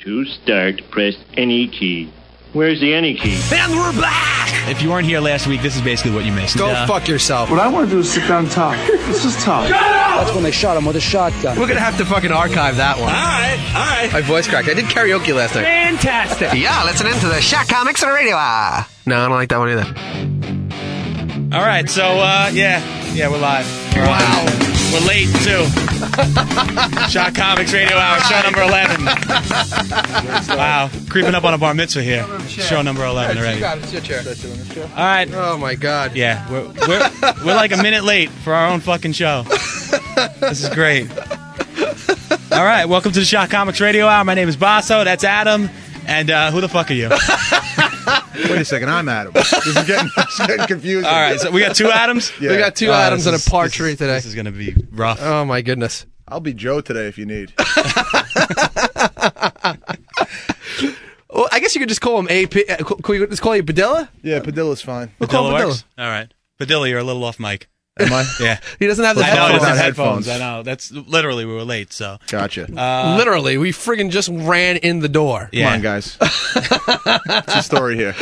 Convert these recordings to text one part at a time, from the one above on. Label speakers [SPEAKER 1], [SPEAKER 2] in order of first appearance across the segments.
[SPEAKER 1] To start, press any key. Where's the any key?
[SPEAKER 2] And we're back!
[SPEAKER 3] If you weren't here last week, this is basically what you missed.
[SPEAKER 2] Go
[SPEAKER 3] Uh,
[SPEAKER 2] fuck yourself.
[SPEAKER 4] What I want to do is sit down and talk. This is talk.
[SPEAKER 5] That's when they shot him with a shotgun.
[SPEAKER 2] We're gonna have to fucking archive that one.
[SPEAKER 6] right, all
[SPEAKER 2] My voice cracked. I did karaoke last night.
[SPEAKER 3] Fantastic.
[SPEAKER 2] Yeah, listening to the Shot Comics and Radio Hour. No, I don't like that one either.
[SPEAKER 3] All right, so uh, yeah, yeah, we're live. We're
[SPEAKER 2] Wow.
[SPEAKER 3] on. We're late too. Shot Comics Radio Hour, show number eleven. wow, creeping up on a bar mitzvah here. Show number eleven already. All
[SPEAKER 2] It's your chair.
[SPEAKER 3] right,
[SPEAKER 2] Oh my god.
[SPEAKER 3] yeah, we're, we're we're like a minute late for our own fucking show. This is great. All right, welcome to the Shot Comics Radio Hour. My name is Basso. That's Adam. And uh, who the fuck are you? All
[SPEAKER 7] Wait a second, I'm Adam. This is getting, this is getting confusing.
[SPEAKER 3] right, so we got two Adams.
[SPEAKER 7] Yeah.
[SPEAKER 2] We got two
[SPEAKER 3] Oh,
[SPEAKER 2] Adams
[SPEAKER 3] this
[SPEAKER 2] and a
[SPEAKER 3] is-
[SPEAKER 2] par
[SPEAKER 3] this
[SPEAKER 2] tree
[SPEAKER 3] is-
[SPEAKER 2] today.
[SPEAKER 3] This is gonna be rough.
[SPEAKER 2] oh my goodness.
[SPEAKER 7] I'll be Joe today if you need.
[SPEAKER 2] Well, I guess you could just call him AP. uh, c- Can we just call you Padilla?
[SPEAKER 7] Yeah, Padilla's fine.
[SPEAKER 2] We'll call
[SPEAKER 3] Padilla
[SPEAKER 2] him Padilla.
[SPEAKER 3] works? All right. Padilla, you're a little off mic.
[SPEAKER 7] Am I?
[SPEAKER 3] Yeah.
[SPEAKER 2] He doesn't have the
[SPEAKER 3] I know, I just
[SPEAKER 2] headphones.
[SPEAKER 3] have
[SPEAKER 7] Without
[SPEAKER 3] headphones.
[SPEAKER 7] headphones.
[SPEAKER 3] I know. That's literally, we were late, so. Uh,
[SPEAKER 7] Gotcha.
[SPEAKER 2] Literally, we friggin' just ran in the door.
[SPEAKER 7] Come
[SPEAKER 3] Yeah.
[SPEAKER 7] on, guys. it's a story here.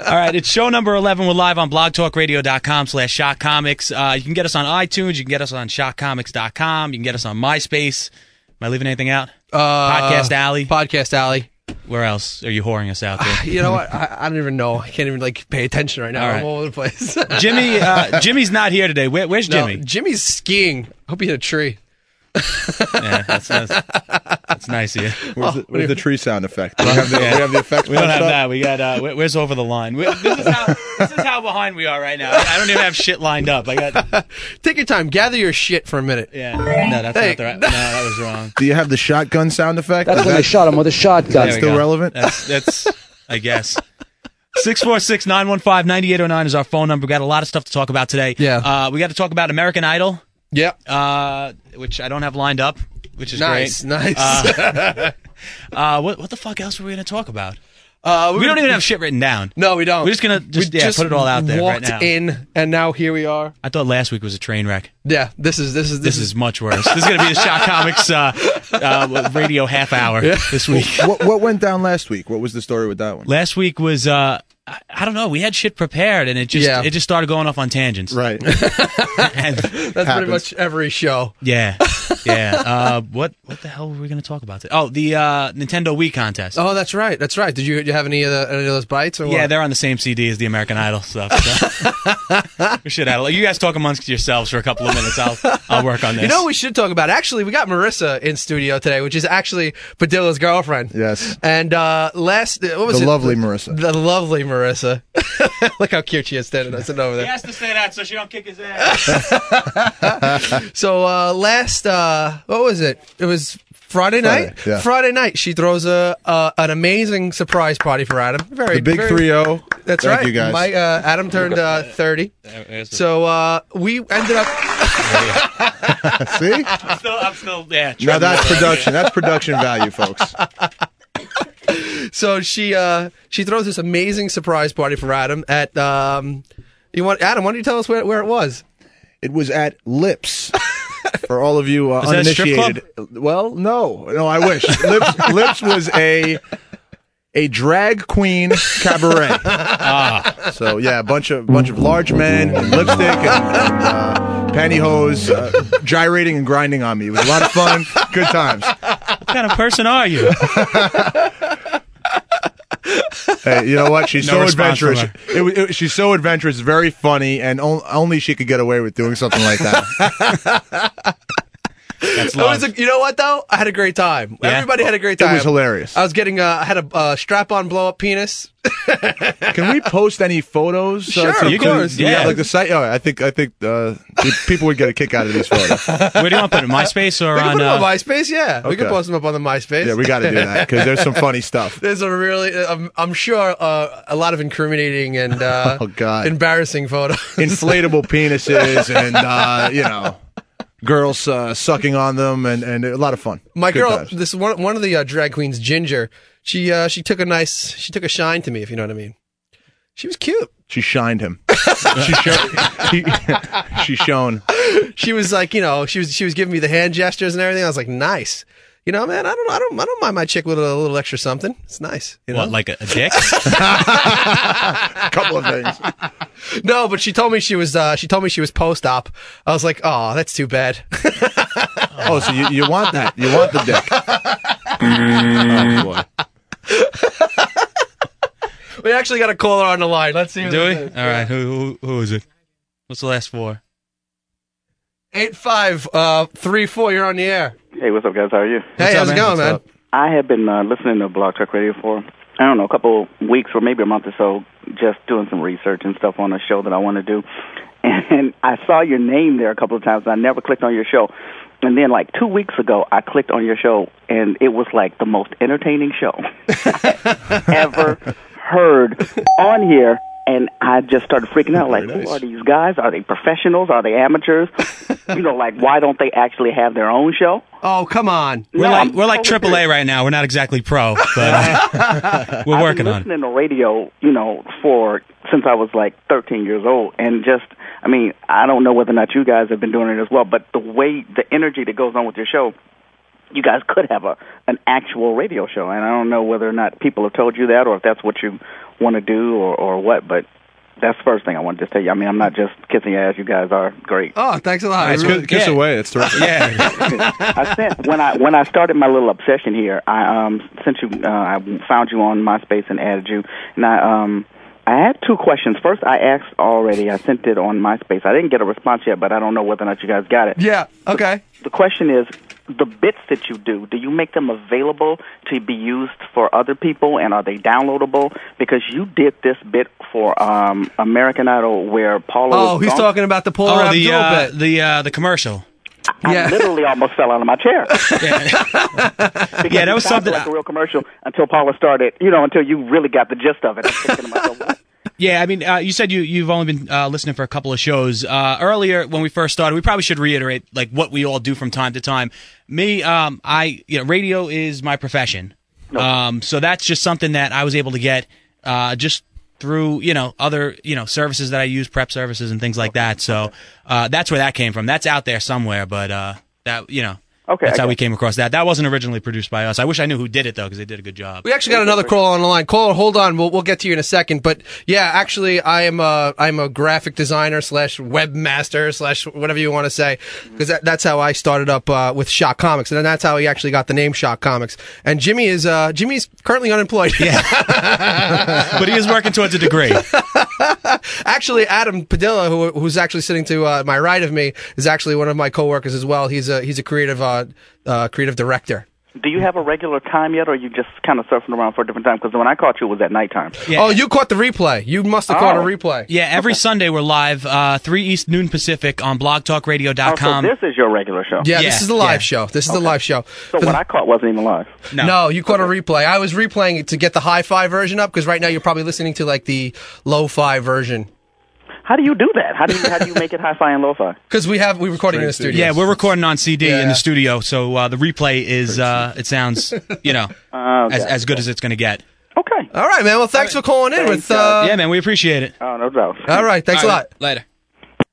[SPEAKER 3] All right, it's show number 11. We're live on blogtalkradio.com slash shotcomics. Uh, you can get us on iTunes. You can get us on shotcomics.com. You can get us on MySpace. Am I leaving anything out?
[SPEAKER 2] Uh,
[SPEAKER 3] Podcast Alley.
[SPEAKER 2] Podcast Alley.
[SPEAKER 3] Where else are you whoring us out there?
[SPEAKER 2] You know what? I, I don't even know. I can't even like pay attention right now.
[SPEAKER 3] All right.
[SPEAKER 2] I'm all over the place.
[SPEAKER 3] Jimmy, uh, Jimmy's not here today. Where, where's
[SPEAKER 2] No,
[SPEAKER 3] Jimmy?
[SPEAKER 2] Jimmy's skiing. I hope he hit a tree.
[SPEAKER 3] Yeah, that's, that's, that's nice of you.
[SPEAKER 5] Oh,
[SPEAKER 7] Where's the, where's the tree sound effect? Do we have the, we have the effects
[SPEAKER 3] We don't have
[SPEAKER 7] punched up?
[SPEAKER 3] that. We got uh, where- where's over the line? We- This is, how, this is how behind we are right now. I don't even have shit lined up. I got
[SPEAKER 2] Take your time. Gather your shit for a minute.
[SPEAKER 3] yeah. No, that's
[SPEAKER 2] Hey.
[SPEAKER 3] not the right. No, that was wrong.
[SPEAKER 7] Do you have the shotgun sound effect?
[SPEAKER 5] That's
[SPEAKER 7] Is
[SPEAKER 5] when they
[SPEAKER 7] that-
[SPEAKER 5] shot him with a
[SPEAKER 3] There we
[SPEAKER 5] shotgun.
[SPEAKER 7] Still
[SPEAKER 3] go.
[SPEAKER 7] relevant?
[SPEAKER 3] That's that's I guess. 646-915-9809 is our phone number. We got a lot of stuff to talk about today.
[SPEAKER 2] Yeah.
[SPEAKER 3] Uh, we got to talk about American Idol,
[SPEAKER 2] Yeah.
[SPEAKER 3] uh, which I don't have lined up, which is
[SPEAKER 2] nice.
[SPEAKER 3] great.
[SPEAKER 2] Nice.
[SPEAKER 3] Uh, what what the fuck else were we going to talk about?
[SPEAKER 2] Uh,
[SPEAKER 3] We don't even have shit written down.
[SPEAKER 2] No, we don't.
[SPEAKER 3] We're just gonna just,
[SPEAKER 2] Oh, We
[SPEAKER 3] yeah, put it all out there right
[SPEAKER 2] walked
[SPEAKER 3] now.
[SPEAKER 2] in, and now here we are.
[SPEAKER 3] I thought last week was a train wreck.
[SPEAKER 2] Yeah. This is this is
[SPEAKER 3] This is much worse. This is going to be the Shot Comics uh, uh, radio half hour this week.
[SPEAKER 7] what, what went down last week? What was the story with that one?
[SPEAKER 3] Last week was uh, I, I don't know. We had shit prepared, and it just
[SPEAKER 2] Yeah.
[SPEAKER 3] it just started going off on tangents.
[SPEAKER 7] Right.
[SPEAKER 3] And-
[SPEAKER 2] that's pretty
[SPEAKER 7] happens.
[SPEAKER 2] much every show.
[SPEAKER 3] yeah, yeah. Uh, what what the hell were we going to talk about? Today? Oh, the uh, Nintendo Wii contest.
[SPEAKER 2] Oh, that's right. That's right. Did you, did you have any of the, any of those bites? Or
[SPEAKER 3] Yeah,
[SPEAKER 2] what?
[SPEAKER 3] they're on the same CD as the American Idol stuff. So. we should have, you guys talk amongst yourselves for a couple of minutes. I'll I'll work on this.
[SPEAKER 2] You know what we should talk about? Actually, we got Marissa in studio today, which is actually Padilla's girlfriend.
[SPEAKER 7] Yes.
[SPEAKER 2] And uh last, uh, what was
[SPEAKER 7] The
[SPEAKER 2] it?
[SPEAKER 7] lovely Marissa.
[SPEAKER 2] The lovely Marissa. Look how cute she is standing, sitting over there.
[SPEAKER 3] to say that so she don't kick his ass.
[SPEAKER 2] So uh last, uh what was it? It was
[SPEAKER 7] Friday,
[SPEAKER 2] Friday night.
[SPEAKER 7] yeah.
[SPEAKER 2] Friday night, she throws a uh, an amazing surprise party for Adam. Very
[SPEAKER 7] The big
[SPEAKER 2] very-
[SPEAKER 7] 3 0. Thank
[SPEAKER 2] That's right.
[SPEAKER 7] you guys.
[SPEAKER 2] My, uh, Adam turned uh, thirty. So uh we ended up.
[SPEAKER 7] See?
[SPEAKER 3] I'm still, I'm still, yeah.
[SPEAKER 7] Now that's production. That's production value, folks.
[SPEAKER 2] So she uh she throws this amazing surprise party for Adam at um you want Adam, why don't you tell us where, where it was?
[SPEAKER 7] It was at Lips. For all of you uh,
[SPEAKER 3] that a strip
[SPEAKER 7] uninitiated, well, no, no, I wish. Lips, Lips was a a drag queen cabaret.
[SPEAKER 3] Ah.
[SPEAKER 7] So yeah, a bunch of bunch of large men in lipstick and uh, pantyhose, uh, gyrating and grinding on me. It was a lot of fun, good times.
[SPEAKER 3] What kind of person are you?
[SPEAKER 7] Hey, you know what? She's
[SPEAKER 3] No
[SPEAKER 7] so
[SPEAKER 3] response from
[SPEAKER 7] adventurous. It, wa- it, she's so adventurous, very funny, and on, only she could get away with doing something like that.
[SPEAKER 3] That's
[SPEAKER 2] Oh, It
[SPEAKER 3] love.
[SPEAKER 2] was a, you know what though? I had a great time.
[SPEAKER 3] Yeah?
[SPEAKER 2] Everybody had a great
[SPEAKER 7] It
[SPEAKER 2] time.
[SPEAKER 7] was hilarious.
[SPEAKER 2] I was getting uh, I had a uh, strap on blow up penis.
[SPEAKER 7] Can we post any photos? uh,
[SPEAKER 2] Sure,
[SPEAKER 7] to-
[SPEAKER 2] of
[SPEAKER 7] to-
[SPEAKER 2] course,
[SPEAKER 7] Yeah,
[SPEAKER 3] yeah.
[SPEAKER 7] like the site. Oh, I think I think uh, pe- people would get a kick out of these photos.
[SPEAKER 3] Where do you want to put it? MySpace or
[SPEAKER 2] We can
[SPEAKER 3] on?
[SPEAKER 2] put
[SPEAKER 3] Uh,
[SPEAKER 2] them on MySpace, yeah. We can
[SPEAKER 7] Okay.
[SPEAKER 2] post them up on the MySpace.
[SPEAKER 7] Yeah, we got to do that because there's some funny stuff.
[SPEAKER 2] There's a really, I'm, I'm sure, uh, a lot of incriminating and uh,
[SPEAKER 7] Oh, God.
[SPEAKER 2] embarrassing photos.
[SPEAKER 7] Inflatable penises and uh, you know, girls uh, sucking on them and and a lot of fun.
[SPEAKER 2] My
[SPEAKER 7] Good
[SPEAKER 2] girl,
[SPEAKER 7] times.
[SPEAKER 2] this one one of the uh, drag queens, Ginger. She uh, she took a nice, she took a shine to me, if you know what I mean. She was cute.
[SPEAKER 7] she shined him. she shone. She, she shone.
[SPEAKER 2] She was like, you know, she was she was giving me the hand gestures and everything. I was like, nice. you know, man, I don't, I don't, I don't mind my chick with a little extra something. It's nice. You know?
[SPEAKER 3] What, like a, a dick?
[SPEAKER 7] A couple of things.
[SPEAKER 2] No, but she told me she was. Uh, she told me she was post-op. I was like, oh, that's too bad.
[SPEAKER 7] Oh, so you, you want that? You want the dick?
[SPEAKER 3] Mm.
[SPEAKER 7] oh, boy.
[SPEAKER 2] we actually got a caller on the line. Let's see. who
[SPEAKER 3] Do we?
[SPEAKER 2] this
[SPEAKER 3] All
[SPEAKER 2] is.
[SPEAKER 3] right. Who, who, who is it? What's the last four?
[SPEAKER 2] Eight five uh, three four. You're on the air.
[SPEAKER 6] Hey, what's up, guys? How are you?
[SPEAKER 2] hey,
[SPEAKER 7] up,
[SPEAKER 2] how's it
[SPEAKER 7] man?
[SPEAKER 2] going,
[SPEAKER 7] What's
[SPEAKER 2] man?
[SPEAKER 7] up?
[SPEAKER 6] I have been uh, listening to Block Talk Radio for I don't know a couple weeks or maybe a month or so, just doing some research and stuff on a show that I want to do. And I saw your name there a couple of times. And I never clicked on your show, and then like two weeks ago, I clicked on your show, and it was like the most entertaining show I ever heard on here. And I just started freaking out. Like, who are these guys? Are they professionals? Are they amateurs? you know, like why don't they actually have their own show?
[SPEAKER 2] Oh, come on.
[SPEAKER 3] We're
[SPEAKER 6] No,
[SPEAKER 3] like
[SPEAKER 6] I'm
[SPEAKER 3] we're like
[SPEAKER 6] totally serious.
[SPEAKER 3] AAA right now. We're not exactly pro, but uh, we're working
[SPEAKER 6] I've
[SPEAKER 3] on
[SPEAKER 6] been
[SPEAKER 3] it.
[SPEAKER 6] listening to radio, you know, for since I was like 13 years old, and just, I mean, I don't know whether or not you guys have been doing it as well, but the way, the energy that goes on with your show, you guys could have a an actual radio show, and I don't know whether or not people have told you that, or if that's what you want to do, or or what, but. That's the first thing I wanted to tell you. I mean, I'm not just kissing your ass. You guys are great.
[SPEAKER 2] Oh, thanks a lot. I
[SPEAKER 7] It's
[SPEAKER 2] really-
[SPEAKER 7] good. Kiss
[SPEAKER 3] Yeah.
[SPEAKER 7] away. It's terrific.
[SPEAKER 3] Yeah.
[SPEAKER 6] I sent when I when I started my little obsession here. I um sent you. Uh, I found you on MySpace and added you. And I um I had two questions. First, I asked already. I sent it on MySpace. I didn't get a response yet, but I don't know whether or not you guys got it.
[SPEAKER 2] yeah. Okay.
[SPEAKER 6] The question is, the bits that you do, do you make them available to be used for other people, and are they downloadable? Because you did this bit for um American Idol where Paula.
[SPEAKER 2] Oh,
[SPEAKER 6] was
[SPEAKER 2] he's
[SPEAKER 6] gone.
[SPEAKER 2] talking about the Paula
[SPEAKER 3] Oh,
[SPEAKER 2] Abdul
[SPEAKER 3] the uh,
[SPEAKER 2] bit.
[SPEAKER 3] the uh, the commercial.
[SPEAKER 6] I
[SPEAKER 2] yeah.
[SPEAKER 6] literally almost fell out of my chair. Because
[SPEAKER 3] Yeah, that
[SPEAKER 6] it
[SPEAKER 3] was
[SPEAKER 6] sounded
[SPEAKER 3] something-
[SPEAKER 6] like a real commercial until Paula started. You know, until you really got the gist of it. I'm thinking to myself, what?
[SPEAKER 3] Yeah, I mean, uh, you said you you've only been uh, listening for a couple of shows uh, earlier when we first started. We probably should reiterate like what we all do from time to time. Me, um, I you know, radio is my profession, um, so that's just something that I was able to get uh, just through you know other you know services that I use, prep services and things like that. So uh, that's where that came from. That's out there somewhere, but uh, that you know.
[SPEAKER 6] Okay,
[SPEAKER 3] That's
[SPEAKER 6] I
[SPEAKER 3] how we
[SPEAKER 6] get
[SPEAKER 3] came across that. That wasn't originally produced by us. I wish I knew who did it though, because they did a good job.
[SPEAKER 2] We actually got another caller on the line. Caller, hold on. We'll, we'll get to you in a second. But yeah, actually, I am a I'm a graphic designer slash webmaster slash whatever you want to say because that, that's how I started up uh, with Shock Comics, and then that's how he actually got the name Shock Comics. And Jimmy is uh, Jimmy's currently unemployed. Yeah.
[SPEAKER 3] but he is working towards a degree.
[SPEAKER 2] actually, Adam Padilla, who, who's actually sitting to uh, my right of me, is actually one of my coworkers as well. He's a he's a creative uh, uh, creative director.
[SPEAKER 6] do you have a regular time yet, or are you just kind of surfing around for a different time? Because when I caught you, it was at nighttime.
[SPEAKER 3] Yeah.
[SPEAKER 2] Oh, you caught the replay. You must have caught a
[SPEAKER 6] Oh.
[SPEAKER 2] replay.
[SPEAKER 3] Yeah, every Sunday we're live, uh, 3 East, noon Pacific on
[SPEAKER 6] Oh, so
[SPEAKER 3] blogtalkradio.com.
[SPEAKER 6] this is your regular show.
[SPEAKER 2] Yeah,
[SPEAKER 3] Yeah,
[SPEAKER 2] this is the live
[SPEAKER 3] yeah.
[SPEAKER 2] show. This is the live show.
[SPEAKER 6] So what I caught wasn't even live.
[SPEAKER 3] No.
[SPEAKER 2] No. you caught a replay. I was replaying it to get the hi-fi version up because right now you're probably listening to like the lo-fi version
[SPEAKER 6] How do you do that? How do you how do you make it hi-fi and lo-fi?
[SPEAKER 2] because we have we recording in the studio.
[SPEAKER 3] yeah, we're recording on CD in
[SPEAKER 2] Yeah.
[SPEAKER 3] the studio, so uh, the replay is, uh, it sounds, you know,
[SPEAKER 6] Oh,
[SPEAKER 3] as, as good as it's going to get.
[SPEAKER 6] Okay.
[SPEAKER 2] All right, man. Well, thanks for calling in
[SPEAKER 6] Thanks,
[SPEAKER 2] with. Uh,
[SPEAKER 3] yeah, man, we appreciate it.
[SPEAKER 6] Oh no doubt.
[SPEAKER 2] All right, thanks a lot.
[SPEAKER 3] Later.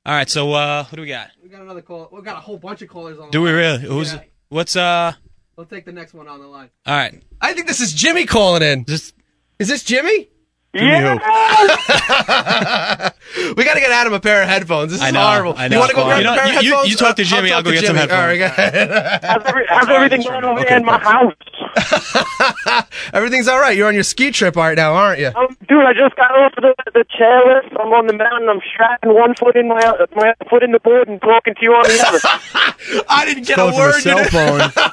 [SPEAKER 3] All right, so uh, who do we got?
[SPEAKER 2] We got another call. We got a whole bunch of callers on.
[SPEAKER 3] Do we really? Who's,
[SPEAKER 2] Yeah.
[SPEAKER 3] what's, uh,
[SPEAKER 2] We'll take the next one on the line.
[SPEAKER 3] all right.
[SPEAKER 2] I think this is Jimmy calling in.
[SPEAKER 3] Just,
[SPEAKER 2] Is this Jimmy?
[SPEAKER 6] Yeah.
[SPEAKER 2] We got to get Adam a pair of headphones. This is
[SPEAKER 3] I know,
[SPEAKER 2] horrible.
[SPEAKER 3] I know.
[SPEAKER 2] You want to go grab
[SPEAKER 3] You know,
[SPEAKER 2] a pair of
[SPEAKER 3] you- you-
[SPEAKER 2] headphones?
[SPEAKER 3] you talk to
[SPEAKER 2] Uh,
[SPEAKER 3] Jimmy, I'll
[SPEAKER 2] talk
[SPEAKER 3] go
[SPEAKER 2] to
[SPEAKER 3] get some
[SPEAKER 2] Jimmy.
[SPEAKER 3] headphones.
[SPEAKER 2] All right, go ahead.
[SPEAKER 8] How's, every, how's everything going over there in my house?
[SPEAKER 2] Everything's all right. You're on your ski trip right now, aren't you?
[SPEAKER 8] Um, dude, I just got off the, the chairlift. I'm on the mountain. I'm strapping one foot in my my other foot in the board and talking to you on the other.
[SPEAKER 2] I didn't get
[SPEAKER 7] Calling
[SPEAKER 2] a
[SPEAKER 7] from a
[SPEAKER 2] word in.
[SPEAKER 7] cell phone.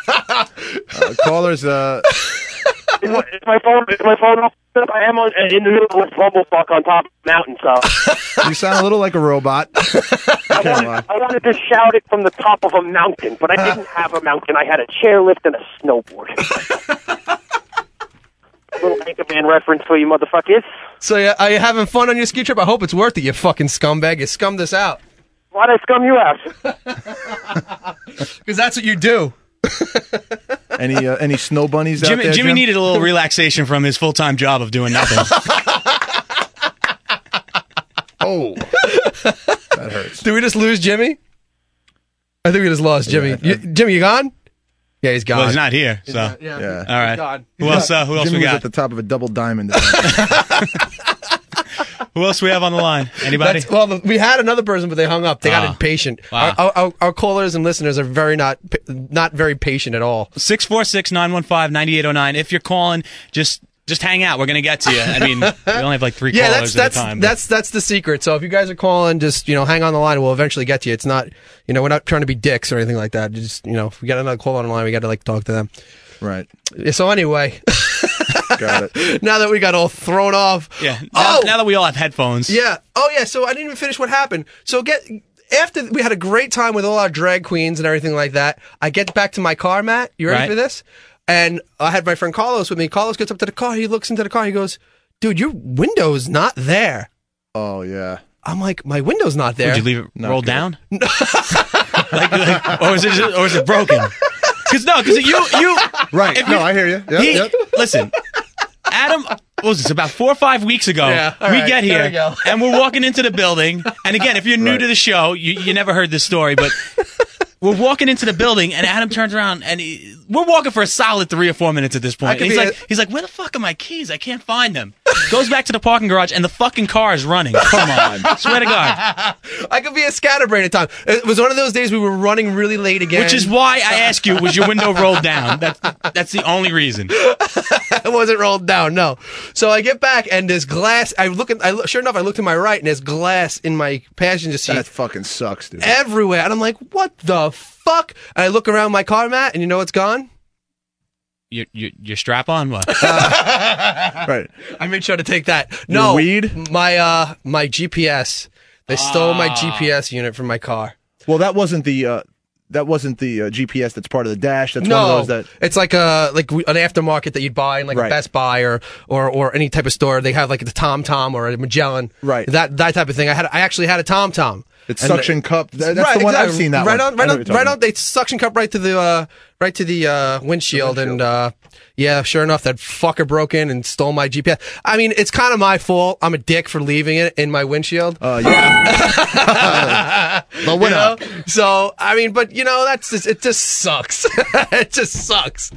[SPEAKER 7] uh, callers, uh,
[SPEAKER 8] is, my, is my phone is my phone off? I am on, uh, in the middle of a bumblefuck on top of the mountain, so
[SPEAKER 7] you sound a little like a robot.
[SPEAKER 8] I wanted, I wanted to shout it from the top of a mountain, but I
[SPEAKER 2] Uh.
[SPEAKER 8] didn't have a mountain. I had a chairlift and a snowboard. Little Anchorman reference for you, motherfuckers.
[SPEAKER 2] So yeah, are you having fun on your ski trip? I hope it's worth it. You fucking scumbag. You scummed us out
[SPEAKER 8] Why'd I scum you out?
[SPEAKER 2] because that's what you do.
[SPEAKER 7] Any uh, any snow bunnies out
[SPEAKER 3] Jimmy,
[SPEAKER 7] there?
[SPEAKER 3] Jimmy
[SPEAKER 7] Jim?
[SPEAKER 3] needed a little relaxation from his full time job of doing nothing.
[SPEAKER 7] Oh, that hurts.
[SPEAKER 2] Did we just lose Jimmy? I think we just lost Jimmy. You- Jimmy, you gone? Yeah, he's gone.
[SPEAKER 3] Well, he's not here, so.
[SPEAKER 2] Yeah.
[SPEAKER 7] Yeah.
[SPEAKER 3] All right.
[SPEAKER 2] God.
[SPEAKER 3] Who else? Uh, who else
[SPEAKER 7] Jimmy
[SPEAKER 3] we
[SPEAKER 7] was
[SPEAKER 3] got?
[SPEAKER 7] at the top of a double diamond.
[SPEAKER 3] who else we have on the line? Anybody?
[SPEAKER 2] That's, well, the, we had another person, but they hung up. They
[SPEAKER 3] Ah.
[SPEAKER 2] got impatient.
[SPEAKER 3] Wow.
[SPEAKER 2] Our, our, our callers and listeners are very not pa- not very patient at all.
[SPEAKER 3] Six four six nine one five ninety eight zero nine. If you're calling, just just hang out. We're gonna get to you. I mean, we only have like three
[SPEAKER 2] Yeah,
[SPEAKER 3] callers
[SPEAKER 2] that's
[SPEAKER 3] at a
[SPEAKER 2] that's
[SPEAKER 3] time. but-
[SPEAKER 2] that's that's the secret. So if you guys are calling, just you know, hang on the line. We'll eventually get to you. It's not you know we're not trying to be dicks or anything like that. Just you know, if we got another call on the line, we got to like talk to them.
[SPEAKER 7] right.
[SPEAKER 2] Yeah, So anyway,
[SPEAKER 7] Got it.
[SPEAKER 2] now that we got all thrown off,
[SPEAKER 3] yeah. Now,
[SPEAKER 2] Oh,
[SPEAKER 3] now that we all have headphones,
[SPEAKER 2] Yeah. Oh yeah. So I didn't even finish what happened. So get after we had a great time with all our drag queens and everything like that. I get back to my car, Matt. You ready
[SPEAKER 3] Right.
[SPEAKER 2] for this? And I had my friend Carlos with me. Carlos gets up to the car. He looks into the car. He goes, "Dude, your window's not there."
[SPEAKER 7] Oh yeah.
[SPEAKER 2] I'm like, "My window's not there."
[SPEAKER 3] Did you leave it rolled down? like, like, or is it just, or is it broken? Because no, because you you
[SPEAKER 7] Right.
[SPEAKER 3] If
[SPEAKER 7] no,
[SPEAKER 3] you-
[SPEAKER 7] I hear you. Yep,
[SPEAKER 3] he,
[SPEAKER 7] yep.
[SPEAKER 3] listen. Adam what was this about four or five weeks ago?
[SPEAKER 2] Yeah, all
[SPEAKER 3] we
[SPEAKER 2] right,
[SPEAKER 3] get
[SPEAKER 2] there
[SPEAKER 3] here
[SPEAKER 2] we go.
[SPEAKER 3] and we're walking into the building. And again, if you're new
[SPEAKER 7] Right.
[SPEAKER 3] to the show, you, you never heard this story, but we're walking into the building and Adam turns around and he, we're walking for a solid three or four minutes at this point.
[SPEAKER 2] could
[SPEAKER 3] And he's
[SPEAKER 2] be
[SPEAKER 3] like,
[SPEAKER 2] a-
[SPEAKER 3] he's like, where the fuck are my keys? I can't find them. Goes back to the parking garage and the fucking car is running. Come on, swear to God.
[SPEAKER 2] I could be a scatterbrain at times. It was one of those days we were running really late again,
[SPEAKER 3] Which is why I ask you, was your window rolled down? That's that's the only reason.
[SPEAKER 2] it wasn't rolled down. No. So I get back and there's glass. I look at. I look, sure enough, I look to my right and there's glass in my passenger seat.
[SPEAKER 7] That fucking sucks, dude.
[SPEAKER 2] everywhere. And I'm like, what the fuck? And I look around my car, Matt, and you know what's gone?
[SPEAKER 3] Your your, your strap on what?
[SPEAKER 7] Right.
[SPEAKER 2] I made sure to take that. No
[SPEAKER 7] weed?
[SPEAKER 2] My uh my GPS. They stole my GPS unit from my car.
[SPEAKER 7] Well, that wasn't the uh, that wasn't the uh, GPS that's part of the dash. That's
[SPEAKER 2] No,
[SPEAKER 7] one of those that
[SPEAKER 2] it's like a like w- an aftermarket that you'd buy in like
[SPEAKER 7] Right.
[SPEAKER 2] a Best Buy or, or or any type of store. They have like the Tom Tom or a Magellan,
[SPEAKER 7] Right.
[SPEAKER 2] That that type of thing. I had I actually had a Tom Tom.
[SPEAKER 7] it's
[SPEAKER 2] And the-
[SPEAKER 7] suction cup. That- that's
[SPEAKER 2] right,
[SPEAKER 7] the one
[SPEAKER 2] exactly.
[SPEAKER 7] I've seen. That
[SPEAKER 2] right
[SPEAKER 7] one.
[SPEAKER 2] on,
[SPEAKER 7] I
[SPEAKER 2] right
[SPEAKER 7] know
[SPEAKER 2] on,
[SPEAKER 7] what you're
[SPEAKER 2] right
[SPEAKER 7] talking
[SPEAKER 2] on. They suction cup right to the uh, right to the uh, windshield, and uh, yeah, sure enough, that fucker broke in and stole my GPS. I mean, it's kind of my fault. I'm a dick for leaving it in my windshield.
[SPEAKER 7] about. Uh, yeah. but
[SPEAKER 2] you
[SPEAKER 7] what
[SPEAKER 2] know?
[SPEAKER 7] up?
[SPEAKER 2] So I mean, but you know, that's just it. Just sucks. it just sucks.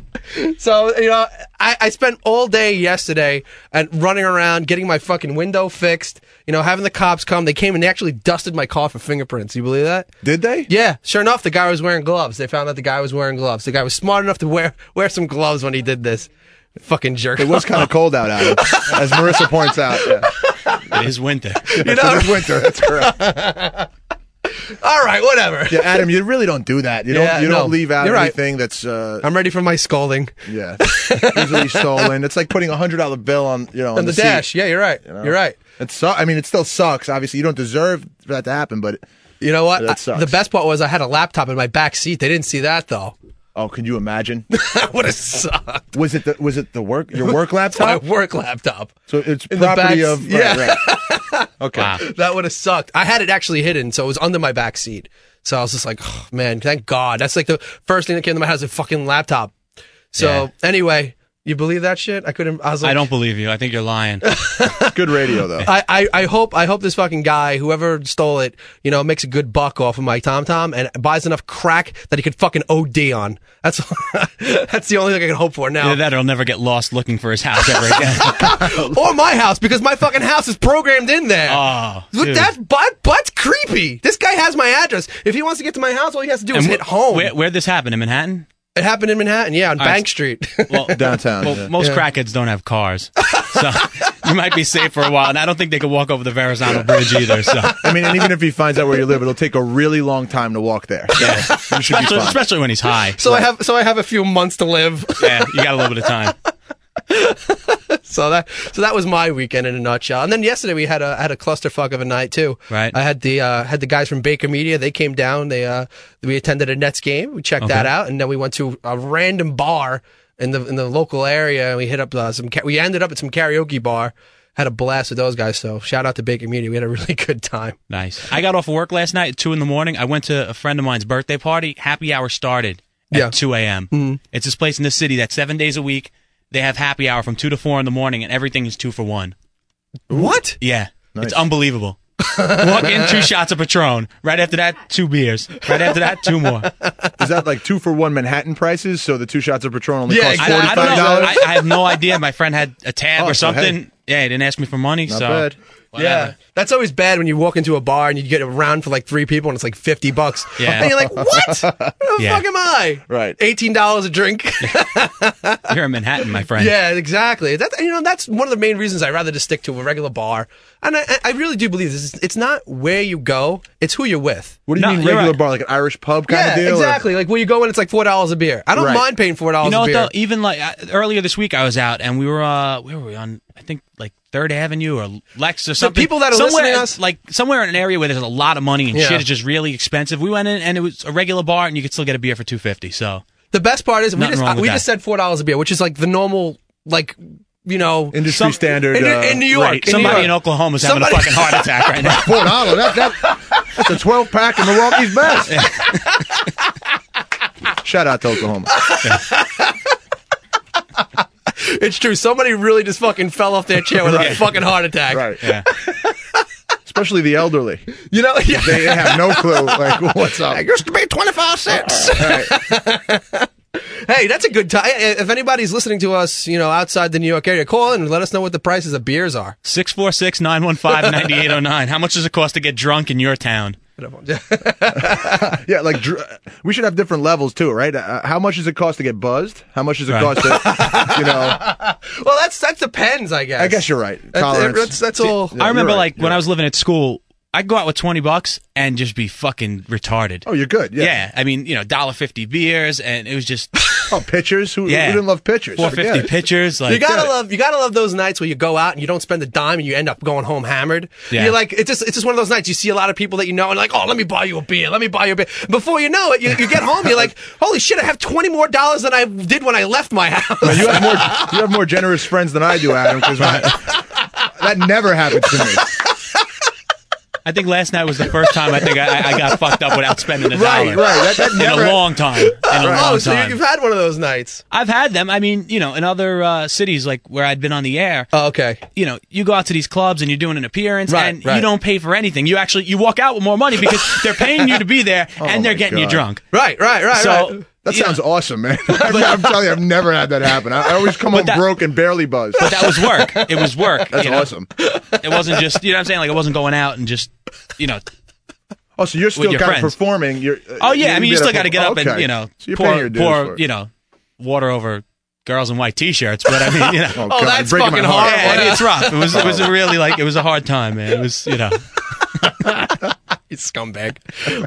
[SPEAKER 2] So you know, I, I spent all day yesterday and running around getting my fucking window fixed. You know, having the cops come. They came and they actually dusted my car for fingerprints. You believe that?
[SPEAKER 7] Did they?
[SPEAKER 2] Yeah, sure enough, the guy was wearing gloves. They found out the guy was wearing gloves. The guy was smart enough to wear wear some gloves when he did this. Fucking jerk.
[SPEAKER 7] It was kind of cold out, Adam, as Marissa points out. Yeah.
[SPEAKER 3] It is winter.
[SPEAKER 7] You
[SPEAKER 2] know-
[SPEAKER 7] it's winter. That's correct.
[SPEAKER 2] All right, whatever.
[SPEAKER 7] Yeah, Adam, you really don't do that. You
[SPEAKER 2] Yeah,
[SPEAKER 7] don't. You
[SPEAKER 2] no.
[SPEAKER 7] don't leave out
[SPEAKER 2] You're right.
[SPEAKER 7] anything that's. Uh,
[SPEAKER 2] I'm ready for my scolding
[SPEAKER 7] yeah, easily stolen. It's like putting a hundred dollar bill on you know on
[SPEAKER 2] and the,
[SPEAKER 7] seat,
[SPEAKER 2] dash. Yeah, you're right. You
[SPEAKER 7] know?
[SPEAKER 2] are right.
[SPEAKER 7] It su- I mean, it still sucks. Obviously, you don't deserve for that to happen. But
[SPEAKER 2] You know what?
[SPEAKER 7] That
[SPEAKER 2] I-
[SPEAKER 7] sucks.
[SPEAKER 2] the best part was I had a laptop in my back seat. They didn't see that though.
[SPEAKER 7] oh, can you imagine?
[SPEAKER 2] That would have sucked.
[SPEAKER 7] was it the was it the work your work
[SPEAKER 2] My
[SPEAKER 7] laptop?
[SPEAKER 2] work laptop.
[SPEAKER 7] So it's
[SPEAKER 2] In the
[SPEAKER 7] property
[SPEAKER 2] back-
[SPEAKER 7] of right,
[SPEAKER 2] yeah.
[SPEAKER 7] right. Okay.
[SPEAKER 3] Wow.
[SPEAKER 2] That would have sucked. I had it actually hidden, so it was under my back seat. So I was just like, oh, man, thank God. That's like the first thing that came to my house, a fucking laptop. So anyway, you believe that shit? I couldn't. I was like,
[SPEAKER 3] I don't believe you. I think you're lying.
[SPEAKER 7] It's good radio though.
[SPEAKER 2] I, I, I hope I hope this fucking guy, whoever stole it, you know, makes a good buck off of my Tom Tom and buys enough crack that he could fucking OD on. That's that's the only thing I can hope for now.
[SPEAKER 3] Either that or he'll never get lost looking for his house ever again.
[SPEAKER 2] or my house because my fucking house is programmed in there.
[SPEAKER 3] Oh,
[SPEAKER 2] Look,
[SPEAKER 3] dude.
[SPEAKER 2] that butt butt's creepy. This guy has my address. If he wants to get to my house, all he has to do is
[SPEAKER 3] And
[SPEAKER 2] hit
[SPEAKER 3] wh-
[SPEAKER 2] home.
[SPEAKER 3] Where, where'd this happen? In Manhattan?
[SPEAKER 2] it happened in Manhattan, yeah, on
[SPEAKER 3] right.
[SPEAKER 2] Bank Street.
[SPEAKER 3] Well,
[SPEAKER 7] Downtown,
[SPEAKER 3] Well,
[SPEAKER 7] yeah.
[SPEAKER 3] most crackheads don't have cars, so you might be safe for a while. And I don't think they could walk over the Verrazano Bridge either. So,
[SPEAKER 7] I mean, and even if he finds out where you live, it'll take a really long time to walk there. So you should be
[SPEAKER 3] especially,
[SPEAKER 7] fine.
[SPEAKER 3] especially when he's high.
[SPEAKER 2] so I have so I have a few months to live.
[SPEAKER 3] yeah, you got a little bit of time.
[SPEAKER 2] So that so that was my weekend in a nutshell. And then yesterday we had a had a clusterfuck of a night too.
[SPEAKER 3] Right.
[SPEAKER 2] I had the uh, had the guys from Baker Media. They came down. They uh we attended a Nets game. We checked that out, and then we went to a random bar in the in the local area. And we hit up uh, some. Ca- we ended up at some karaoke bar. Had a blast with those guys. So shout out to Baker Media. We had a really good time.
[SPEAKER 3] Nice. I got off of work last night at two in the morning. I went to a friend of mine's birthday party. Happy hour started at
[SPEAKER 2] Yeah.
[SPEAKER 3] two a.m.
[SPEAKER 7] Mm-hmm.
[SPEAKER 3] It's this place in the city that seven days a week they have happy hour from two to four in the morning, and everything is two for one.
[SPEAKER 2] What?
[SPEAKER 3] Yeah, it's unbelievable. Walk in, two shots of Patron. Right after that, two beers. Right after that, two more.
[SPEAKER 7] Is that like two for one Manhattan prices? So the two shots of Patron only
[SPEAKER 2] Yeah,
[SPEAKER 7] cost
[SPEAKER 3] I,
[SPEAKER 7] forty
[SPEAKER 3] I don't
[SPEAKER 7] five
[SPEAKER 3] know.
[SPEAKER 7] dollars.
[SPEAKER 3] I, I have no idea. My friend had a tab
[SPEAKER 7] Oh,
[SPEAKER 3] or
[SPEAKER 7] so hey.
[SPEAKER 3] something. Yeah, he didn't ask me for money.
[SPEAKER 7] Not
[SPEAKER 3] so
[SPEAKER 7] bad.
[SPEAKER 2] Yeah. That's always bad when you walk into a bar and you get a round for like three people and it's like 50 bucks.
[SPEAKER 3] Yeah.
[SPEAKER 2] And you're like, what? Who the
[SPEAKER 3] Yeah.
[SPEAKER 2] fuck am I?
[SPEAKER 7] Right.
[SPEAKER 2] $18 a drink.
[SPEAKER 3] You're in Manhattan, my friend.
[SPEAKER 2] yeah, exactly. That, you know, that's one of the main reasons I rather just stick to a regular bar. And I, I really do believe this. It's not where you go, it's who you're with.
[SPEAKER 7] What do you
[SPEAKER 3] No,
[SPEAKER 7] mean
[SPEAKER 3] you're
[SPEAKER 7] regular
[SPEAKER 3] right.
[SPEAKER 7] bar, like an Irish pub kind
[SPEAKER 2] yeah,
[SPEAKER 7] of deal? or-
[SPEAKER 2] exactly. Like where you go and it's like $4 a beer. I don't
[SPEAKER 7] Right.
[SPEAKER 2] mind paying $4
[SPEAKER 3] You know
[SPEAKER 2] a
[SPEAKER 3] what
[SPEAKER 2] beer.
[SPEAKER 3] though? Even like I, earlier this week, I was out and we were uh, where were we on? I think like Third Avenue or Lex or something.
[SPEAKER 2] people that are
[SPEAKER 3] somewhere,
[SPEAKER 2] listening to us-
[SPEAKER 3] like somewhere in an area where there's a lot of money and
[SPEAKER 2] Yeah.
[SPEAKER 3] shit is just really expensive. We went in and it was a regular bar and you could still get a beer for two fifty. So
[SPEAKER 2] The best part is we
[SPEAKER 3] Nothing
[SPEAKER 2] just uh,
[SPEAKER 3] wrong with
[SPEAKER 2] we
[SPEAKER 3] that.
[SPEAKER 2] just said $4 a beer, which is like the normal, like, you know,
[SPEAKER 7] Industry
[SPEAKER 3] Some-
[SPEAKER 7] standard.
[SPEAKER 2] in,
[SPEAKER 7] uh,
[SPEAKER 2] in New York.
[SPEAKER 7] rate.
[SPEAKER 2] in New
[SPEAKER 3] somebody
[SPEAKER 2] York.
[SPEAKER 3] in Oklahoma is having a
[SPEAKER 2] Somebody-
[SPEAKER 3] fucking heart attack right now.
[SPEAKER 7] Four dollars. That, that, that's a twelve pack of Milwaukee's best. Shout out to Oklahoma.
[SPEAKER 2] It's true. Somebody really just fucking fell off their chair with a fucking heart attack.
[SPEAKER 7] Right.
[SPEAKER 3] Yeah.
[SPEAKER 7] Especially the elderly.
[SPEAKER 2] You know? Yeah.
[SPEAKER 7] They have no clue like what's up.
[SPEAKER 2] It used to be 25 cents. hey, that's a good time. If anybody's listening to us, you know, outside the New York area, call in and let us know what the prices of beers are.
[SPEAKER 3] Six four six nine one five ninety eight oh nine. How much does it cost to get drunk in your town?
[SPEAKER 7] Yeah, like dr- we should have different levels too, right? Uh, how much does it cost to get buzzed? How much does it
[SPEAKER 3] Right.
[SPEAKER 7] cost to, you know?
[SPEAKER 2] Well, that's that depends, I guess.
[SPEAKER 7] I guess you're right.
[SPEAKER 2] That's,
[SPEAKER 7] Tolerance.
[SPEAKER 2] that's, that's all.
[SPEAKER 7] Yeah,
[SPEAKER 3] I remember
[SPEAKER 7] you're right,
[SPEAKER 3] like
[SPEAKER 7] you're
[SPEAKER 3] when I was living at school, I'd go out with twenty bucks and just be fucking retarded.
[SPEAKER 7] oh, you're good. Yeah.
[SPEAKER 3] yeah. I mean, you know, dollar fifty beers, and it was just
[SPEAKER 7] Oh, pitchers. Who,
[SPEAKER 3] Yeah.
[SPEAKER 7] who didn't love pitchers?
[SPEAKER 3] four fifty
[SPEAKER 7] Forget it.
[SPEAKER 3] pitchers. Like
[SPEAKER 2] You gotta love you gotta love those nights where you go out and you don't spend a dime and you end up going home hammered.
[SPEAKER 3] Yeah.
[SPEAKER 2] You're like it's just it's just one of those nights you see a lot of people that you know and like oh let me buy you a beer let me buy you a beer before you know it you, you get home you're like holy shit I have twenty more dollars than I did when I left my house.
[SPEAKER 7] Man, you have more. You have more generous friends than I do, Adam. Because that never happens to me.
[SPEAKER 3] I think last night was the first time I think I, I got fucked up without spending a
[SPEAKER 7] Right,
[SPEAKER 3] dollar.
[SPEAKER 7] right. That, that
[SPEAKER 3] In
[SPEAKER 7] never.
[SPEAKER 3] a long time. In a long
[SPEAKER 2] oh, so you-
[SPEAKER 3] time.
[SPEAKER 2] you've had one of those nights.
[SPEAKER 3] I've had them. I mean, you know, in other uh, cities like where I'd been on the air,
[SPEAKER 2] Oh, okay.
[SPEAKER 3] you know, you go out to these clubs and you're doing an appearance
[SPEAKER 2] Right,
[SPEAKER 3] and
[SPEAKER 2] right.
[SPEAKER 3] you don't pay for anything. You actually you walk out with more money because they're paying you to be there and they're
[SPEAKER 7] Oh my
[SPEAKER 3] getting
[SPEAKER 7] God.
[SPEAKER 3] you drunk.
[SPEAKER 2] Right, right, right,
[SPEAKER 3] So
[SPEAKER 2] right.
[SPEAKER 7] that
[SPEAKER 3] you know,
[SPEAKER 7] sounds awesome, man. I'm, telling you, I've never had that happen. I, I always come home
[SPEAKER 3] that-
[SPEAKER 7] broke and barely buzzed.
[SPEAKER 3] but that was work. It was work.
[SPEAKER 7] That's
[SPEAKER 3] you know?
[SPEAKER 7] awesome.
[SPEAKER 3] It wasn't just you know what I'm saying. Like I wasn't going out and just you know
[SPEAKER 7] Oh, so you're still
[SPEAKER 3] your
[SPEAKER 7] kind of
[SPEAKER 3] friends.
[SPEAKER 7] performing. You're, uh,
[SPEAKER 3] Oh yeah,
[SPEAKER 7] you'd
[SPEAKER 3] I mean
[SPEAKER 7] be at
[SPEAKER 3] you
[SPEAKER 7] a
[SPEAKER 3] still got to
[SPEAKER 7] perf-
[SPEAKER 3] get
[SPEAKER 7] Oh,
[SPEAKER 3] up and
[SPEAKER 7] okay.
[SPEAKER 3] you know
[SPEAKER 7] so you're paying your
[SPEAKER 3] pour,
[SPEAKER 7] dues
[SPEAKER 3] pour
[SPEAKER 7] for it.
[SPEAKER 3] you know water over girls in white t-shirts. But I mean you know.
[SPEAKER 7] Oh,
[SPEAKER 2] Oh,
[SPEAKER 7] God,
[SPEAKER 2] that's
[SPEAKER 7] breaking
[SPEAKER 2] fucking
[SPEAKER 7] my heart. Oh.
[SPEAKER 2] horrible.
[SPEAKER 3] Yeah, it's rough. It was it was a really like it was a hard time, man. It was you know
[SPEAKER 2] You scumbag.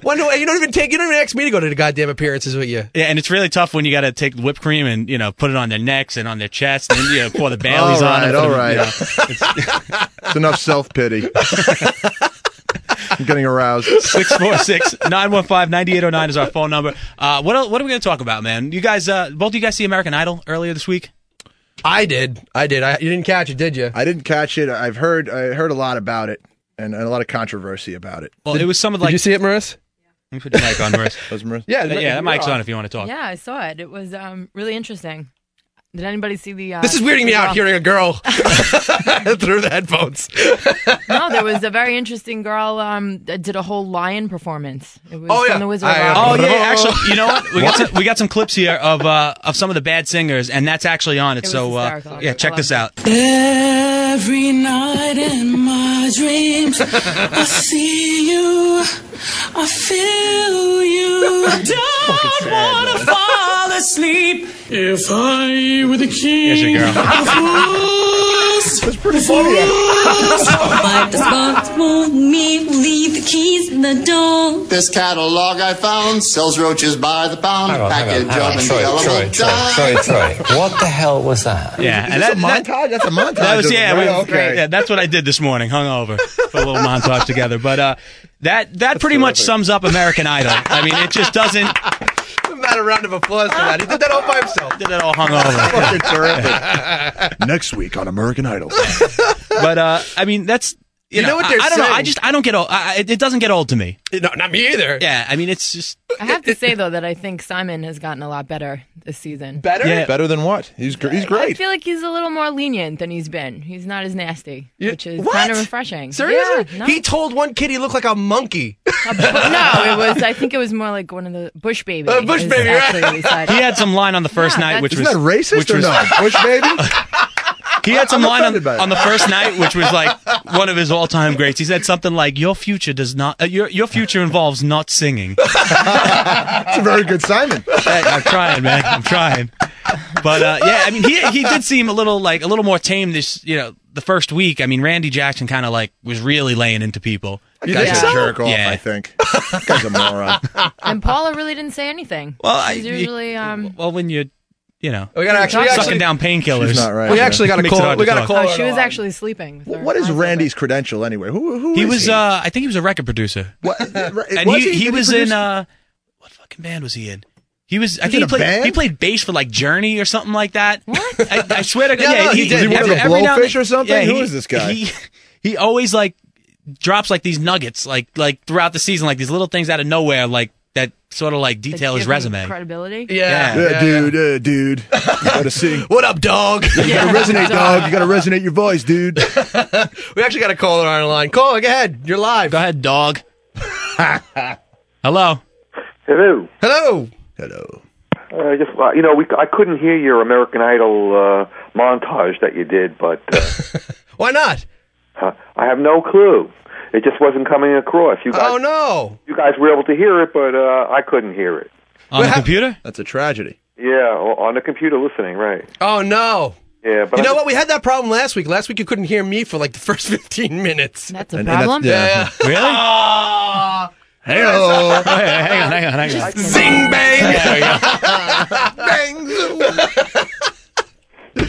[SPEAKER 2] Wonder why you don't even take you don't even ask me to go to the goddamn appearances with you.
[SPEAKER 3] yeah, and it's really tough when you got to take whipped cream and you know put it on their necks and on their chest and you know, pour the Baileys
[SPEAKER 7] all
[SPEAKER 3] on.
[SPEAKER 7] right,
[SPEAKER 3] them,
[SPEAKER 7] all
[SPEAKER 3] put them,
[SPEAKER 7] right.
[SPEAKER 3] you know.
[SPEAKER 7] It's enough self pity. I'm getting aroused.
[SPEAKER 3] 646-915-9809 is our phone number. Uh, what el what are we gonna talk about, man? You guys, uh, both of you guys see American Idol earlier this week?
[SPEAKER 2] I did. I did. I, you didn't catch it, did you?
[SPEAKER 7] I didn't catch it. I've heard I heard a lot about it and, and a lot of controversy about it.
[SPEAKER 3] Well, it was some of like.
[SPEAKER 2] did you see it, Maris?
[SPEAKER 3] let me put your mic on first.
[SPEAKER 7] Those Mar-
[SPEAKER 2] Yeah,
[SPEAKER 3] yeah, that mic's on if you want to talk.
[SPEAKER 9] Yeah, I saw it. It was um, really interesting. Did anybody see the? Uh,
[SPEAKER 2] This is weirding me
[SPEAKER 9] the girl-
[SPEAKER 2] out hearing a girl through the headphones.
[SPEAKER 9] No, there was a very interesting girl um, that did a whole lion performance. It was
[SPEAKER 2] Oh, yeah.
[SPEAKER 9] from the Wizard
[SPEAKER 2] I, uh,
[SPEAKER 9] of
[SPEAKER 3] Oh
[SPEAKER 9] Oz.
[SPEAKER 3] yeah, actually, you know what? We got some, we got some clips here of uh, of some of the bad singers, and that's actually on it.
[SPEAKER 9] was
[SPEAKER 3] so uh,
[SPEAKER 9] hysterical.
[SPEAKER 3] yeah,
[SPEAKER 9] I
[SPEAKER 3] check
[SPEAKER 9] loved
[SPEAKER 3] this
[SPEAKER 9] it.
[SPEAKER 3] out.
[SPEAKER 10] Every night in my dreams, I see you, I feel you. Don't wanna fall asleep. If I were the
[SPEAKER 3] Here's
[SPEAKER 10] king
[SPEAKER 3] your girl.
[SPEAKER 10] of fools, That's pretty funny. Why does God want me to leave the keys in the door?
[SPEAKER 11] This catalog I found sells roaches by the pound. Package up in Troy, Troy, Troy, Troy, Troy. What the hell was that?
[SPEAKER 3] Yeah, and
[SPEAKER 7] That's
[SPEAKER 3] that,
[SPEAKER 7] a
[SPEAKER 3] that,
[SPEAKER 2] Ah,
[SPEAKER 7] montage. That's a montage.
[SPEAKER 3] that was
[SPEAKER 7] of-
[SPEAKER 3] yeah,
[SPEAKER 7] right,
[SPEAKER 3] well,
[SPEAKER 7] okay.
[SPEAKER 3] yeah, that's what I did this morning, hungover, put a little montage together. But uh, that that pretty much sums up American Idol. I mean, it just doesn't.
[SPEAKER 2] Not a round of applause for that. He did that all by himself.
[SPEAKER 3] Did it all hungover.
[SPEAKER 7] Fucking terrific. Next week on American Idol.
[SPEAKER 3] but uh, I mean, that's You,
[SPEAKER 2] know what they're
[SPEAKER 3] I, I don't know. I
[SPEAKER 2] saying?
[SPEAKER 3] just I don't get old. I, I- it, it doesn't get old to me.
[SPEAKER 2] No, not me either.
[SPEAKER 3] Yeah, I mean it's just
[SPEAKER 9] I have to say though that I think Simon has gotten a lot better this season.
[SPEAKER 2] Better?
[SPEAKER 7] Better than what? He's gr- he's
[SPEAKER 9] I
[SPEAKER 7] great.
[SPEAKER 9] feel like he's a little more lenient than he's been. He's not as nasty,
[SPEAKER 2] You-
[SPEAKER 9] which is
[SPEAKER 2] What?
[SPEAKER 9] kind of refreshing.
[SPEAKER 2] Seriously?
[SPEAKER 9] Yeah, no.
[SPEAKER 2] He told one kid he looked like a monkey.
[SPEAKER 9] no, it was. I think it was more like one of the Bush baby.
[SPEAKER 2] Uh, Bush
[SPEAKER 9] is
[SPEAKER 2] Baby, right?
[SPEAKER 9] actually what he said.
[SPEAKER 3] he had some line on the first
[SPEAKER 9] Yeah,
[SPEAKER 3] night, which
[SPEAKER 9] that's-
[SPEAKER 3] was
[SPEAKER 9] Isn't that racist
[SPEAKER 3] which
[SPEAKER 7] or
[SPEAKER 3] was,
[SPEAKER 7] no? Bush baby.
[SPEAKER 3] He had some
[SPEAKER 7] I'm
[SPEAKER 3] line on,
[SPEAKER 7] offended by it.
[SPEAKER 3] on the first night, which was like one of his all-time greats. He said something like, "Your future does not. Uh, your your future involves not singing."
[SPEAKER 7] It's a very good Simon.
[SPEAKER 3] Hey, I'm trying, man. I'm trying. But uh, yeah, I mean, he he did seem a little like a little more tame this you know the first week. I mean, Randy Jackson kind of like was really laying into people.
[SPEAKER 7] You guys
[SPEAKER 9] so?
[SPEAKER 7] a jerk off,
[SPEAKER 3] Yeah.
[SPEAKER 7] I think. You guys a moron.
[SPEAKER 9] And Paula really didn't say anything.
[SPEAKER 3] Well, I-
[SPEAKER 9] she's
[SPEAKER 3] you-
[SPEAKER 9] usually um.
[SPEAKER 3] Well, when you you know
[SPEAKER 2] We got actually, we
[SPEAKER 3] sucking
[SPEAKER 2] actually-
[SPEAKER 3] down painkillers,
[SPEAKER 7] She's not right,
[SPEAKER 2] We
[SPEAKER 7] yeah.
[SPEAKER 2] actually got a
[SPEAKER 3] Makes it
[SPEAKER 2] call.
[SPEAKER 3] hard
[SPEAKER 2] We
[SPEAKER 3] to
[SPEAKER 2] got
[SPEAKER 3] talk.
[SPEAKER 2] a call.
[SPEAKER 9] Oh, she was
[SPEAKER 2] on-
[SPEAKER 9] actually sleeping. With her
[SPEAKER 7] What is
[SPEAKER 9] eyes
[SPEAKER 7] Randy's credential anyway? Who who
[SPEAKER 3] he
[SPEAKER 7] is
[SPEAKER 3] was.
[SPEAKER 7] he?
[SPEAKER 3] Uh, I think he was a record producer,
[SPEAKER 7] What-
[SPEAKER 3] and
[SPEAKER 7] was
[SPEAKER 3] he he,
[SPEAKER 7] Did
[SPEAKER 3] was
[SPEAKER 7] produce-
[SPEAKER 3] in uh, what fucking band was he in? He was. I
[SPEAKER 7] He was
[SPEAKER 3] think
[SPEAKER 7] in
[SPEAKER 3] he
[SPEAKER 7] a
[SPEAKER 3] played.
[SPEAKER 7] band?
[SPEAKER 3] He played bass for like Journey or something like that. What? I, I swear to God.
[SPEAKER 2] Yeah,
[SPEAKER 3] yeah,
[SPEAKER 2] no, he did.
[SPEAKER 7] Was he one of
[SPEAKER 3] every-
[SPEAKER 7] the
[SPEAKER 3] every now and
[SPEAKER 7] Blowfish
[SPEAKER 3] then-
[SPEAKER 7] or something?
[SPEAKER 3] Yeah,
[SPEAKER 7] Who
[SPEAKER 3] he-
[SPEAKER 7] is this guy?
[SPEAKER 3] He he always like drops like these nuggets like like throughout the season like these little things out of nowhere like that sort of like
[SPEAKER 9] that
[SPEAKER 3] detail his
[SPEAKER 9] give him
[SPEAKER 3] resume.
[SPEAKER 9] Credibility.
[SPEAKER 2] Yeah,
[SPEAKER 7] Yeah,
[SPEAKER 2] yeah, yeah.
[SPEAKER 7] dude, uh, dude. You gotta sing.
[SPEAKER 2] What up, dog?
[SPEAKER 7] You gotta resonate, dog. You gotta resonate your voice, dude.
[SPEAKER 2] we actually got a caller on the line. Caller, go ahead. You're live.
[SPEAKER 3] Go ahead, dog. Hello.
[SPEAKER 12] Hello.
[SPEAKER 2] Hello.
[SPEAKER 7] Hello.
[SPEAKER 12] Uh, I just uh, you know we I couldn't hear your American Idol uh, montage that you did, but uh,
[SPEAKER 2] Why not?
[SPEAKER 12] uh, I have no clue. It just wasn't coming across. You guys,
[SPEAKER 2] Oh no.
[SPEAKER 12] you guys were able to hear it, but uh, I couldn't hear it.
[SPEAKER 3] On the computer?
[SPEAKER 7] That's a tragedy.
[SPEAKER 12] Yeah, o- on the computer listening, right?
[SPEAKER 2] Oh no.
[SPEAKER 12] Yeah, but I
[SPEAKER 2] You know
[SPEAKER 12] just-
[SPEAKER 2] what? We had that problem last week. Last week you couldn't hear me for like the first 15 minutes.
[SPEAKER 9] That's a
[SPEAKER 7] And- and that's-
[SPEAKER 9] problem.
[SPEAKER 7] yeah.
[SPEAKER 2] Yeah.
[SPEAKER 3] Really?
[SPEAKER 2] Ah.
[SPEAKER 7] Hello.
[SPEAKER 3] Oh, hey, hang on, hang on, hang on.
[SPEAKER 2] Zing bang. bang. zoom.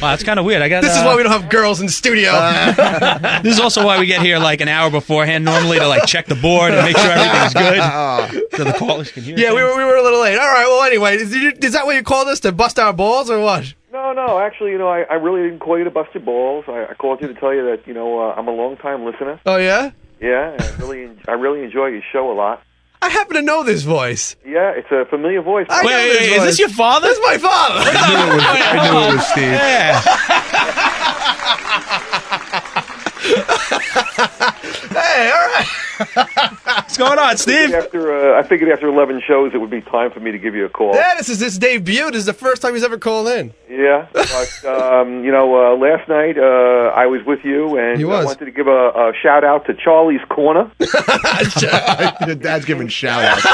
[SPEAKER 3] Wow, that's kind of weird. I got.
[SPEAKER 2] This is
[SPEAKER 3] uh,
[SPEAKER 2] why we don't have girls in studio.
[SPEAKER 3] This is also why we get here like an hour beforehand normally to like check the board and make sure everything's good, so the callers can hear.
[SPEAKER 2] yeah, we
[SPEAKER 3] things.
[SPEAKER 2] were, we were a little late. All right. Well, anyway, is, you- is that what you call this to bust our balls or what?
[SPEAKER 12] No, no. Actually, you know, I, I really didn't call you to bust your balls. I, I called you to tell you that you know uh, I'm a long time listener.
[SPEAKER 2] Oh yeah.
[SPEAKER 12] Yeah, and I really en- I really enjoy your show a lot.
[SPEAKER 2] I happen to know this voice.
[SPEAKER 12] Yeah, it's a familiar voice.
[SPEAKER 2] I
[SPEAKER 3] Wait,
[SPEAKER 2] know
[SPEAKER 3] wait, wait,
[SPEAKER 2] voice.
[SPEAKER 3] is this your father?
[SPEAKER 2] That's my father.
[SPEAKER 7] I knew it was, I knew it was Steve.
[SPEAKER 3] Yeah.
[SPEAKER 2] hey, all right.
[SPEAKER 3] What's going on, Steve?
[SPEAKER 12] after uh, I figured after 11 shows it would be time for me to give you a call.
[SPEAKER 2] Yeah, this is his debut. This is the first time he's ever called in.
[SPEAKER 12] Yeah, but um, you know, uh, last night uh, I was with you, and
[SPEAKER 2] He was.
[SPEAKER 12] I wanted to give a, a shout out to Charlie's Corner.
[SPEAKER 7] Your dad's giving shout outs.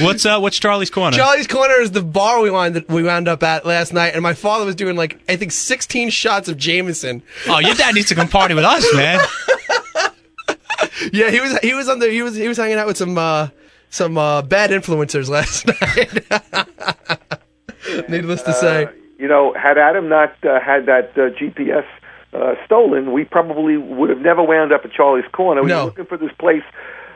[SPEAKER 3] What's uh, what's Charlie's corner?
[SPEAKER 2] Charlie's Corner is the bar we wound we wound up at last night, and my father was doing like I think 16 shots of Jameson.
[SPEAKER 3] oh, your dad needs to come party with us, man.
[SPEAKER 2] Yeah, he was he was on the he was he was hanging out with some uh, some uh, bad influencers last night. Needless to say,
[SPEAKER 12] Uh, You know, had Adam not uh, had that uh, GPS uh, stolen, we probably would have never wound up at Charlie's Corner. We
[SPEAKER 2] No.
[SPEAKER 12] were looking for this place.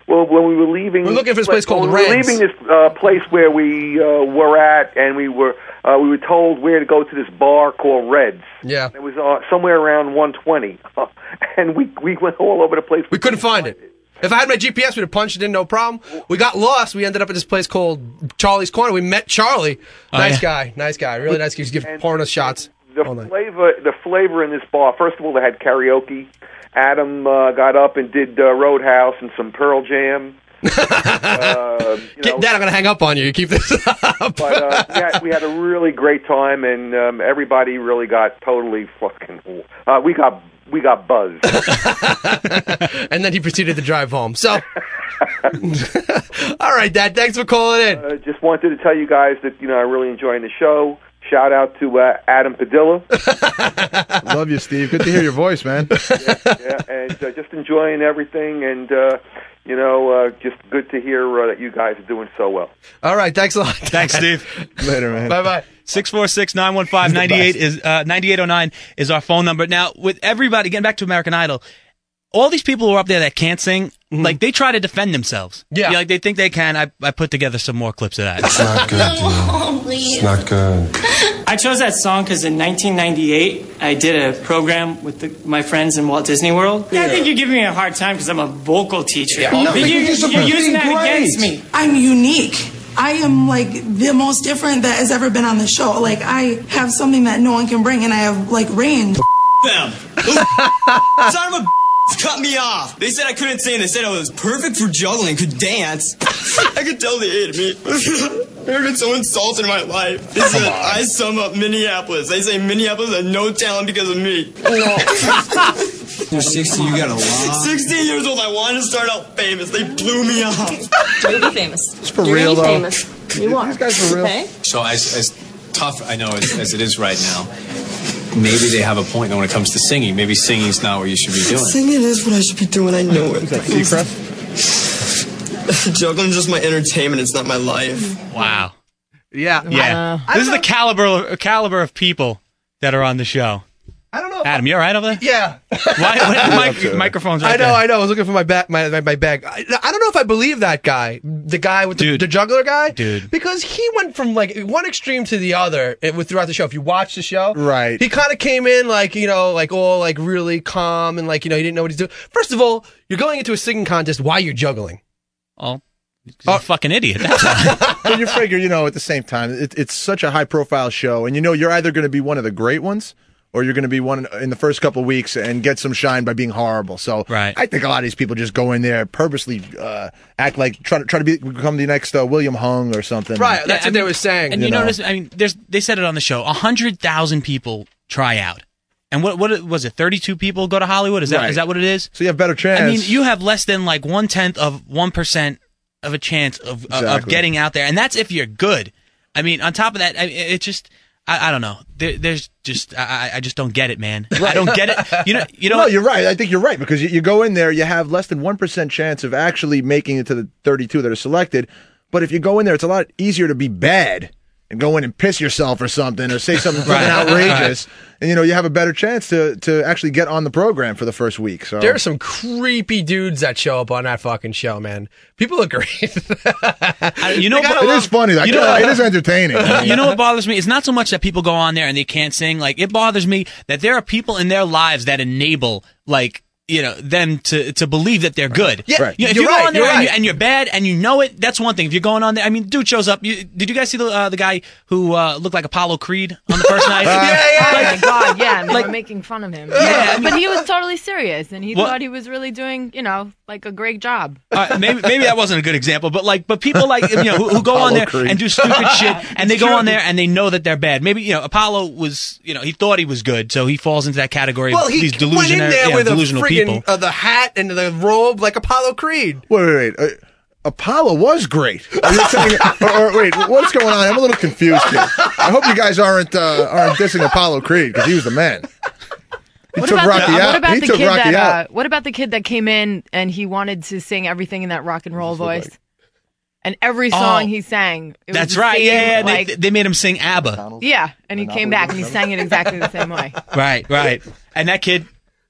[SPEAKER 12] Well, when we were leaving,
[SPEAKER 2] We're looking for this
[SPEAKER 12] when-
[SPEAKER 2] place called
[SPEAKER 12] when we were
[SPEAKER 2] Reds.
[SPEAKER 12] leaving this uh, place where we uh, were at, and we were uh, we were told where to go to this bar called Reds.
[SPEAKER 2] yeah,
[SPEAKER 12] It was uh, somewhere around 120, and we we went all over the place.
[SPEAKER 2] we couldn't find it. If I had my GPS, we'd have punched it in, no problem. We got lost. We ended up at this place called Charlie's Corner. We met Charlie. nice
[SPEAKER 3] yeah.
[SPEAKER 2] guy, nice guy, really nice. He was giving pouring us shots.
[SPEAKER 12] Oh, the
[SPEAKER 2] all night.
[SPEAKER 12] flavor the flavor in this bar first of all they had karaoke adam uh, got up and did uh, roadhouse and some pearl jam uh, you know,
[SPEAKER 2] Get, Dad, I'm gonna hang up on you. You keep this up.
[SPEAKER 12] but uh, we, had, we had a really great time and um, everybody really got totally fucking uh, we got we got buzzed
[SPEAKER 2] and then he proceeded to drive home. So, all right, Dad. Thanks for calling in.
[SPEAKER 12] uh, just wanted to tell you guys that you know i really enjoying the show shout out to uh, adam padilla
[SPEAKER 7] Love you, Steve. Good to hear your voice, man.
[SPEAKER 12] yeah, and uh, just enjoying everything and uh, you know uh, just good to hear uh, that you guys are doing so well
[SPEAKER 2] All right, thanks a lot.
[SPEAKER 3] Thanks, Steve.
[SPEAKER 7] Later, man.
[SPEAKER 2] Bye bye.
[SPEAKER 3] 646-915-98 is uh, 9809 is our phone number. Now, with everybody getting back to American Idol, all these people who are up there that can't sing, like they try to defend themselves.
[SPEAKER 2] Yeah.
[SPEAKER 3] like they think they can. I I put together some more clips of that.
[SPEAKER 11] It's not good, dude.
[SPEAKER 10] Please.
[SPEAKER 11] It's not good.
[SPEAKER 13] I chose that song because in 1998 I did a program with the, my friends in Walt Disney World. I think you're giving me a hard time because I'm a vocal teacher.
[SPEAKER 14] Yeah, no,
[SPEAKER 13] But
[SPEAKER 14] you
[SPEAKER 13] you,
[SPEAKER 14] did some
[SPEAKER 13] are using
[SPEAKER 14] fucking
[SPEAKER 13] that
[SPEAKER 14] great.
[SPEAKER 13] against me.
[SPEAKER 14] I'm unique. I am like the most different that has ever been on the show. Like I have something that no one can bring, and I have like range.
[SPEAKER 15] them. Those son of a cut me off. They said I couldn't sing. They said I was perfect for juggling, could dance. I could tell they hated me. I've never been so insulted in my life. They said I sum up Minneapolis. They say Minneapolis has no talent because of me.
[SPEAKER 16] You're 60, you got a lot.
[SPEAKER 15] 16 years old, I wanted to start out famous. They blew me off.
[SPEAKER 17] You'll be famous. It's
[SPEAKER 15] for
[SPEAKER 17] You're
[SPEAKER 15] real,
[SPEAKER 17] gonna
[SPEAKER 15] though.
[SPEAKER 17] be famous. You are. These guys are real. Okay?
[SPEAKER 16] So as, as tough I know as, as it is right now, maybe they have a point when it comes to singing. Maybe singing's not what you should be doing.
[SPEAKER 15] Singing is what I should be doing. I know it. Juggling's just my entertainment. It's not my life.
[SPEAKER 3] Wow.
[SPEAKER 2] Yeah.
[SPEAKER 3] Yeah.
[SPEAKER 2] I
[SPEAKER 3] this is
[SPEAKER 2] don't
[SPEAKER 3] the caliber caliber of people that are on the show. I don't know. Adam, you all right over there?
[SPEAKER 2] Yeah.
[SPEAKER 3] Why, why- mic- microphone's right
[SPEAKER 2] I know,
[SPEAKER 3] there.
[SPEAKER 2] I know. I was looking for my back, my, my, my bag. I, I don't know if I believe that guy, the guy with the, the juggler guy,
[SPEAKER 3] Dude.
[SPEAKER 2] because he went from like one extreme to the other eh, with throughout the show. If you watch the show, right, he kind of came in like you know, like all like really calm and like you know, he didn't know what he's doing. First of all, you're going into a singing contest. Why you're juggling?
[SPEAKER 3] Oh, oh. fucking idiot.
[SPEAKER 7] but you figure, you know, at the same time, it, it's such a high profile show, and you know, you're either going to be one of the great ones. Or you're going to be one in the first couple of weeks and get some shine by being horrible. So I think a lot of these people just go in there purposely uh, act like try to try to be, become the next uh, William Hung or something.
[SPEAKER 3] Yeah, I mean, And you,
[SPEAKER 7] know.
[SPEAKER 3] notice, I mean, there's they said it on the show. hundred thousand people try out, and what what was it? Thirty two people go to Hollywood. Is that is
[SPEAKER 7] Right.
[SPEAKER 3] that what it is?
[SPEAKER 7] So you have better chance.
[SPEAKER 3] I mean, you have less than like one tenth of one percent of a chance of of- of
[SPEAKER 7] Exactly.
[SPEAKER 3] getting out there, and that's if you're good. I mean, on top of that, I, it just. I, I don't know. There, there's just I, I- I just don't get it, man. I don't get it. You know. You know.
[SPEAKER 7] no,
[SPEAKER 3] what?
[SPEAKER 7] you're right. I think you're right because you, you go in there, you have less than one percent chance of actually making it to the 32 that are selected. But if you go in there, it's a lot easier to be bad and go in and piss yourself or something or say something
[SPEAKER 2] Right.
[SPEAKER 7] fucking outrageous, and you know you have a better chance to to actually get on the program for the first week. So
[SPEAKER 2] There are some creepy dudes that show up on that fucking show, man. People are great.
[SPEAKER 3] you know,
[SPEAKER 7] It
[SPEAKER 3] but-
[SPEAKER 7] is funny. Like, it is entertaining.
[SPEAKER 3] you know what bothers me? It's not so much that people go on there and they can't sing. Like it bothers me that there are people in their lives that enable like you know them to to believe that they're good.
[SPEAKER 2] Yeah, Right.
[SPEAKER 3] You know, if
[SPEAKER 2] you're
[SPEAKER 3] you
[SPEAKER 2] right,
[SPEAKER 3] go on there
[SPEAKER 2] you're
[SPEAKER 3] and, you,
[SPEAKER 2] right.
[SPEAKER 3] and you're bad and you know it, that's one thing. If you're going on there, I mean, dude shows up. You, did you guys see the uh, the guy who uh, looked like Apollo Creed on the first night?
[SPEAKER 9] Oh
[SPEAKER 3] Like,
[SPEAKER 9] my god, yeah, man,
[SPEAKER 3] Like-
[SPEAKER 9] we're making fun of him.
[SPEAKER 3] Yeah, I mean-
[SPEAKER 9] but he was totally serious, and he
[SPEAKER 3] What-
[SPEAKER 9] thought he was really doing, you know, like a great job.
[SPEAKER 3] All right, Uh, maybe maybe that wasn't a good example, but like, but people like you know who, who go on there
[SPEAKER 16] Apollo Creed.
[SPEAKER 3] and do stupid shit, and they
[SPEAKER 16] It's
[SPEAKER 3] go
[SPEAKER 16] true.
[SPEAKER 3] on there and they know that they're bad. Maybe you know Apollo was you know he thought he was good, so he falls into that category.
[SPEAKER 2] Well,
[SPEAKER 3] of
[SPEAKER 2] he
[SPEAKER 3] these delusional,
[SPEAKER 2] went in there
[SPEAKER 3] yeah,
[SPEAKER 2] with a
[SPEAKER 3] delusional people.
[SPEAKER 2] freaking uh, the hat and the robe like Apollo Creed.
[SPEAKER 7] Wait, wait, wait. Uh, Apollo was great. Are you saying, or, or wait, what's going on? I'm a little confused here. I hope you guys aren't uh, aren't dissing Apollo Creed because he was the man. He
[SPEAKER 9] What
[SPEAKER 7] took
[SPEAKER 9] about,
[SPEAKER 7] Rocky
[SPEAKER 9] the, uh,
[SPEAKER 7] out.
[SPEAKER 9] what about
[SPEAKER 7] he
[SPEAKER 9] the
[SPEAKER 7] took
[SPEAKER 9] kid
[SPEAKER 7] Rocky
[SPEAKER 9] that?
[SPEAKER 7] out.
[SPEAKER 9] Uh, what about the kid that came in and he wanted to sing everything in that rock and roll voice, and every
[SPEAKER 3] Oh.
[SPEAKER 9] song he sang. It was
[SPEAKER 3] That's
[SPEAKER 9] the
[SPEAKER 3] right.
[SPEAKER 9] same,
[SPEAKER 3] Yeah, yeah, yeah. They-
[SPEAKER 9] like-
[SPEAKER 3] They, made him sing ABBA.
[SPEAKER 9] yeah, and he came back and he sang it exactly the same way.
[SPEAKER 3] Right, right. And that kid,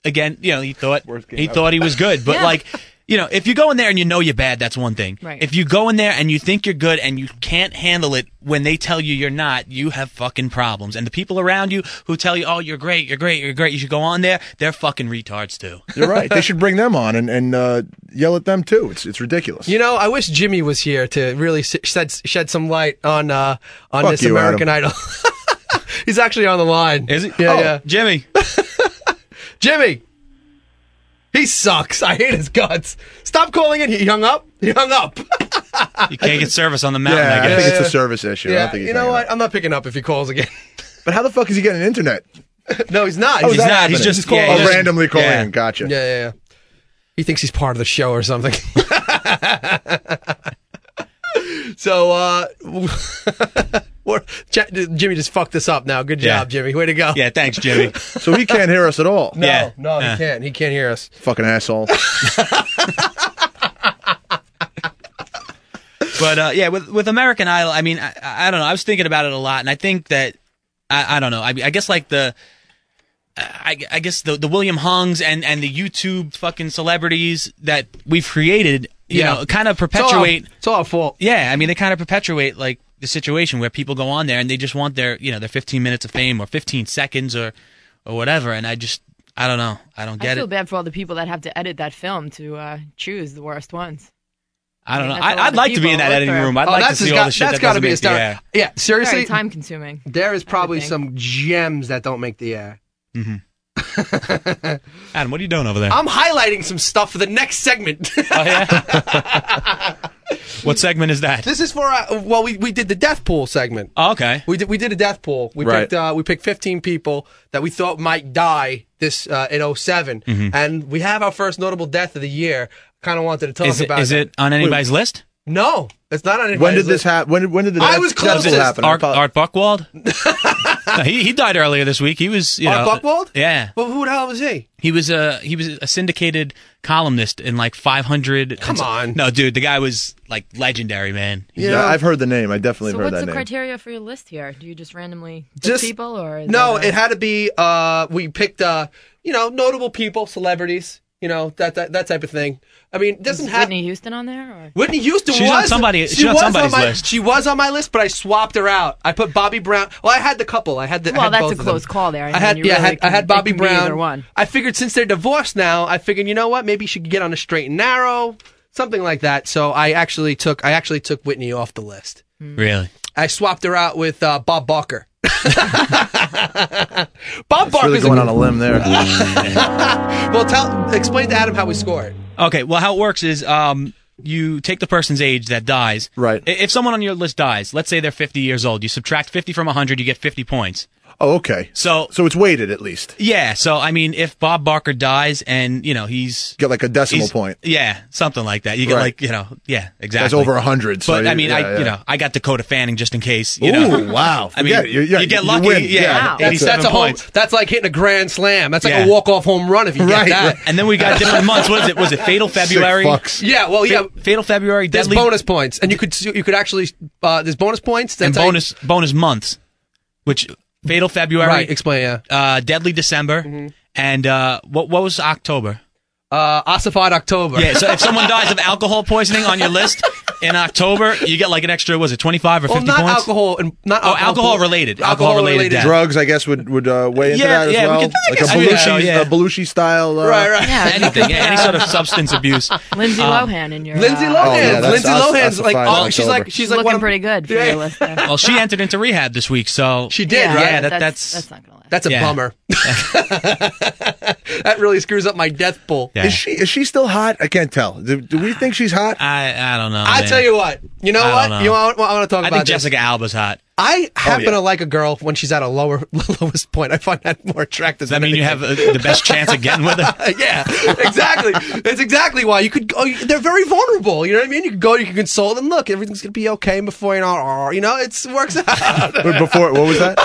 [SPEAKER 3] again, you know, he thought he
[SPEAKER 9] ever.
[SPEAKER 3] thought he was good, but
[SPEAKER 9] Yeah.
[SPEAKER 3] like, you know, if you go in there and you know you're bad, that's one thing.
[SPEAKER 9] Right.
[SPEAKER 3] If you go in there and you think you're good and you can't handle it when they tell you you're not, you have fucking problems. And the people around you who tell you, "Oh, you're great, you're great, you're great," you should go on there. They're fucking retards too.
[SPEAKER 7] You're right. They should bring them on and, and uh, yell at them too. It's it's ridiculous.
[SPEAKER 2] You know, I wish Jimmy was here to really s- shed shed some light on uh, on
[SPEAKER 7] Fuck
[SPEAKER 2] this
[SPEAKER 7] you,
[SPEAKER 2] American
[SPEAKER 7] Adam.
[SPEAKER 2] Idol. He's actually on the line. Is
[SPEAKER 3] he?
[SPEAKER 2] Yeah,
[SPEAKER 3] Oh,
[SPEAKER 2] yeah.
[SPEAKER 3] Jimmy.
[SPEAKER 2] Jimmy. He sucks. I hate his guts. Stop calling in. He hung up. He hung up.
[SPEAKER 3] You can't get service on the mountain.
[SPEAKER 7] yeah,
[SPEAKER 3] I
[SPEAKER 7] I
[SPEAKER 3] guess.
[SPEAKER 7] think it's a service issue. I
[SPEAKER 2] yeah.
[SPEAKER 7] don't think
[SPEAKER 2] you know what? I'm not picking up if he calls again.
[SPEAKER 7] But how the fuck is he getting internet?
[SPEAKER 2] no, he's not.
[SPEAKER 7] Oh, He's that not. happening. He's just- He's calling- yeah, he's
[SPEAKER 2] Oh,
[SPEAKER 7] just- randomly calling. Gotcha.
[SPEAKER 2] Yeah, yeah, yeah. He thinks he's part of the show or something. so, uh, we're- J- Jimmy just fucked this up now. Good
[SPEAKER 7] Yeah.
[SPEAKER 2] job, Jimmy. Way to go.
[SPEAKER 3] Yeah, thanks, Jimmy.
[SPEAKER 7] So he can't hear us at all.
[SPEAKER 2] No, no, he can't. He can't hear us.
[SPEAKER 7] Fucking asshole.
[SPEAKER 3] but uh, yeah, with with American Idol, I mean, I, I don't know. I was thinking about it a lot, and I think that I, I don't know. I, I guess like the. I, I guess the the William Hungs and, and the YouTube fucking celebrities that we've created, you
[SPEAKER 2] Yeah.
[SPEAKER 3] know, kind of
[SPEAKER 2] It's all our-
[SPEAKER 3] perpetuate.
[SPEAKER 2] It's all our fault.
[SPEAKER 3] Yeah, I mean, they kind of perpetuate like the situation where people go on there and they just want their you know their 15 minutes of fame or 15 seconds or or whatever. And I just I don't know. I don't
[SPEAKER 9] I
[SPEAKER 3] get
[SPEAKER 9] feel
[SPEAKER 3] it.
[SPEAKER 9] bad for all the people that have to edit that film to uh, choose the worst ones.
[SPEAKER 3] I don't know.
[SPEAKER 9] That's a lot
[SPEAKER 3] I, I'd
[SPEAKER 9] of
[SPEAKER 3] like to be in
[SPEAKER 9] people
[SPEAKER 3] that
[SPEAKER 9] to
[SPEAKER 3] editing
[SPEAKER 9] look
[SPEAKER 3] room. I'd
[SPEAKER 2] Oh,
[SPEAKER 3] like to
[SPEAKER 2] that's
[SPEAKER 3] see
[SPEAKER 2] just
[SPEAKER 3] all
[SPEAKER 2] got-
[SPEAKER 3] the shit
[SPEAKER 2] that's
[SPEAKER 3] that
[SPEAKER 2] gotta
[SPEAKER 3] doesn't
[SPEAKER 2] be
[SPEAKER 3] make the
[SPEAKER 2] astounding.
[SPEAKER 3] air.
[SPEAKER 2] Yeah, seriously.
[SPEAKER 9] Very time consuming.
[SPEAKER 2] There is probably some gems that don't make the air.
[SPEAKER 3] Adam, what are you doing over there?
[SPEAKER 2] I'm highlighting some stuff for the next segment.
[SPEAKER 3] what segment is that?
[SPEAKER 2] this is for uh, well, we, we did the death pool segment.
[SPEAKER 3] Oh, okay,
[SPEAKER 2] we did we did a death pool. We
[SPEAKER 3] Right.
[SPEAKER 2] picked uh, we picked 15 people that we thought might die this uh, in 7
[SPEAKER 3] Mhm.
[SPEAKER 2] and we have our first notable death of the year. Kind of wanted to talk
[SPEAKER 3] Is it-
[SPEAKER 2] about.
[SPEAKER 3] is
[SPEAKER 2] that.
[SPEAKER 3] it on anybody's list?
[SPEAKER 2] No, it's not on anybody's
[SPEAKER 7] When did
[SPEAKER 2] list.
[SPEAKER 7] this happen? When did when did the
[SPEAKER 2] I
[SPEAKER 7] death-
[SPEAKER 2] was
[SPEAKER 7] death pool
[SPEAKER 2] closest.
[SPEAKER 7] happen? I
[SPEAKER 3] Art,
[SPEAKER 7] thought-
[SPEAKER 3] Art Buckwald. No, he he died earlier this week. He was you
[SPEAKER 2] Art
[SPEAKER 3] know,
[SPEAKER 2] Buchwald?
[SPEAKER 3] Yeah,
[SPEAKER 2] Well, who the hell was he?
[SPEAKER 3] He was a he was a syndicated columnist in like 500. Come on, no, dude, the guy was like legendary, man.
[SPEAKER 7] Yeah, I've heard the name. I definitely
[SPEAKER 9] So
[SPEAKER 7] have heard
[SPEAKER 9] what's
[SPEAKER 7] that
[SPEAKER 9] the
[SPEAKER 7] name.
[SPEAKER 9] criteria for your list here? Do you just randomly pick
[SPEAKER 2] Just-
[SPEAKER 9] people or is
[SPEAKER 2] No,
[SPEAKER 9] it, a-
[SPEAKER 2] it had to be. Uh, we picked, uh, you know, notable people, celebrities, you know, that that, that type of thing. I mean, it doesn't
[SPEAKER 9] is
[SPEAKER 2] have
[SPEAKER 9] Whitney Houston on there or
[SPEAKER 2] Whitney Houston
[SPEAKER 3] She's
[SPEAKER 2] was
[SPEAKER 3] on somebody- she's
[SPEAKER 2] she
[SPEAKER 3] on
[SPEAKER 2] was
[SPEAKER 3] somebody's
[SPEAKER 2] my,
[SPEAKER 3] list.
[SPEAKER 2] She was on my list, but I swapped her out. I put Bobby Brown. Well, I had the couple. I had the. I
[SPEAKER 9] Well,
[SPEAKER 2] had
[SPEAKER 9] that's
[SPEAKER 2] both
[SPEAKER 9] a
[SPEAKER 2] of
[SPEAKER 9] close
[SPEAKER 2] them.
[SPEAKER 9] call there. I
[SPEAKER 2] I
[SPEAKER 9] mean,
[SPEAKER 2] had
[SPEAKER 9] you
[SPEAKER 2] yeah. I
[SPEAKER 9] really
[SPEAKER 2] had, I
[SPEAKER 9] can-
[SPEAKER 2] had
[SPEAKER 9] it
[SPEAKER 2] Bobby
[SPEAKER 9] can be either
[SPEAKER 2] Brown.
[SPEAKER 9] one.
[SPEAKER 2] I figured since they're divorced now, I figured you know what, maybe she could get on a straight and narrow, something like that. So I actually took I actually took Whitney off the list.
[SPEAKER 3] Really?
[SPEAKER 2] I swapped her out with uh, Bob Barker. Bob
[SPEAKER 7] It's
[SPEAKER 2] Barker's
[SPEAKER 7] really
[SPEAKER 2] a
[SPEAKER 7] going on a limb there.
[SPEAKER 2] well, tell explain to Adam how we score it.
[SPEAKER 3] Okay, well, how it works is um, you take the person's age that dies. Right. If someone on your list dies, let's say they're 50 years old, you subtract 50 from 100, you get 50 points.
[SPEAKER 7] oh, okay.
[SPEAKER 3] So
[SPEAKER 7] so it's weighted at least.
[SPEAKER 3] Yeah, so I mean, if Bob Barker dies and you know he's
[SPEAKER 7] Get like a decimal
[SPEAKER 3] he's-
[SPEAKER 7] point.
[SPEAKER 3] yeah, something like that. You get
[SPEAKER 7] Right.
[SPEAKER 3] like you know, yeah, exactly.
[SPEAKER 7] over 100, so
[SPEAKER 3] But I
[SPEAKER 7] you-
[SPEAKER 3] mean, I
[SPEAKER 7] yeah, yeah.
[SPEAKER 3] you know, I got Dakota Fanning just in case. You know.
[SPEAKER 7] Ooh, wow.
[SPEAKER 3] I mean,
[SPEAKER 7] Forget it. You-
[SPEAKER 3] you,
[SPEAKER 7] yeah,
[SPEAKER 3] get
[SPEAKER 7] you
[SPEAKER 3] lucky.
[SPEAKER 7] win.
[SPEAKER 3] Yeah,
[SPEAKER 7] Wow. That's
[SPEAKER 2] That's,
[SPEAKER 3] eighty-seven
[SPEAKER 2] a home.
[SPEAKER 3] points.
[SPEAKER 2] That's like hitting a grand slam. That's like
[SPEAKER 3] Yeah.
[SPEAKER 2] a walk-off home run if you
[SPEAKER 3] Right,
[SPEAKER 2] get
[SPEAKER 3] right.
[SPEAKER 2] that.
[SPEAKER 3] And then we got different months. What is it? Was it Fatal
[SPEAKER 2] Sick
[SPEAKER 3] February?
[SPEAKER 2] fucks. Yeah, well, yeah.
[SPEAKER 3] Fatal February.
[SPEAKER 2] There's
[SPEAKER 3] Deadly
[SPEAKER 2] bonus points, and you could you could actually uh, there's bonus points
[SPEAKER 3] and
[SPEAKER 2] that's how you-
[SPEAKER 3] bonus bonus months, which fatal February,
[SPEAKER 2] Right, explain, yeah. Mm-hmm.
[SPEAKER 3] uh, deadly December, and uh, what what was October?
[SPEAKER 2] Uh, ossified October.
[SPEAKER 3] Yeah, so if someone dies of alcohol poisoning on your list in October, you get like an extra was it twenty five or
[SPEAKER 2] well,
[SPEAKER 3] fifty
[SPEAKER 2] not
[SPEAKER 3] points?
[SPEAKER 2] alcohol and not
[SPEAKER 3] Oh,
[SPEAKER 2] alcohol,
[SPEAKER 3] alcohol related. Alcohol related death.
[SPEAKER 7] drugs, I guess, would would uh, weigh into
[SPEAKER 3] Yeah,
[SPEAKER 7] that as
[SPEAKER 3] yeah, we
[SPEAKER 7] well.
[SPEAKER 3] could- I
[SPEAKER 7] like
[SPEAKER 3] guess
[SPEAKER 7] a
[SPEAKER 3] we could,
[SPEAKER 7] Belushi,
[SPEAKER 3] so, yeah.
[SPEAKER 7] a Belushi style. Uh,
[SPEAKER 2] Right, right.
[SPEAKER 9] Yeah.
[SPEAKER 3] Anything, yeah, any sort of substance abuse.
[SPEAKER 9] Lindsay
[SPEAKER 3] Um,
[SPEAKER 9] Lohan in your
[SPEAKER 2] Lindsay
[SPEAKER 9] uh,
[SPEAKER 2] Lohan.
[SPEAKER 7] Oh, yeah, that's-
[SPEAKER 2] Lindsay
[SPEAKER 7] that's-
[SPEAKER 2] Lohan's
[SPEAKER 7] that's
[SPEAKER 2] like
[SPEAKER 7] fine.
[SPEAKER 2] oh,
[SPEAKER 7] That's
[SPEAKER 2] she's
[SPEAKER 7] over.
[SPEAKER 2] like she's like
[SPEAKER 9] looking
[SPEAKER 2] one of-
[SPEAKER 9] pretty good for
[SPEAKER 2] Yeah.
[SPEAKER 9] your list. There.
[SPEAKER 3] Well, she entered into rehab this week, so
[SPEAKER 2] She did,
[SPEAKER 3] Yeah,
[SPEAKER 2] right?
[SPEAKER 3] that, that's,
[SPEAKER 9] that's not gonna
[SPEAKER 2] That's a
[SPEAKER 3] Yeah.
[SPEAKER 2] bummer. that really screws up my death pool.
[SPEAKER 7] Is she is she still hot? I can't tell. Do, do we think she's hot?
[SPEAKER 3] I I don't know.
[SPEAKER 2] I
[SPEAKER 3] man.
[SPEAKER 2] tell you what. You know
[SPEAKER 3] I
[SPEAKER 2] what?
[SPEAKER 3] don't
[SPEAKER 2] You want, I want to talk
[SPEAKER 3] I
[SPEAKER 2] about
[SPEAKER 3] think
[SPEAKER 2] this.
[SPEAKER 3] Jessica Alba's hot.
[SPEAKER 2] I happen
[SPEAKER 3] yeah.
[SPEAKER 2] to like a girl when she's at a lower lowest point. I find that more attractive.
[SPEAKER 3] Does that mean you have uh, the best chance of getting with her?
[SPEAKER 2] yeah, exactly. That's exactly why you could. Go, they're very vulnerable. You know what I mean? You could go, you can console them. Look, everything's gonna be okay. And before you know, "Aw," you know, it's works out.
[SPEAKER 7] Wait, Before what was that?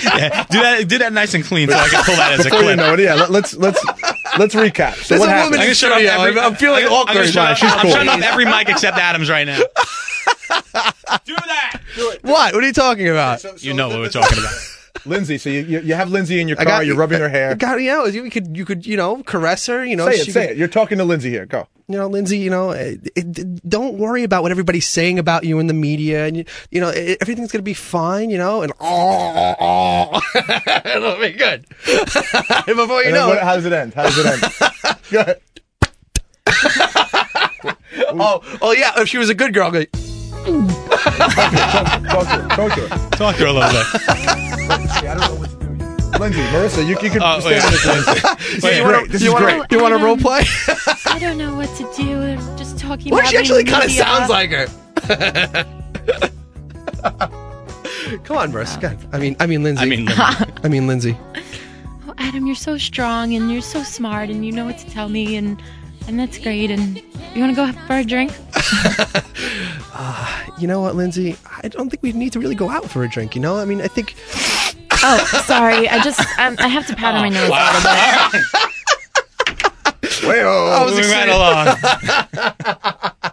[SPEAKER 3] Yeah, do that. Do that nice and clean, so I can pull that as a
[SPEAKER 7] Before you
[SPEAKER 3] clip.
[SPEAKER 7] know it, yeah. Let, let's let's let's recap. So
[SPEAKER 2] There's
[SPEAKER 7] what
[SPEAKER 2] a
[SPEAKER 7] happened?
[SPEAKER 2] woman in the studio. I'm, I'm feeling
[SPEAKER 3] I'm gonna
[SPEAKER 2] awkward.
[SPEAKER 3] shut up-
[SPEAKER 7] she's
[SPEAKER 3] I'm
[SPEAKER 7] cool.
[SPEAKER 3] shutting off every mic except Adam's right now.
[SPEAKER 2] What? What are you talking about?
[SPEAKER 3] You know what we're talking about.
[SPEAKER 7] Lindsay. So you, you you have Lindsay in your
[SPEAKER 2] I
[SPEAKER 7] car.
[SPEAKER 2] got-
[SPEAKER 7] you're rubbing her hair.
[SPEAKER 2] God, you know, you could, you could, you know, caress her. You know,
[SPEAKER 7] say it.
[SPEAKER 2] she
[SPEAKER 7] Say
[SPEAKER 2] could-
[SPEAKER 7] it. You're talking to Lindsay here. Go.
[SPEAKER 2] you know, Lindsay, you know, eh, it, it- don't worry about what everybody's saying about you in the media, and you, you know, eh, everything's gonna be fine, you know, and oh, oh, it'll be good. Before
[SPEAKER 7] And
[SPEAKER 2] you
[SPEAKER 7] then
[SPEAKER 2] know
[SPEAKER 7] what-
[SPEAKER 2] it,
[SPEAKER 7] how does it end? How does it end? Go ahead.
[SPEAKER 2] oh, oh yeah, if she was a good girl, I'd go,
[SPEAKER 7] Talk to her. Talk to her.
[SPEAKER 3] Talk to her a little bit.
[SPEAKER 7] I don't know what to do. Lindsay, Marissa, you, you can
[SPEAKER 3] Oh,
[SPEAKER 7] stand
[SPEAKER 3] wait.
[SPEAKER 7] with Lindsay.
[SPEAKER 2] Do you
[SPEAKER 7] Wait,
[SPEAKER 2] wanna-
[SPEAKER 7] great. This
[SPEAKER 2] you
[SPEAKER 7] is
[SPEAKER 2] wanna-
[SPEAKER 7] great.
[SPEAKER 2] You want to role play?
[SPEAKER 10] I don't know what to do. I'm just talking
[SPEAKER 2] Well,
[SPEAKER 10] about
[SPEAKER 2] she actually kind of
[SPEAKER 10] media.
[SPEAKER 2] sounds like her. Come on, Marissa. I mean, I mean Lindsay. I mean, I mean Lindsay.
[SPEAKER 10] Oh, Adam, you're so strong and you're so smart and you know what to tell me and and that's great. And you want to go have- for a drink?
[SPEAKER 2] Uh, You know what, Lindsay? I don't think we need to really go out for a drink. You know, I mean, I think
[SPEAKER 10] Oh, sorry. I just um, I have to powder
[SPEAKER 7] Oh,
[SPEAKER 10] my nose a little bit.
[SPEAKER 7] Wait, oh,
[SPEAKER 2] I was
[SPEAKER 3] Moving right
[SPEAKER 2] excited.
[SPEAKER 3] along.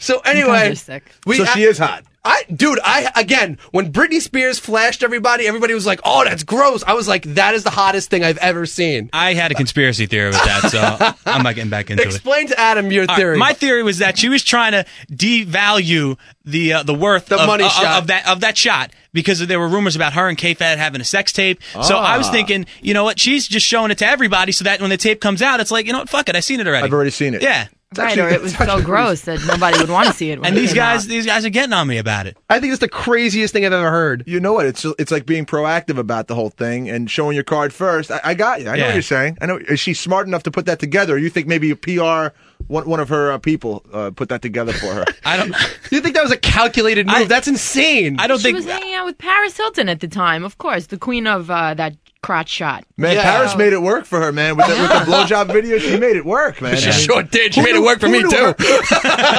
[SPEAKER 2] So
[SPEAKER 9] You guys
[SPEAKER 2] anyway,
[SPEAKER 9] are sick.
[SPEAKER 2] we
[SPEAKER 7] so she is hot.
[SPEAKER 2] I, dude, I again, when Britney Spears flashed everybody, everybody was like, "Oh, that's gross." I was like, "That is the hottest thing I've ever seen."
[SPEAKER 3] I had a conspiracy theory with that, so I'm not getting back into it.
[SPEAKER 2] Explain to Adam your
[SPEAKER 3] All right,
[SPEAKER 2] theory.
[SPEAKER 3] my theory was that she was trying to devalue the uh, the worth
[SPEAKER 2] The
[SPEAKER 3] of,
[SPEAKER 2] money
[SPEAKER 3] uh,
[SPEAKER 2] shot.
[SPEAKER 3] of that of that shot because there were rumors about her and K Fed having a sex tape. So I was
[SPEAKER 7] Ah.
[SPEAKER 3] thinking, you know what? She's just showing it to everybody so that when the tape comes out, it's like, you know what? Fuck it, I seen it already.
[SPEAKER 7] I've already seen it.
[SPEAKER 3] Yeah,
[SPEAKER 9] Right, or it was so gross that nobody would want to see it. When
[SPEAKER 3] And
[SPEAKER 9] it
[SPEAKER 3] these
[SPEAKER 9] came out.
[SPEAKER 3] guys, these guys are getting on me about it.
[SPEAKER 2] I think it's the craziest thing I've ever heard.
[SPEAKER 7] You know what? It's it's like being proactive about the whole thing and showing your card first. I, I got you. I know
[SPEAKER 3] Yeah.
[SPEAKER 7] what you're saying. I know. Is she smart enough to put that together? Or you think maybe a PR one one of her uh, people uh, put that together for her?
[SPEAKER 3] I don't.
[SPEAKER 2] you think that was a calculated move? That's insane.
[SPEAKER 7] I
[SPEAKER 9] she was hanging out with Paris Hilton at the time, of course, the queen of uh, that crotch shot.
[SPEAKER 7] Man, Paris made it work for her, man. With the, with the blowjob video, she made it work, man.
[SPEAKER 2] She
[SPEAKER 7] I mean,
[SPEAKER 2] sure did. She
[SPEAKER 7] who
[SPEAKER 2] made
[SPEAKER 7] knew-
[SPEAKER 2] it work for
[SPEAKER 7] who
[SPEAKER 2] me
[SPEAKER 7] knew
[SPEAKER 2] too.
[SPEAKER 7] her-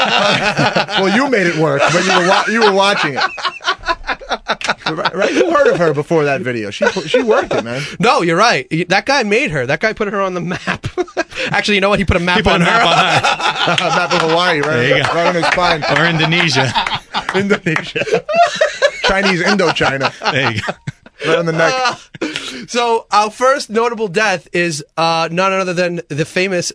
[SPEAKER 7] well, you made it work, but you were wa- you were watching it. Right, right? Who heard of her before that video? She she worked it, man.
[SPEAKER 2] No, you're right. He- That guy made her. That guy put her on the map. Actually, you know what? He put a map on her.
[SPEAKER 7] map of Hawaii, right?
[SPEAKER 2] There you go.
[SPEAKER 7] Right on his spine.
[SPEAKER 3] Or Indonesia.
[SPEAKER 7] Indonesia. Chinese Indochina.
[SPEAKER 3] There you go.
[SPEAKER 7] Right on the neck.
[SPEAKER 2] Uh, so our first notable death is uh, none other than the famous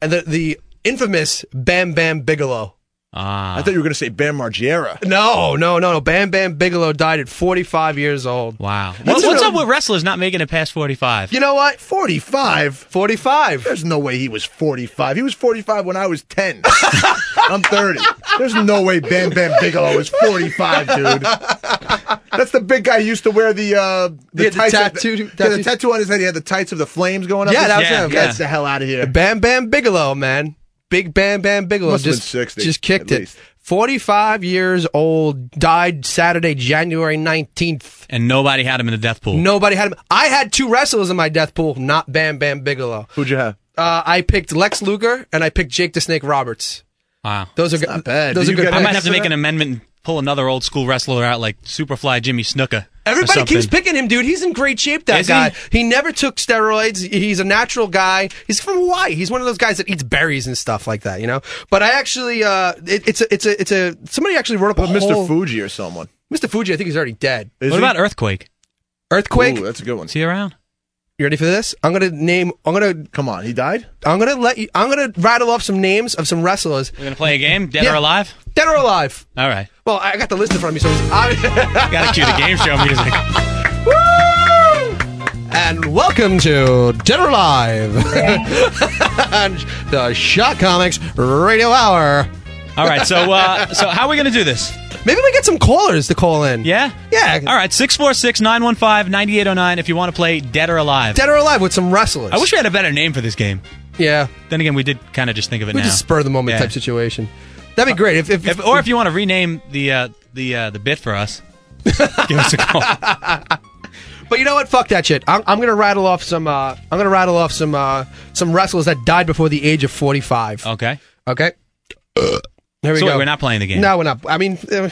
[SPEAKER 2] and the, the infamous Bam Bam Bigelow.
[SPEAKER 3] Ah.
[SPEAKER 7] I thought you were going to say Bam Margera.
[SPEAKER 2] No, no, no, no. Bam Bam Bigelow died at 45 years old.
[SPEAKER 3] Wow. What, what's up with wrestlers not making it past 45?
[SPEAKER 2] You know what?
[SPEAKER 7] 45.
[SPEAKER 2] 45.
[SPEAKER 7] There's no way he was 45. He was 45 when I was 10. I'm 30. There's no way Bam Bam Bigelow is 45, dude. That's the big guy who used to wear the uh,
[SPEAKER 2] He had the
[SPEAKER 7] tights-
[SPEAKER 2] tattoo-
[SPEAKER 7] yeah,
[SPEAKER 2] tattoo-
[SPEAKER 7] the tattoo on his head. He had the tights of the flames going up.
[SPEAKER 2] Yeah,
[SPEAKER 7] his-
[SPEAKER 2] that was Yeah, him. yeah.
[SPEAKER 7] Gets the hell out of here.
[SPEAKER 2] Bam Bam Bigelow, man. Big Bam Bam Bigelow
[SPEAKER 7] Must've
[SPEAKER 2] just
[SPEAKER 7] been 60,
[SPEAKER 2] just kicked
[SPEAKER 7] at
[SPEAKER 2] it. 45 years old, died Saturday, January 19th.
[SPEAKER 3] And nobody had him in the death pool.
[SPEAKER 2] Nobody had him. I had two wrestlers in my death pool, not Bam Bam Bigelow.
[SPEAKER 7] Who'd you have?
[SPEAKER 2] Uh, I picked Lex Luger and I picked Jake the Snake Roberts.
[SPEAKER 3] Wow.
[SPEAKER 2] Those are good.
[SPEAKER 7] bad.
[SPEAKER 2] Those
[SPEAKER 7] Do
[SPEAKER 2] are
[SPEAKER 7] you
[SPEAKER 2] good.
[SPEAKER 7] get
[SPEAKER 3] I might
[SPEAKER 2] picks.
[SPEAKER 3] have to make an amendment and pull another old school wrestler out like Superfly Jimmy Snuka.
[SPEAKER 2] Everybody keeps picking him, dude. He's in great shape. That
[SPEAKER 3] Is he?
[SPEAKER 2] guy. He? never took steroids. He's a natural guy. He's from Hawaii. He's one of those guys that eats berries and stuff like that, you know. But I actually, uh, it, it's a, it's a, it's a. Somebody actually wrote up
[SPEAKER 7] But
[SPEAKER 2] a whole-
[SPEAKER 7] Mr. Fuji or someone.
[SPEAKER 2] Mr. Fuji, I think he's already dead.
[SPEAKER 7] Is
[SPEAKER 3] What
[SPEAKER 7] he?
[SPEAKER 3] about Earthquake?
[SPEAKER 2] Earthquake?
[SPEAKER 7] Ooh, that's a good one.
[SPEAKER 3] Is he around?
[SPEAKER 2] You ready for this? I'm gonna name. I'm gonna.
[SPEAKER 7] Come on, he died.
[SPEAKER 2] I'm gonna let you. I'm gonna rattle off some names of some wrestlers,
[SPEAKER 3] We're going to play a game, dead
[SPEAKER 2] Yeah.
[SPEAKER 3] or alive?
[SPEAKER 2] dead or alive.
[SPEAKER 3] All right.
[SPEAKER 2] Well, I got the list in front of me, so it's obvious.
[SPEAKER 3] Got to cue the game show music.
[SPEAKER 2] And welcome to Dead or Alive, and the Shot Comics Radio Hour.
[SPEAKER 3] All right. So, uh, so how are we going to do this?
[SPEAKER 2] Maybe we get some callers to call in.
[SPEAKER 3] Yeah?
[SPEAKER 2] Yeah.
[SPEAKER 3] All right. 646 915 9809 if you want to play Dead or Alive.
[SPEAKER 2] Dead or Alive with some wrestlers.
[SPEAKER 3] I wish we had a better name for this game.
[SPEAKER 2] Yeah.
[SPEAKER 3] Then again, we did kind of just think of it
[SPEAKER 2] We
[SPEAKER 3] now.
[SPEAKER 2] just spur the moment
[SPEAKER 3] Yeah.
[SPEAKER 2] type situation. That'd be great. If, if,
[SPEAKER 3] If, or if you want to rename the uh, the uh, the bit for us, give us a call.
[SPEAKER 2] But you know what? Fuck that shit. I'm, I'm gonna rattle off some. Uh, I'm gonna rattle off some uh, some wrestlers that died before the age of 45.
[SPEAKER 3] Okay.
[SPEAKER 2] Okay. Here we
[SPEAKER 3] So wait,
[SPEAKER 2] go.
[SPEAKER 3] we're not playing the game.
[SPEAKER 2] No, we're not. I mean, uh,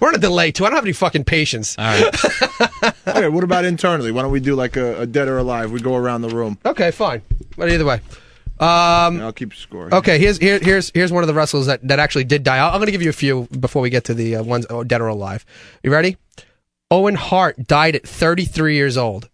[SPEAKER 2] we're on a delay too. I don't have any fucking patience.
[SPEAKER 3] All right.
[SPEAKER 7] Okay, what about internally? Why don't we do like a, a dead or alive? We go around the room.
[SPEAKER 2] Okay, fine. But either way.
[SPEAKER 7] and
[SPEAKER 2] Um,
[SPEAKER 7] I'll keep score.
[SPEAKER 2] okay. Here's here, here's here's one of the wrestlers that, that actually did die. I'm gonna give you a few before we get to the uh, ones oh, dead or alive. You ready? Owen Hart died at 33 years old.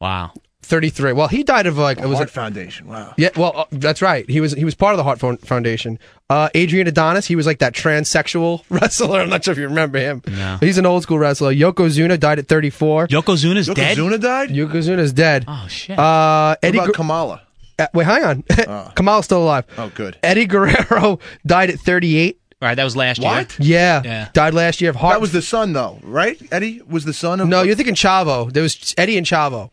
[SPEAKER 3] Wow.
[SPEAKER 2] 33. Well, he died of like it was
[SPEAKER 7] Heart
[SPEAKER 2] like,
[SPEAKER 7] Foundation. Wow.
[SPEAKER 2] Yeah, well, uh, that's right. He was he was part of the Heart Fo- Foundation. Uh, Adrian Adonis, he was like that transsexual wrestler. I'm not sure if you remember him.
[SPEAKER 3] No.
[SPEAKER 2] He's an old school wrestler. Yokozuna died at 34.
[SPEAKER 3] Yokozuna's dead.
[SPEAKER 7] Yokozuna died.
[SPEAKER 2] Yokozuna's dead.
[SPEAKER 3] Oh shit.
[SPEAKER 2] Uh, Eddie.
[SPEAKER 7] what about
[SPEAKER 2] Guer-
[SPEAKER 7] Kamala?
[SPEAKER 2] uh, wait, hang on. Kamal's still alive.
[SPEAKER 7] Oh, good.
[SPEAKER 2] Eddie Guerrero died at 38.
[SPEAKER 3] All right, that was last
[SPEAKER 7] What?
[SPEAKER 3] year.
[SPEAKER 2] Yeah.
[SPEAKER 3] Yeah.
[SPEAKER 2] Died last year of heart.
[SPEAKER 7] That was the son, though, right? Eddie was the son of.
[SPEAKER 2] no, you're thinking Chavo. There was Eddie and Chavo.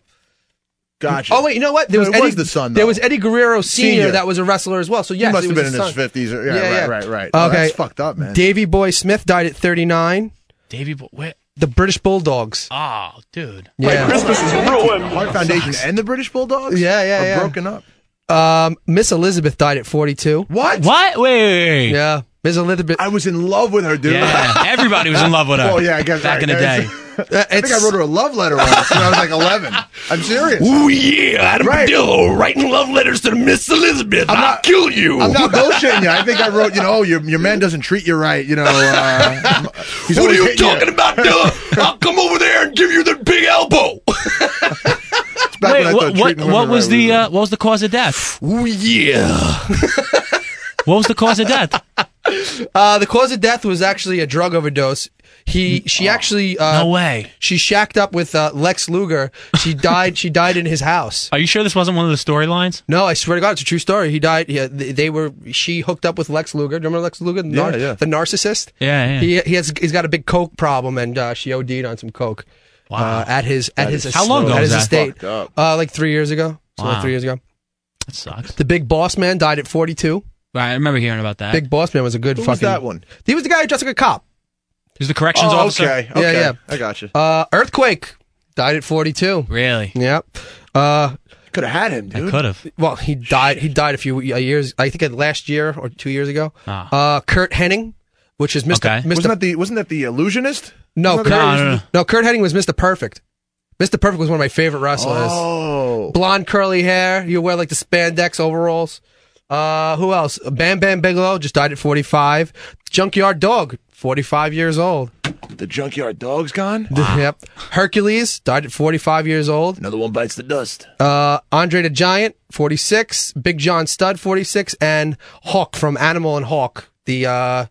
[SPEAKER 7] Gotcha.
[SPEAKER 2] Oh wait, you know what? There
[SPEAKER 7] No,
[SPEAKER 2] was
[SPEAKER 7] it
[SPEAKER 2] Eddie,
[SPEAKER 7] was the son. Though.
[SPEAKER 2] There was Eddie Guerrero Senior,
[SPEAKER 7] Senior.
[SPEAKER 2] that was a wrestler as well. So yes,
[SPEAKER 7] he must
[SPEAKER 2] it
[SPEAKER 7] have
[SPEAKER 2] was
[SPEAKER 7] been in
[SPEAKER 2] his
[SPEAKER 7] his
[SPEAKER 2] son.
[SPEAKER 7] fifties. Yeah, yeah,
[SPEAKER 2] yeah.
[SPEAKER 7] right, right, right. Oh,
[SPEAKER 2] Okay,
[SPEAKER 7] that's fucked up, man.
[SPEAKER 2] Davy Boy Smith died at 39.
[SPEAKER 3] Davey Boy. Wait.
[SPEAKER 2] The British Bulldogs.
[SPEAKER 3] Oh, dude.
[SPEAKER 2] Yeah.
[SPEAKER 7] Christmas is ruined. Heart Foundation and the British Bulldogs.
[SPEAKER 2] Yeah, yeah,
[SPEAKER 7] are
[SPEAKER 2] yeah.
[SPEAKER 7] broken up.
[SPEAKER 2] Um, Miss Elizabeth died at 42.
[SPEAKER 7] What?
[SPEAKER 3] What? Wait, wait, wait.
[SPEAKER 2] Yeah. Miss Elizabeth.
[SPEAKER 7] I was in love with her, dude.
[SPEAKER 3] Yeah, Everybody was in love with her.
[SPEAKER 7] Well, yeah, I guess
[SPEAKER 3] back
[SPEAKER 7] I
[SPEAKER 3] in the
[SPEAKER 7] guess.
[SPEAKER 3] day.
[SPEAKER 2] Uh,
[SPEAKER 7] I think I
[SPEAKER 2] it's-
[SPEAKER 7] wrote her a love letter once when I was like eleven. I'm serious.
[SPEAKER 1] Ooh, yeah, Adam
[SPEAKER 7] Right.
[SPEAKER 1] Padillo writing love letters to Miss Elizabeth.
[SPEAKER 7] I'm
[SPEAKER 1] I'll
[SPEAKER 7] not-
[SPEAKER 1] kill you.
[SPEAKER 7] I'm not bullshitting you. I think I wrote, you know, oh, your your man doesn't treat you right. You know, uh,
[SPEAKER 18] what
[SPEAKER 7] He's
[SPEAKER 18] are
[SPEAKER 7] always
[SPEAKER 18] you
[SPEAKER 7] hitting you.
[SPEAKER 18] talking about, Dilla? I'll come over there and give you the big elbow.
[SPEAKER 7] back
[SPEAKER 3] Wait,
[SPEAKER 7] when I
[SPEAKER 3] what,
[SPEAKER 7] thought
[SPEAKER 3] what,
[SPEAKER 7] treating women
[SPEAKER 3] what was
[SPEAKER 7] right
[SPEAKER 3] the uh, what was the cause of death?
[SPEAKER 18] yeah.
[SPEAKER 3] what was the cause of death?
[SPEAKER 2] Uh, the cause of death was actually a drug overdose. He, she actually, uh,
[SPEAKER 3] Oh, no way.
[SPEAKER 2] She shacked up with uh, Lex Luger. She died. she died in his house.
[SPEAKER 3] Are you sure this wasn't one of the storylines?
[SPEAKER 2] No, I swear to God, it's a true story. He died. Uh, Yeah, they, they were. She hooked up with Lex Luger. Do you remember Lex Luger, the,
[SPEAKER 3] Yeah, yeah.
[SPEAKER 2] the narcissist?
[SPEAKER 3] Yeah, yeah.
[SPEAKER 2] He, he has. He's got a big coke problem, and uh, she OD'd on some coke. Wow. Uh, at his at
[SPEAKER 3] That
[SPEAKER 2] his
[SPEAKER 3] is How long ago
[SPEAKER 2] at
[SPEAKER 3] was
[SPEAKER 2] his
[SPEAKER 3] that?
[SPEAKER 2] estate?
[SPEAKER 3] Fucked up.
[SPEAKER 2] Uh, like three years ago. So like
[SPEAKER 3] Wow.
[SPEAKER 2] three years ago.
[SPEAKER 3] That sucks.
[SPEAKER 2] The big boss man died at forty two.
[SPEAKER 3] Right, I remember hearing about that.
[SPEAKER 2] Big boss man was a good
[SPEAKER 3] Who was
[SPEAKER 2] fucking.
[SPEAKER 3] that
[SPEAKER 7] one?
[SPEAKER 2] He was the guy who dressed like a cop.
[SPEAKER 3] He's the corrections
[SPEAKER 2] Oh,
[SPEAKER 3] officer.
[SPEAKER 2] okay, Yeah, okay. yeah.
[SPEAKER 7] I got you.
[SPEAKER 2] Uh, earthquake died at 42.
[SPEAKER 3] Really?
[SPEAKER 2] Yep. Uh,
[SPEAKER 7] could have had him, dude.
[SPEAKER 3] could have.
[SPEAKER 2] Well, he died. He died a few uh, years. I think last year or two years ago.
[SPEAKER 3] Ah.
[SPEAKER 2] Uh, Kurt Henning, which is Mr. Mr.
[SPEAKER 7] Wasn't that the wasn't that the illusionist?
[SPEAKER 2] no,
[SPEAKER 7] Wasn't
[SPEAKER 2] Kurt,
[SPEAKER 7] that
[SPEAKER 2] no,
[SPEAKER 7] the-
[SPEAKER 2] Kurt Henning was Mr. Perfect. Mr. Perfect was one of my favorite wrestlers.
[SPEAKER 7] Oh.
[SPEAKER 2] Blonde curly hair. You wear like the spandex overalls. Uh, who else? Bam Bam Bigelow just died at 45. Junkyard Dog, 45 years old.
[SPEAKER 7] The junkyard dog's gone.
[SPEAKER 2] Yep. Hercules died at 45 years old.
[SPEAKER 7] Another one bites the dust.
[SPEAKER 2] Uh, Andre the Giant, 46. Big John Stud, 46. And Hawk from Animal and Hawk. The, uh,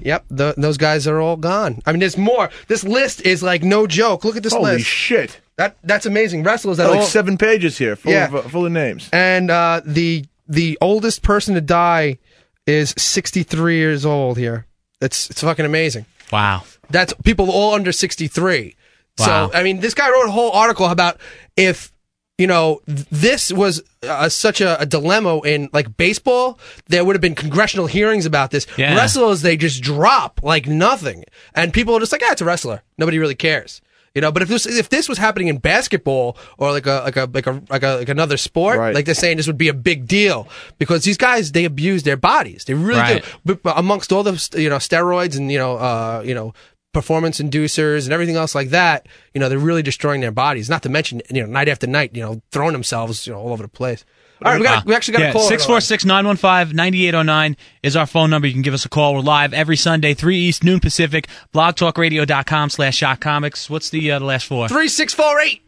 [SPEAKER 2] yep, tho- those guys are all gone. I mean, there's more. This list is like no joke. Look at this
[SPEAKER 7] Holy
[SPEAKER 2] list.
[SPEAKER 7] shit.
[SPEAKER 2] That, that's amazing. Wrestlers that
[SPEAKER 7] Got like
[SPEAKER 2] all-
[SPEAKER 7] seven pages here, full
[SPEAKER 2] Oh, Yeah.
[SPEAKER 7] of uh, full of names.
[SPEAKER 2] And, uh, the, the oldest person to die is 63 years old here. It's, it's fucking amazing.
[SPEAKER 3] Wow.
[SPEAKER 2] That's people all under 63.
[SPEAKER 3] Wow.
[SPEAKER 2] So, I mean, this guy wrote a whole article about if, you know, th- this was uh, such a, a dilemma in like baseball, there would have been congressional hearings about this.
[SPEAKER 3] Yeah.
[SPEAKER 2] Wrestlers, they just drop like nothing. And people are just like, ah, it's a wrestler. Nobody really cares. You know, but if this if this was happening in basketball or like a like a like a like, a, like another sport, like they're saying this would be a big deal because these guys they abuse their bodies, they really
[SPEAKER 3] Right.
[SPEAKER 2] do b- b- amongst all the st- you know steroids and you know uh you know performance inducers and everything else like that you know they're really destroying their bodies not to mention you know night after night you know throwing themselves you know all over the place all right we got we actually got
[SPEAKER 3] Uh, Ah, yeah,
[SPEAKER 2] a call
[SPEAKER 3] 646 915 9809 is our phone number. You can give us a call. We're live every Sunday, 3 East, noon Pacific, blogtalkradio.com slash shot comics. What's the, uh, the last four?
[SPEAKER 2] 3648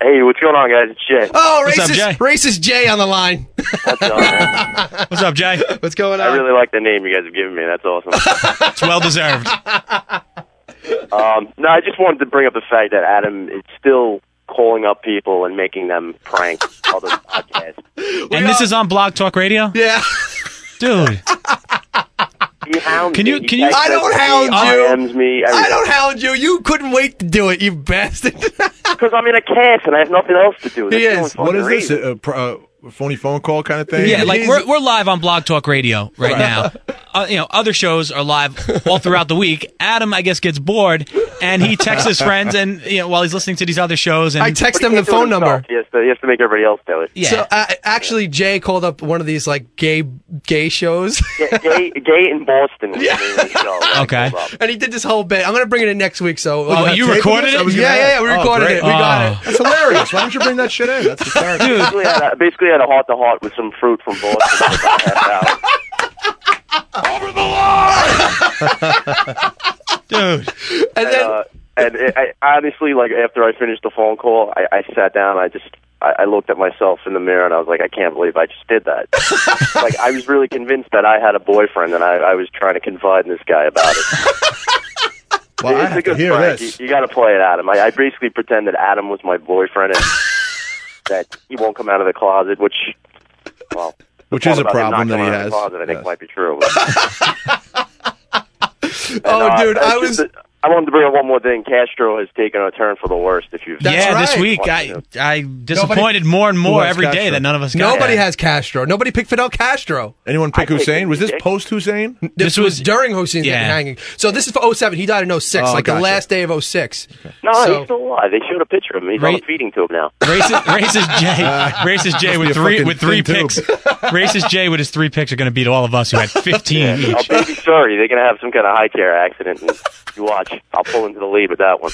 [SPEAKER 8] Hey, what's going on, guys? It's Jay.
[SPEAKER 2] oh
[SPEAKER 3] What's up,
[SPEAKER 2] racist
[SPEAKER 3] Jay?
[SPEAKER 2] racist jay on the line
[SPEAKER 3] What's up, Jay?
[SPEAKER 2] What's going
[SPEAKER 8] on? I really like the name you guys have given me. That's awesome.
[SPEAKER 3] It's well deserved.
[SPEAKER 8] um, no, I just wanted to bring up the fact that Adam is still calling up people and making them prank other podcasts.
[SPEAKER 3] and this is on Blog Talk Radio?
[SPEAKER 2] uh, Yeah.
[SPEAKER 3] Dude.
[SPEAKER 8] He hounds
[SPEAKER 3] Can you-
[SPEAKER 8] me.
[SPEAKER 3] can
[SPEAKER 8] He
[SPEAKER 3] you-
[SPEAKER 8] texts
[SPEAKER 3] I don't
[SPEAKER 8] me,
[SPEAKER 3] hound
[SPEAKER 8] he
[SPEAKER 3] you.
[SPEAKER 8] DMs me.
[SPEAKER 2] i don't hound you you couldn't wait to do it you bastard
[SPEAKER 8] because i'm in a cast and i have nothing else to do
[SPEAKER 7] He is. What is this? A, a, pr- a phony phone call kind of thing?
[SPEAKER 3] Yeah, like
[SPEAKER 7] He's-
[SPEAKER 3] we're, we're live on Blog Talk Radio right, now. Uh, you know, other shows are live all throughout the week. Adam, I guess, gets bored and he texts his friends and you know while he's listening to these other shows. And
[SPEAKER 2] I text
[SPEAKER 8] But
[SPEAKER 2] him
[SPEAKER 8] he
[SPEAKER 2] the
[SPEAKER 8] can't do it
[SPEAKER 2] phone number.
[SPEAKER 8] himself. He has, to, he has to make everybody else do it.
[SPEAKER 2] So uh, actually, Jay called up one of these like gay gay shows.
[SPEAKER 8] Ga- gay, gay in Boston. was the name of the show.
[SPEAKER 3] Okay.
[SPEAKER 2] and he did this whole bit. I'm gonna bring it in next week. So uh,
[SPEAKER 3] Oh, you recorded it?
[SPEAKER 2] Yeah, yeah, yeah. We
[SPEAKER 3] Oh,
[SPEAKER 2] recorded
[SPEAKER 3] great.
[SPEAKER 2] it. We got
[SPEAKER 3] Oh.
[SPEAKER 2] it.
[SPEAKER 7] That's hilarious. Why don't you bring that shit in? That's hysterical.
[SPEAKER 8] Basically, had a, basically had a heart to heart with some fruit from Boston. for about half hour.
[SPEAKER 3] Dude.
[SPEAKER 8] And, uh, and it, I, honestly, like after I finished the phone call, I, I sat down. I just I, I looked at myself in the mirror and I was like, I can't believe I just did that. like I was really convinced that I had a boyfriend and I, I was trying to confide in this guy about it.
[SPEAKER 7] Well, I
[SPEAKER 8] it's a
[SPEAKER 7] have to
[SPEAKER 8] good
[SPEAKER 7] hear
[SPEAKER 8] prank.
[SPEAKER 7] this.
[SPEAKER 8] You, you got to play it, Adam. I, I basically pretended Adam was my boyfriend and that he won't come out of the closet, which well, the
[SPEAKER 7] Which
[SPEAKER 8] part
[SPEAKER 7] is a
[SPEAKER 8] about him
[SPEAKER 7] problem that
[SPEAKER 8] not
[SPEAKER 7] he
[SPEAKER 8] coming out of
[SPEAKER 7] has.
[SPEAKER 8] the closet, I think
[SPEAKER 7] Yes.
[SPEAKER 8] might be true. But-
[SPEAKER 2] Oh,
[SPEAKER 8] And, uh,
[SPEAKER 2] dude,
[SPEAKER 8] that's
[SPEAKER 2] I was.
[SPEAKER 8] just a- I wanted to bring up one more thing. Castro has taken a turn for the worst. If you,
[SPEAKER 3] yeah, this week I I disappointed more and more every day that none of us got.
[SPEAKER 2] Nobody
[SPEAKER 3] it.
[SPEAKER 2] has Castro. Nobody picked Fidel Castro.
[SPEAKER 7] Anyone pick Hussein? Was this post Hussein?
[SPEAKER 2] This, was, during Hussein's
[SPEAKER 7] Yeah.
[SPEAKER 2] hanging. So this is for 07. He died in 06,
[SPEAKER 7] Oh,
[SPEAKER 2] like
[SPEAKER 7] gotcha.
[SPEAKER 2] the last day of 06.
[SPEAKER 8] no,
[SPEAKER 2] So-
[SPEAKER 8] he's still alive. They showed a picture of him. He's on a feeding tube now.
[SPEAKER 3] Racist, racist Jay,
[SPEAKER 8] Uh,
[SPEAKER 3] racist
[SPEAKER 8] must
[SPEAKER 3] Jay
[SPEAKER 8] be
[SPEAKER 3] with
[SPEAKER 8] a
[SPEAKER 3] three
[SPEAKER 8] fucking
[SPEAKER 3] with three
[SPEAKER 8] thin
[SPEAKER 3] picks. racist Jay with his three picks are going to beat all of us who had fifteen
[SPEAKER 8] Yeah.
[SPEAKER 3] each.
[SPEAKER 8] Oh, baby, sorry, they're gonna have some kind of high care accident. And you watch, I'll pull into the lead with that one.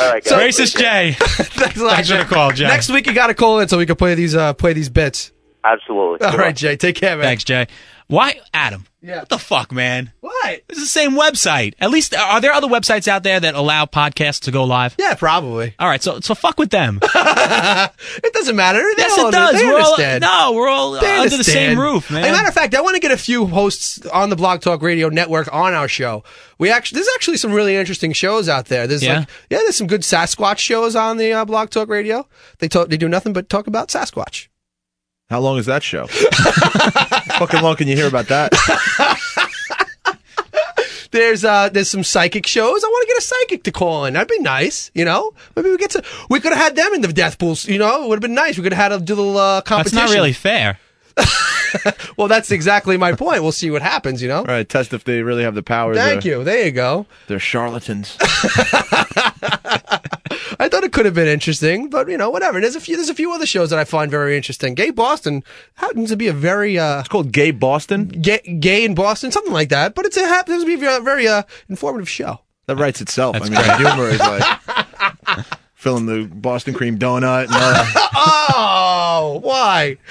[SPEAKER 8] All right, guys.
[SPEAKER 3] racist Jay.
[SPEAKER 2] Thanks, a lot,
[SPEAKER 3] Thanks for
[SPEAKER 2] Jay.
[SPEAKER 3] the call, Jay.
[SPEAKER 2] Next week you got to call in so we can play these uh, play these bits.
[SPEAKER 8] Absolutely.
[SPEAKER 3] All
[SPEAKER 2] right, Jay. Take care, man.
[SPEAKER 3] Thanks, Jay. Why, Adam?
[SPEAKER 2] Yeah.
[SPEAKER 3] What the fuck, man?
[SPEAKER 2] What?
[SPEAKER 3] It's the same website. At least, are there other websites out there that allow podcasts to go live?
[SPEAKER 2] Yeah, probably.
[SPEAKER 3] All right, so so fuck with them.
[SPEAKER 2] it doesn't matter. They
[SPEAKER 3] Yes, it
[SPEAKER 2] all-
[SPEAKER 3] does.
[SPEAKER 2] They
[SPEAKER 3] We're all-
[SPEAKER 2] understand.
[SPEAKER 3] no, we're all, uh,
[SPEAKER 2] They
[SPEAKER 3] under the same
[SPEAKER 2] understand.
[SPEAKER 3] roof, man.
[SPEAKER 2] As a matter of fact, I want to get a few hosts on the Blog Talk Radio Network on our show. We actually there's actually some really interesting shows out there. There's
[SPEAKER 3] Yeah?
[SPEAKER 2] like yeah, there's some good Sasquatch shows on the uh, Blog Talk Radio. They talk, they do nothing but talk about Sasquatch.
[SPEAKER 7] How long is that show? fucking long can you hear about that?
[SPEAKER 2] There's uh there's some psychic shows. I want to get a psychic to call in. That'd be nice, you know. Maybe we get to we could have had them in the death pools. You know, it would have been nice. We could have had a little uh,
[SPEAKER 3] That's
[SPEAKER 2] competition.
[SPEAKER 3] not really fair.
[SPEAKER 2] well, that's exactly my point. We'll see what happens. You know.
[SPEAKER 7] All right, test if they really have the power.
[SPEAKER 2] Thank
[SPEAKER 7] they're,
[SPEAKER 2] you. There you go.
[SPEAKER 7] They're charlatans.
[SPEAKER 2] I thought it could have been interesting, but you know, whatever. There's a few. There's a few other shows that I find very interesting. Gay Boston happens to be a very. Uh, it's
[SPEAKER 7] called Gay Boston.
[SPEAKER 2] Gay, gay in Boston, something like that. But it's a happens to be a very, very uh, informative show.
[SPEAKER 7] That writes itself. I mean,
[SPEAKER 2] great.
[SPEAKER 7] the humor is like filling the Boston cream donut. And all that.
[SPEAKER 2] oh, why?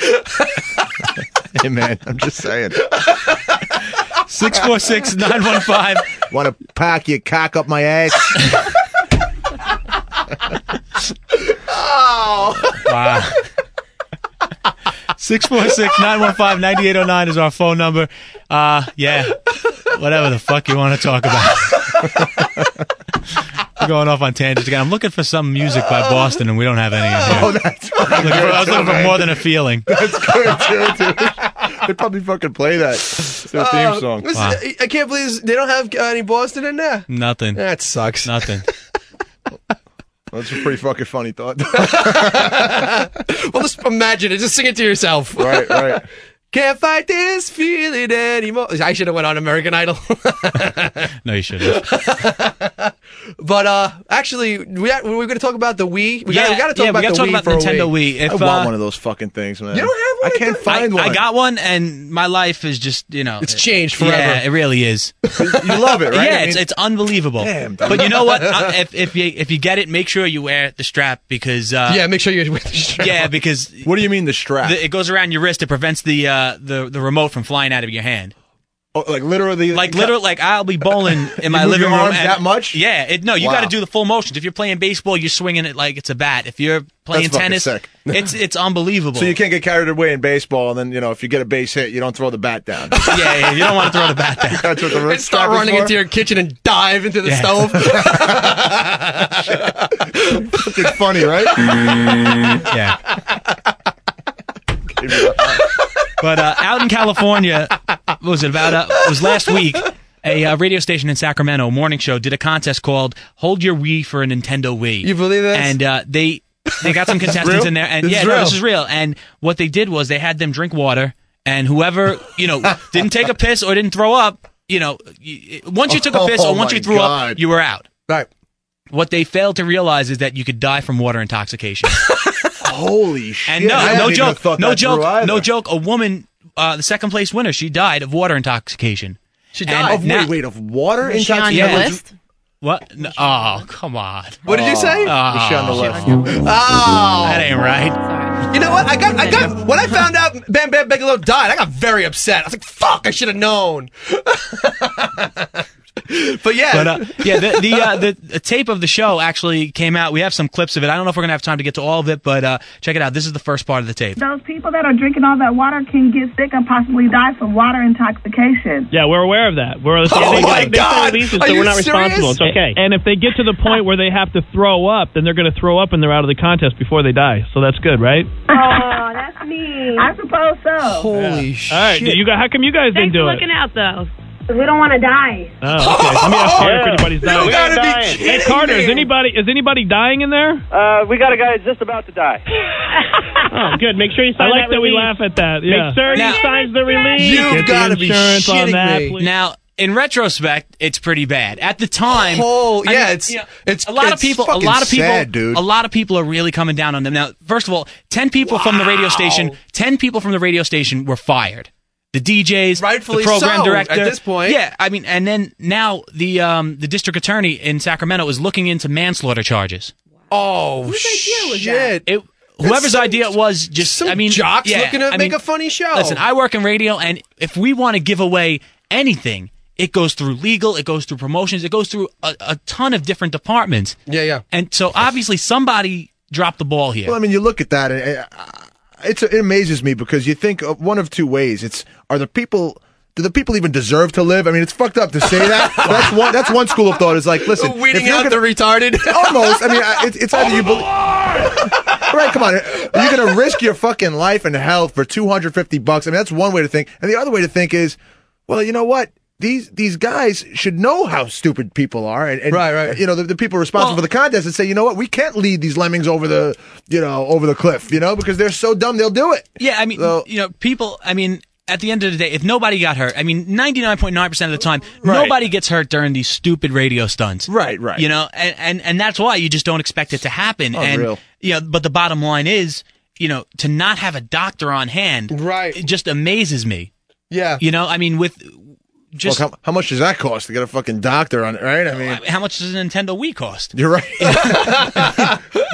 [SPEAKER 7] hey, man, I'm just saying.
[SPEAKER 3] 646 915.
[SPEAKER 7] Want to pack your cock up my ass?
[SPEAKER 2] Oh,
[SPEAKER 3] Wow. 646-915-9809 is our phone number. Uh, yeah. Whatever the fuck you want to talk about. We're going off on tangents again. I'm looking for some music by Boston, and we don't have any in here.
[SPEAKER 7] Oh, that's
[SPEAKER 3] I was looking for- I was looking for more than a feeling.
[SPEAKER 7] That's good too, dude. They'd probably fucking play that. It's their
[SPEAKER 2] Oh,
[SPEAKER 3] Um,
[SPEAKER 7] theme song.
[SPEAKER 2] this is- I- I can't believe this- they don't have uh, any Boston in there.
[SPEAKER 3] Nothing.
[SPEAKER 2] That sucks.
[SPEAKER 3] Nothing.
[SPEAKER 7] That's a pretty fucking funny thought.
[SPEAKER 2] well, just imagine it. Just sing it to yourself.
[SPEAKER 7] Right, right.
[SPEAKER 2] Can't fight this feeling anymore. I should have went on American Idol.
[SPEAKER 3] No, you shouldn't.
[SPEAKER 2] But uh, actually, we are going to talk about the Wii. We
[SPEAKER 3] Yeah,
[SPEAKER 2] got to talk
[SPEAKER 3] yeah, we
[SPEAKER 2] about
[SPEAKER 3] gotta
[SPEAKER 2] the
[SPEAKER 3] talk
[SPEAKER 2] Wii
[SPEAKER 3] about
[SPEAKER 2] for a
[SPEAKER 3] Nintendo Wii. If,
[SPEAKER 7] I want
[SPEAKER 3] uh,
[SPEAKER 7] one of those fucking things, man.
[SPEAKER 2] You don't have one?
[SPEAKER 7] I can't find
[SPEAKER 3] I,
[SPEAKER 7] one.
[SPEAKER 3] I got one, and my life is just, you know.
[SPEAKER 2] It's changed forever.
[SPEAKER 3] Yeah, it really is.
[SPEAKER 7] You love it, right?
[SPEAKER 3] Yeah,
[SPEAKER 7] I
[SPEAKER 3] it's,
[SPEAKER 7] mean-
[SPEAKER 3] it's unbelievable.
[SPEAKER 7] Damn, dude.
[SPEAKER 3] but you know what? I, if, if, you, if you get it, make sure you wear the strap because. Uh,
[SPEAKER 2] yeah, make sure you're with the strap.
[SPEAKER 3] Yeah, because
[SPEAKER 7] What do you mean the strap?
[SPEAKER 3] The, it goes around your wrist. It prevents the uh, the the remote from flying out of your hand.
[SPEAKER 7] Oh, like literally,
[SPEAKER 3] like literally, like I'll be bowling in my
[SPEAKER 7] move your
[SPEAKER 3] living room.
[SPEAKER 7] arms
[SPEAKER 3] and-
[SPEAKER 7] that much?
[SPEAKER 3] Yeah, it, no, you
[SPEAKER 7] Wow.
[SPEAKER 3] got to do the full motions. If you're playing baseball, you're swinging it like it's a bat. If you're playing
[SPEAKER 7] fucking
[SPEAKER 3] tennis,
[SPEAKER 7] sick.
[SPEAKER 3] it's it's unbelievable.
[SPEAKER 7] So you can't get carried away in baseball, and then you know if you get a base hit, you don't throw the bat down.
[SPEAKER 3] yeah, yeah, you don't want to throw the bat down.
[SPEAKER 7] That's what the
[SPEAKER 2] And start running into your kitchen and dive into the
[SPEAKER 3] Yeah.
[SPEAKER 2] stove.
[SPEAKER 7] Fucking funny, right?
[SPEAKER 3] yeah. But uh, out in California, what was it about? Uh, it was last week. A uh, radio station in Sacramento, morning show, did a contest called "Hold Your Wii for a Nintendo Wii." You
[SPEAKER 2] believe this?
[SPEAKER 3] And uh, they they got some
[SPEAKER 2] This is
[SPEAKER 3] contestants
[SPEAKER 2] real?
[SPEAKER 3] in there, and
[SPEAKER 2] This
[SPEAKER 3] yeah,
[SPEAKER 2] is
[SPEAKER 3] no,
[SPEAKER 2] real.
[SPEAKER 3] this is real. And what they did was they had them drink water, and whoever you know didn't take a piss or didn't throw up, you know, y- y- once you took a piss
[SPEAKER 7] Oh
[SPEAKER 3] or once
[SPEAKER 7] my
[SPEAKER 3] you threw up,
[SPEAKER 7] God.
[SPEAKER 3] you were out.
[SPEAKER 2] Right.
[SPEAKER 3] What they failed to realize is that you could die from water intoxication.
[SPEAKER 7] Holy shit!
[SPEAKER 3] And no,
[SPEAKER 7] I
[SPEAKER 3] no
[SPEAKER 7] hadn't even
[SPEAKER 3] joke,
[SPEAKER 7] thought
[SPEAKER 3] no
[SPEAKER 7] that through
[SPEAKER 3] joke,
[SPEAKER 7] either.
[SPEAKER 3] no joke. A woman, uh, the second place winner, she died of water intoxication.
[SPEAKER 2] She
[SPEAKER 7] died? Of- wait, wait, of water Was she on intoxication? your list?
[SPEAKER 3] What? No, oh, come on.
[SPEAKER 2] What did you say?
[SPEAKER 3] Oh,
[SPEAKER 7] Was she on the left?
[SPEAKER 2] Oh,
[SPEAKER 3] that ain't right.
[SPEAKER 2] You know what? I got, I got. When I found out Bam Bam Bigelow died, I got very upset. I was like, "Fuck! I should have known." but yeah,
[SPEAKER 3] But uh, yeah, the the, uh, the the tape of the show actually came out. We have some clips of it. I don't know if we're gonna have time to get to all of it, but uh, check it out. This is the first part of the tape.
[SPEAKER 19] Those people that are drinking all that water can get sick and possibly die from water intoxication.
[SPEAKER 20] Yeah, we're aware of that. We're
[SPEAKER 19] Oh
[SPEAKER 20] they,
[SPEAKER 19] my
[SPEAKER 20] they, they
[SPEAKER 19] God!
[SPEAKER 20] release it,
[SPEAKER 19] Are
[SPEAKER 20] so
[SPEAKER 19] you
[SPEAKER 20] we're not
[SPEAKER 19] serious?
[SPEAKER 20] responsible. It's okay. And if they get to the point where they have to throw up, then they're going to throw up and they're out of the contest before they die. So that's good, right?
[SPEAKER 19] Oh, that's mean. I suppose so.
[SPEAKER 2] Holy shit!
[SPEAKER 20] All right, you got, how come you guys
[SPEAKER 19] Thanks
[SPEAKER 20] didn't
[SPEAKER 19] for
[SPEAKER 20] do it?
[SPEAKER 19] looking out, though. We don't want to die.
[SPEAKER 20] Oh, okay. Let me ask Carter if anybody's
[SPEAKER 19] You
[SPEAKER 20] dying.
[SPEAKER 19] gotta be
[SPEAKER 20] hey,
[SPEAKER 19] kidding
[SPEAKER 20] Carter,
[SPEAKER 19] me.
[SPEAKER 20] is anybody is anybody dying in there? Uh, we got a guy just about to die. oh, good. Make sure you
[SPEAKER 21] sign
[SPEAKER 20] I like
[SPEAKER 21] that
[SPEAKER 20] that, we
[SPEAKER 21] release.
[SPEAKER 20] laugh at that. Make Yeah. sure he Now-
[SPEAKER 21] signs
[SPEAKER 20] the release. You've Get the gotta be insurance on shitting that, me. please.
[SPEAKER 3] Now, in retrospect, it's pretty bad. At the time,
[SPEAKER 2] Oh,
[SPEAKER 3] I
[SPEAKER 2] yeah,
[SPEAKER 3] mean,
[SPEAKER 2] it's-
[SPEAKER 3] you know,
[SPEAKER 2] it's-
[SPEAKER 3] a lot
[SPEAKER 2] it's
[SPEAKER 3] of people. A
[SPEAKER 2] fucking
[SPEAKER 3] lot of people.
[SPEAKER 2] sad, dude.
[SPEAKER 3] A lot of people are really coming down on them. Now, first of all, ten people from the radio station. Ten people from the radio station were fired. The DJs,
[SPEAKER 2] Rightfully
[SPEAKER 3] the program
[SPEAKER 2] so,
[SPEAKER 3] director.
[SPEAKER 2] at this point.
[SPEAKER 3] yeah. I mean, and then now the um, the district attorney in Sacramento is looking into manslaughter charges.
[SPEAKER 2] oh shit!
[SPEAKER 3] It whoever's idea it was just I mean
[SPEAKER 2] jocks
[SPEAKER 3] yeah,
[SPEAKER 2] looking to
[SPEAKER 3] I
[SPEAKER 2] make
[SPEAKER 3] mean,
[SPEAKER 2] a funny show.
[SPEAKER 3] Listen, I work in radio, and if we want to give away anything, it goes through legal, it goes through promotions, it goes through a, a ton of different departments.
[SPEAKER 2] Yeah, yeah.
[SPEAKER 3] And so obviously somebody dropped the ball here.
[SPEAKER 7] Well, I mean, you look at that, and uh, it's it amazes me because you think of one of two ways. It's are the people. Do the people even deserve to live? I mean, it's fucked up to say that. but that's one. That's one school of thought. Is like, listen, if
[SPEAKER 2] Weeding
[SPEAKER 7] you're
[SPEAKER 2] out
[SPEAKER 7] gonna-
[SPEAKER 2] the retarded.
[SPEAKER 7] Almost. I mean, I- it's, it's either you believe. right, come on. You're going to risk your fucking life and health for 250 bucks. I mean, that's one way to think. And the other way to think is, well, you know what? These these guys should know how stupid people are, and, and right, right. You know the, the people responsible for the contest and say, you know what, we can't lead these lemmings over the, you know, over the cliff, you know, because they're so dumb they'll do it.
[SPEAKER 3] Yeah, I mean, you know, people. I mean, at the end of the day, if nobody got hurt, I mean, ninety nine point nine percent of the time,
[SPEAKER 7] Right.
[SPEAKER 3] nobody gets hurt during these stupid radio stunts. Right, right. You know, and and, and that's why you just don't expect it to happen.
[SPEAKER 7] Unreal.
[SPEAKER 3] And you know, but the bottom line is, you know, to not have a doctor on hand, right, it just amazes me.
[SPEAKER 2] Yeah.
[SPEAKER 3] You know, I mean, with just
[SPEAKER 7] Look, how, how much does that cost to get a fucking doctor on it? Right? I mean,
[SPEAKER 3] how much does a Nintendo Wii cost?
[SPEAKER 7] you're right.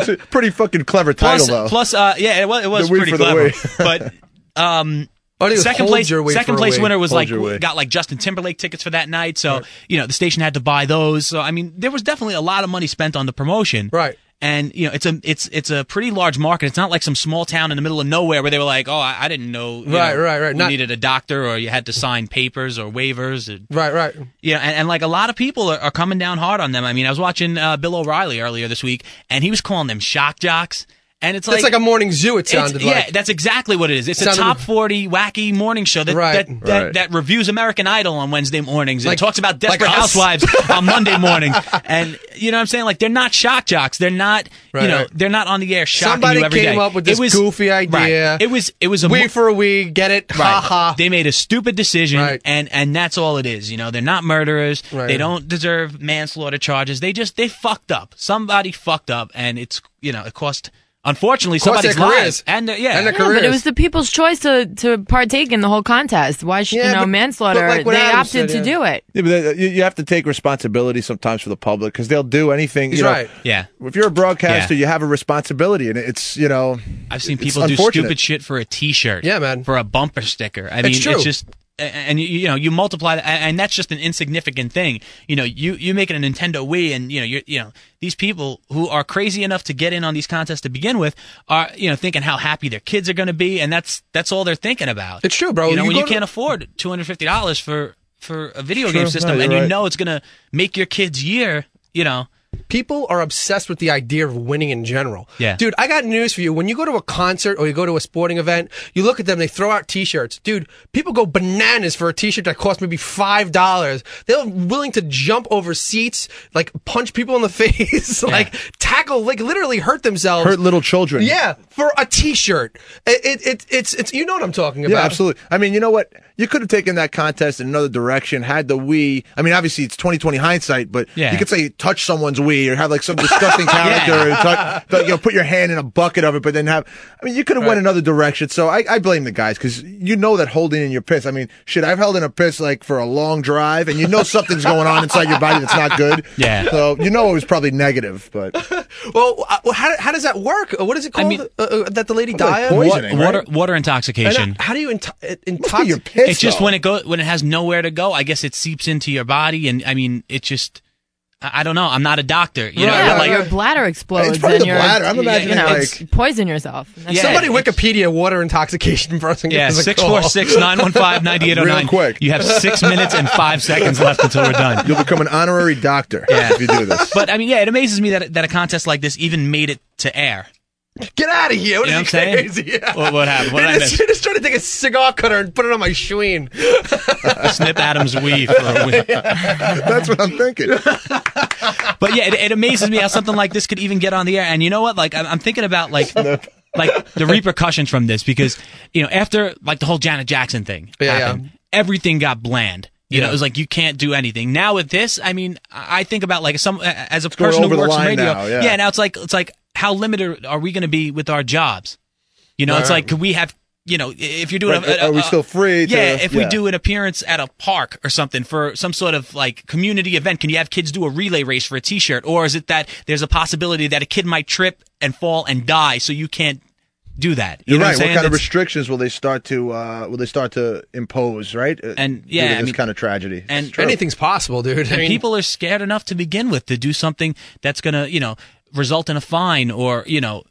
[SPEAKER 7] It's a pretty fucking clever title
[SPEAKER 3] Plus,
[SPEAKER 7] though.
[SPEAKER 3] plus, uh, yeah, it was, it was
[SPEAKER 7] The Wii
[SPEAKER 3] pretty
[SPEAKER 7] for the
[SPEAKER 3] clever.
[SPEAKER 7] Wii.
[SPEAKER 3] but um,
[SPEAKER 7] I think it was
[SPEAKER 3] second
[SPEAKER 7] Hold
[SPEAKER 3] place,
[SPEAKER 7] Your Way
[SPEAKER 3] second
[SPEAKER 7] for a
[SPEAKER 3] place
[SPEAKER 7] Wii.
[SPEAKER 3] winner was
[SPEAKER 7] Hold
[SPEAKER 3] like
[SPEAKER 7] Your Way.
[SPEAKER 3] got like Justin Timberlake tickets for that night. So you know the station had to buy those. So I mean, there was definitely a lot of money spent on the promotion. Right. And you know it's a it's it's a pretty large market. It's not like some small town in the middle of nowhere where they were like, oh, I, I didn't know. you
[SPEAKER 2] Right,
[SPEAKER 3] know,
[SPEAKER 2] right, right.
[SPEAKER 3] We
[SPEAKER 2] Not-
[SPEAKER 3] needed a doctor, or you had to sign papers or waivers. Or,
[SPEAKER 2] Right, right.
[SPEAKER 3] yeah, and, and like a lot of people are, are coming down hard on them. I mean, I was watching uh, Bill O'Reilly earlier this week, and he was calling them shock jocks. And it's like
[SPEAKER 2] That's like a morning zoo,
[SPEAKER 3] it's-
[SPEAKER 2] it sounded
[SPEAKER 3] yeah,
[SPEAKER 2] like.
[SPEAKER 3] that's exactly what it is. It's
[SPEAKER 2] Sounded-
[SPEAKER 3] a top forty wacky morning show that
[SPEAKER 2] Right.
[SPEAKER 3] that, that,
[SPEAKER 2] Right.
[SPEAKER 3] that reviews American Idol on Wednesday mornings and
[SPEAKER 2] Like-
[SPEAKER 3] talks about
[SPEAKER 2] like
[SPEAKER 3] Desperate
[SPEAKER 2] us.
[SPEAKER 3] Housewives on Monday morning. And you know what I'm saying? Like they're not shock jocks. They're not
[SPEAKER 2] Right,
[SPEAKER 3] you know
[SPEAKER 2] right.
[SPEAKER 3] they're not on the air shocking
[SPEAKER 2] Somebody
[SPEAKER 3] you every
[SPEAKER 2] came
[SPEAKER 3] day.
[SPEAKER 2] up with
[SPEAKER 3] It
[SPEAKER 2] this
[SPEAKER 3] was-
[SPEAKER 2] goofy idea.
[SPEAKER 3] Right. It was it was a
[SPEAKER 2] We
[SPEAKER 3] mo-
[SPEAKER 2] for a we get it. Ha
[SPEAKER 3] Right.
[SPEAKER 2] ha.
[SPEAKER 3] They made a stupid decision, and and that's all it is. You know, they're not murderers.
[SPEAKER 2] Right.
[SPEAKER 3] They don't deserve manslaughter charges. They just they fucked up. Somebody fucked up, and it's you know it cost. Unfortunately,
[SPEAKER 2] Cost their
[SPEAKER 3] somebody's lives
[SPEAKER 2] careers.
[SPEAKER 3] and their, yeah,
[SPEAKER 2] And their
[SPEAKER 9] Yeah, but it was the people's choice to, to partake in the whole contest. Why should you know
[SPEAKER 7] but-
[SPEAKER 9] manslaughter?
[SPEAKER 7] but like what
[SPEAKER 9] they
[SPEAKER 7] Adam
[SPEAKER 9] opted
[SPEAKER 7] said,
[SPEAKER 9] to
[SPEAKER 7] yeah.
[SPEAKER 9] do it.
[SPEAKER 7] Yeah, but that- you, you have to take responsibility sometimes for the public because they'll do anything.
[SPEAKER 2] He's
[SPEAKER 7] you know.
[SPEAKER 2] right.
[SPEAKER 3] Yeah.
[SPEAKER 7] If you're a broadcaster, you have a responsibility, and it's you know.
[SPEAKER 3] I've seen
[SPEAKER 7] it's
[SPEAKER 3] people do
[SPEAKER 7] unfortunate.
[SPEAKER 3] stupid shit for a T-shirt.
[SPEAKER 7] Yeah,
[SPEAKER 3] man. For a bumper sticker. I
[SPEAKER 7] It's
[SPEAKER 3] mean,
[SPEAKER 7] true.
[SPEAKER 3] it's just. And you- you know you multiply that, and that's just an insignificant thing. You know you you make it a Nintendo Wii, and you know you you know these people who are crazy enough to get in on these contests to begin with are you know thinking how happy their kids are going to be, and that's that's all they're thinking about.
[SPEAKER 2] It's true, bro.
[SPEAKER 3] You know
[SPEAKER 2] You
[SPEAKER 3] when
[SPEAKER 2] go
[SPEAKER 3] you
[SPEAKER 2] to-
[SPEAKER 3] can't afford two hundred fifty dollars for for a video
[SPEAKER 2] True.
[SPEAKER 3] game
[SPEAKER 2] No,
[SPEAKER 3] system,
[SPEAKER 2] you're
[SPEAKER 3] and
[SPEAKER 2] right.
[SPEAKER 3] you know it's going to make your kids year. You know
[SPEAKER 2] People are obsessed with the idea of winning in general.
[SPEAKER 3] Yeah.
[SPEAKER 2] Dude, I got news for you. When you go to a concert or you go to a sporting event, you look at them, they throw out t shirts. Dude, people go bananas for a t shirt that cost maybe $5. They're willing to jump over seats, like punch people in the face, like tackle, like literally hurt themselves.
[SPEAKER 7] Hurt little children.
[SPEAKER 2] Yeah, for a t shirt. It, it, it, it's, it's, you know what I'm talking about.
[SPEAKER 7] Yeah, absolutely. I mean, you know what? You could have taken that contest in another direction. Had the Wii, I mean, obviously it's 2020 hindsight, but
[SPEAKER 2] Yeah.
[SPEAKER 7] you could say touch someone's Wii or have like some disgusting character,
[SPEAKER 2] Yeah.
[SPEAKER 7] or touch, but, you know, put your hand in a bucket of it, but then have. I mean, you could have went another direction. So I, I blame the guys because you know that holding in your piss. I mean, shit, I've held in a piss like for a long drive, and you know something's going on inside your body that's not good.
[SPEAKER 3] Yeah.
[SPEAKER 7] So you know it was probably negative, but
[SPEAKER 2] Well, uh, well, how, how does that work? Uh, What is it called? uh, uh, that the lady died? of?
[SPEAKER 3] Wa- water water intoxication.
[SPEAKER 2] And, uh, how do you inti- intoxicate?
[SPEAKER 3] it's just when it goes when it has nowhere to go. I guess it seeps into your body, and I mean, it just. I I don't know. I'm not a doctor. You
[SPEAKER 9] yeah,
[SPEAKER 3] know, like
[SPEAKER 9] your bladder explodes.
[SPEAKER 2] probably
[SPEAKER 9] and
[SPEAKER 2] the
[SPEAKER 9] you're,
[SPEAKER 2] bladder. I'm
[SPEAKER 9] you-
[SPEAKER 2] imagining,
[SPEAKER 9] you know,
[SPEAKER 2] like-
[SPEAKER 9] it's poison yourself.
[SPEAKER 2] Somebody Wikipedia water intoxication person.
[SPEAKER 3] yeah,
[SPEAKER 2] gives us a
[SPEAKER 3] six
[SPEAKER 2] call.
[SPEAKER 3] four six nine one five ninety eight zero nine.
[SPEAKER 7] Real quick.
[SPEAKER 3] You have six minutes and five seconds left until we're done.
[SPEAKER 7] You'll become an honorary doctor
[SPEAKER 3] Yeah.
[SPEAKER 7] if you do this.
[SPEAKER 3] But I mean, yeah, it amazes me that that a contest like this even made it to air.
[SPEAKER 2] Get out of here! What
[SPEAKER 3] You
[SPEAKER 2] is
[SPEAKER 3] know
[SPEAKER 2] he
[SPEAKER 3] what I'm saying?
[SPEAKER 2] crazy? Yeah.
[SPEAKER 3] What- what happened? What did
[SPEAKER 2] I
[SPEAKER 3] I
[SPEAKER 2] just,
[SPEAKER 3] miss?
[SPEAKER 2] I just tried to take a cigar cutter and put it on my schween.
[SPEAKER 3] Snip Adams Wii for a win.
[SPEAKER 7] That's what I'm thinking.
[SPEAKER 3] But yeah, it, it amazes me how something like this could even get on the air. And you know what? Like, I'm, I'm thinking about like like the repercussions from this because you know after like the whole Janet Jackson thing
[SPEAKER 2] Yeah, yeah.
[SPEAKER 3] happened, everything got bland. You know,
[SPEAKER 2] Yeah.
[SPEAKER 3] it was like you can't do anything. Now with this, I mean, I I think about like some as a
[SPEAKER 7] going
[SPEAKER 3] person
[SPEAKER 7] over
[SPEAKER 3] who
[SPEAKER 7] the
[SPEAKER 3] works in
[SPEAKER 7] line
[SPEAKER 3] radio.
[SPEAKER 7] now, yeah.
[SPEAKER 3] now it's like it's like how limited are we going to be with our jobs? You know,
[SPEAKER 7] Right,
[SPEAKER 3] it's
[SPEAKER 7] right.
[SPEAKER 3] like could we have you know i- if you're doing
[SPEAKER 7] Right,
[SPEAKER 3] a, a-
[SPEAKER 7] are we
[SPEAKER 3] a-
[SPEAKER 7] still free to-
[SPEAKER 3] yeah, if we
[SPEAKER 7] yeah.
[SPEAKER 3] do an appearance at a park or something for some sort of like community event, can you have kids do a relay race for a T-shirt, or is it that there's a possibility that a kid might trip and fall and die, so you can't do that. You
[SPEAKER 7] You're
[SPEAKER 3] know
[SPEAKER 7] right.
[SPEAKER 3] What, I'm
[SPEAKER 7] What,
[SPEAKER 3] saying?
[SPEAKER 7] kind of
[SPEAKER 3] That's-
[SPEAKER 7] restrictions will they start to uh, will they start to impose? Right. Uh,
[SPEAKER 3] And, yeah, I
[SPEAKER 7] this
[SPEAKER 3] mean-
[SPEAKER 7] kind of tragedy.
[SPEAKER 3] and
[SPEAKER 2] anything's possible, dude. I
[SPEAKER 3] And
[SPEAKER 2] mean-
[SPEAKER 3] people are scared enough to begin with to do something that's gonna, you know, result in a fine or you know,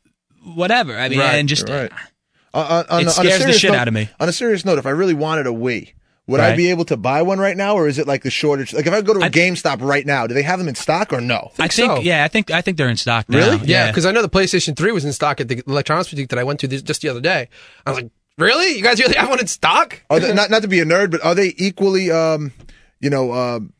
[SPEAKER 3] whatever. I mean,
[SPEAKER 7] Right,
[SPEAKER 3] and just
[SPEAKER 7] right. Uh, on,
[SPEAKER 3] It
[SPEAKER 7] on a
[SPEAKER 3] scares the
[SPEAKER 7] serious
[SPEAKER 3] shit
[SPEAKER 7] note-
[SPEAKER 3] out of me.
[SPEAKER 7] On a serious note, if I really wanted a Wii, would I
[SPEAKER 3] Right.
[SPEAKER 7] be able to buy one right now, or is it like the shortage? Like if I go to a GameStop right now, do they have them in stock or no?
[SPEAKER 3] I think, yeah, I think I think they're in stock now.
[SPEAKER 2] Yeah, because I know the PlayStation 3 was in stock at the electronics boutique that I went to this, just the other day. I was like, really? You guys really have one in stock?
[SPEAKER 7] Are they, not not to be a nerd, but are they equally, um, you know, um,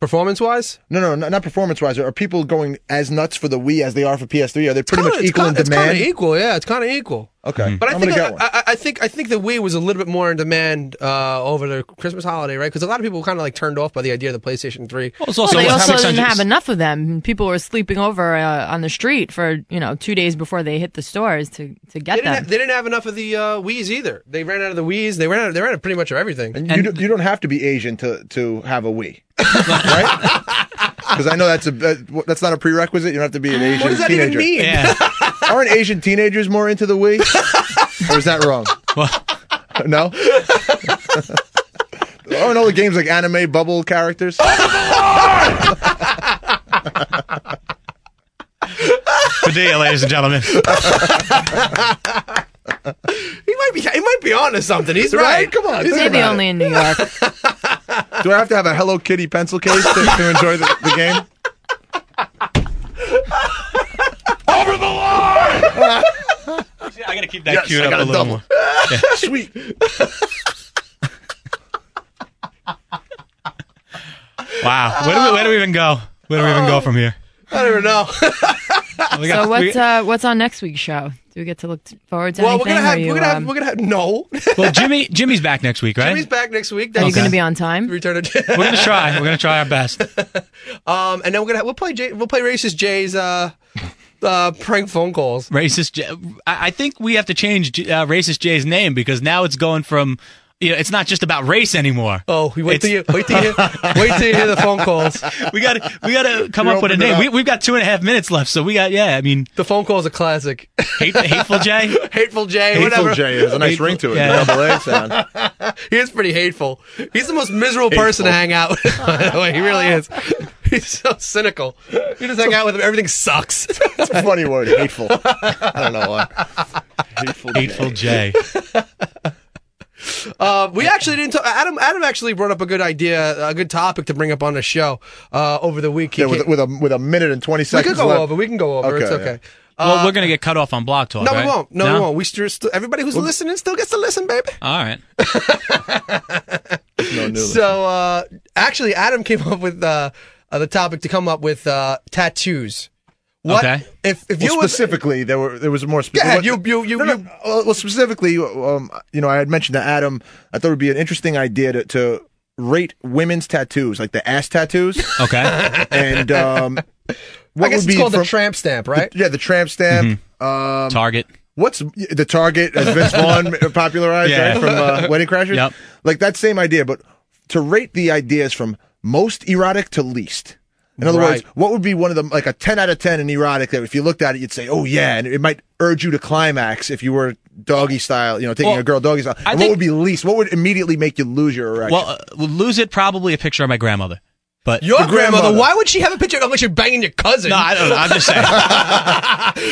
[SPEAKER 2] performance wise?
[SPEAKER 7] No, no, not, not performance wise. Are people going as nuts for the Wii as they are for PS3? Are they pretty
[SPEAKER 2] Kinda-
[SPEAKER 7] much
[SPEAKER 2] it's
[SPEAKER 7] equal in
[SPEAKER 2] kinda-
[SPEAKER 7] demand?
[SPEAKER 2] It's kind of equal. Yeah, it's kind of equal.
[SPEAKER 7] Okay,
[SPEAKER 2] But I
[SPEAKER 7] I'm
[SPEAKER 2] think
[SPEAKER 7] gonna
[SPEAKER 2] I,
[SPEAKER 7] get one.
[SPEAKER 2] I, I think I think the Wii was a little bit more in demand uh, over the Christmas holiday, right? Because a lot of people were kind of like turned off by the idea of the PlayStation Three. Well,
[SPEAKER 9] Well, they also didn't have enough of them. People were sleeping over uh, on the street for you know two days before they hit the stores to to
[SPEAKER 2] They
[SPEAKER 9] get
[SPEAKER 2] didn't,
[SPEAKER 9] them.
[SPEAKER 2] have, they didn't have enough of the uh, Wii's either. They ran out of the Wii's. They ran out. Of, they ran out of pretty much of everything.
[SPEAKER 7] And, you, do, you don't have to be Asian to, to have a Wii, right? Because I know that's a that- that's not a prerequisite. You don't have to be an Asian.
[SPEAKER 2] What does that even
[SPEAKER 7] teenager.
[SPEAKER 2] mean? Yeah.
[SPEAKER 7] Aren't Asian teenagers more into the Wii? or is that wrong? No. Aren't all the games like anime bubble characters?
[SPEAKER 3] Good day, ladies and gentlemen.
[SPEAKER 2] he might be. He might be on to something. He's right.
[SPEAKER 7] Right? Come on,
[SPEAKER 2] He's
[SPEAKER 7] think
[SPEAKER 2] maybe
[SPEAKER 7] about
[SPEAKER 2] only
[SPEAKER 7] it.
[SPEAKER 2] in New York.
[SPEAKER 7] Do I have to have a Hello Kitty pencil case to, to enjoy the, the game?
[SPEAKER 18] Over the line!
[SPEAKER 3] I gotta keep
[SPEAKER 18] that
[SPEAKER 3] Yes,
[SPEAKER 18] queued
[SPEAKER 3] I
[SPEAKER 18] up
[SPEAKER 3] got
[SPEAKER 18] a
[SPEAKER 3] a
[SPEAKER 18] little
[SPEAKER 3] double.
[SPEAKER 18] more.
[SPEAKER 3] Yeah.
[SPEAKER 7] Sweet.
[SPEAKER 3] Wow, where do, we, where do we even go? Where do we even go from here?
[SPEAKER 2] I don't even know.
[SPEAKER 3] We got-
[SPEAKER 9] so
[SPEAKER 3] we-
[SPEAKER 9] what's uh, what's on next week's show? Do we get to look t- forward to
[SPEAKER 2] Well, we're
[SPEAKER 9] anything?
[SPEAKER 2] gonna
[SPEAKER 9] or
[SPEAKER 2] have.
[SPEAKER 9] you,
[SPEAKER 2] we're gonna have.
[SPEAKER 9] um,
[SPEAKER 2] We're gonna have. No.
[SPEAKER 3] well, Jimmy Jimmy's back next week, right?
[SPEAKER 2] Jimmy's back next week.
[SPEAKER 9] Are you
[SPEAKER 2] That's-
[SPEAKER 9] going to be on time?
[SPEAKER 2] Return of
[SPEAKER 3] we're gonna try. We're gonna try our best.
[SPEAKER 2] Um, and then we're gonna we'll play Jay, we'll play racist Jay's uh, uh, prank phone calls.
[SPEAKER 3] Racist. J- I I think we have to change J- uh, racist Jay's name because now it's going from. You know, it's not just about race anymore.
[SPEAKER 2] Oh, we wait
[SPEAKER 3] It's-
[SPEAKER 2] till you wait till you wait till you hear the phone calls.
[SPEAKER 3] We got to we got to come
[SPEAKER 2] You
[SPEAKER 3] up with a
[SPEAKER 2] opened it
[SPEAKER 3] name.
[SPEAKER 2] up.
[SPEAKER 3] We, we've got two and a half minutes left, so we got yeah. I mean,
[SPEAKER 2] the phone call's a classic.
[SPEAKER 3] Hate, hateful Jay.
[SPEAKER 2] hateful Jay.
[SPEAKER 3] Hateful
[SPEAKER 2] whatever.
[SPEAKER 3] Jay has a nice Hateful- ring to it, yeah. double A
[SPEAKER 7] sound.
[SPEAKER 2] he is pretty hateful. He's the most miserable person to hang out with. By the way, he really is. He's so cynical. You just hang out with him. Everything sucks.
[SPEAKER 7] It's a funny word, hateful. I don't know why. Hateful,
[SPEAKER 3] Hateful Jay.
[SPEAKER 2] Uh, we actually didn't. Talk, Adam Adam actually brought up a good idea, a good topic to bring up on the show uh, over the week. He
[SPEAKER 7] Yeah, with,
[SPEAKER 2] came-
[SPEAKER 7] with a with a minute and twenty
[SPEAKER 2] we
[SPEAKER 7] seconds.
[SPEAKER 2] could go
[SPEAKER 7] left.
[SPEAKER 2] over. We can go over.
[SPEAKER 7] Okay,
[SPEAKER 2] it's
[SPEAKER 7] yeah.
[SPEAKER 2] okay.
[SPEAKER 3] well, we're gonna get cut off on Blog Talk.
[SPEAKER 2] Uh, No,
[SPEAKER 3] right?
[SPEAKER 2] we won't. No, we won't. We still, still everybody who's listening still gets to listen, baby.
[SPEAKER 3] All right.
[SPEAKER 2] So uh, actually, Adam came up with uh, uh, the topic to come up with uh, tattoos. What
[SPEAKER 7] Okay.
[SPEAKER 2] if if
[SPEAKER 7] Well,
[SPEAKER 2] you was
[SPEAKER 7] specifically there were there was a more
[SPEAKER 2] Go
[SPEAKER 7] specific.
[SPEAKER 2] ahead, you- you- you-
[SPEAKER 7] no, no,
[SPEAKER 2] you-
[SPEAKER 7] uh, well specifically, um, you know, I had mentioned to Adam. I thought it would be an interesting idea to, to rate women's tattoos, like the ass tattoos.
[SPEAKER 3] Okay.
[SPEAKER 7] and um, what
[SPEAKER 2] I guess
[SPEAKER 7] would
[SPEAKER 2] it's
[SPEAKER 7] be
[SPEAKER 2] called the
[SPEAKER 7] from-
[SPEAKER 2] tramp stamp, right?
[SPEAKER 7] yeah, the tramp stamp. Um,
[SPEAKER 3] Target.
[SPEAKER 7] What's the target as Vince Vaughn popularized
[SPEAKER 3] Yeah.
[SPEAKER 7] right, from uh, Wedding Crashers?
[SPEAKER 3] Yep.
[SPEAKER 7] Like that same idea, but to rate the ideas from most erotic to least. In other words,
[SPEAKER 2] Right.
[SPEAKER 7] what would be one of them like a ten out of ten in erotic that if you looked at it, you'd say, "Oh yeah," and it might urge you to climax if you were doggy style, you know, taking
[SPEAKER 3] Well,
[SPEAKER 7] a girl doggy style.
[SPEAKER 3] I
[SPEAKER 7] And
[SPEAKER 3] think-
[SPEAKER 7] what would be least? What would immediately make you lose your erection?
[SPEAKER 3] Well, uh, we'll lose it probably a picture of my grandmother. But
[SPEAKER 2] your grandmother, Why would she have a picture unless you're banging your cousin?
[SPEAKER 3] No, I don't know. I'm just saying.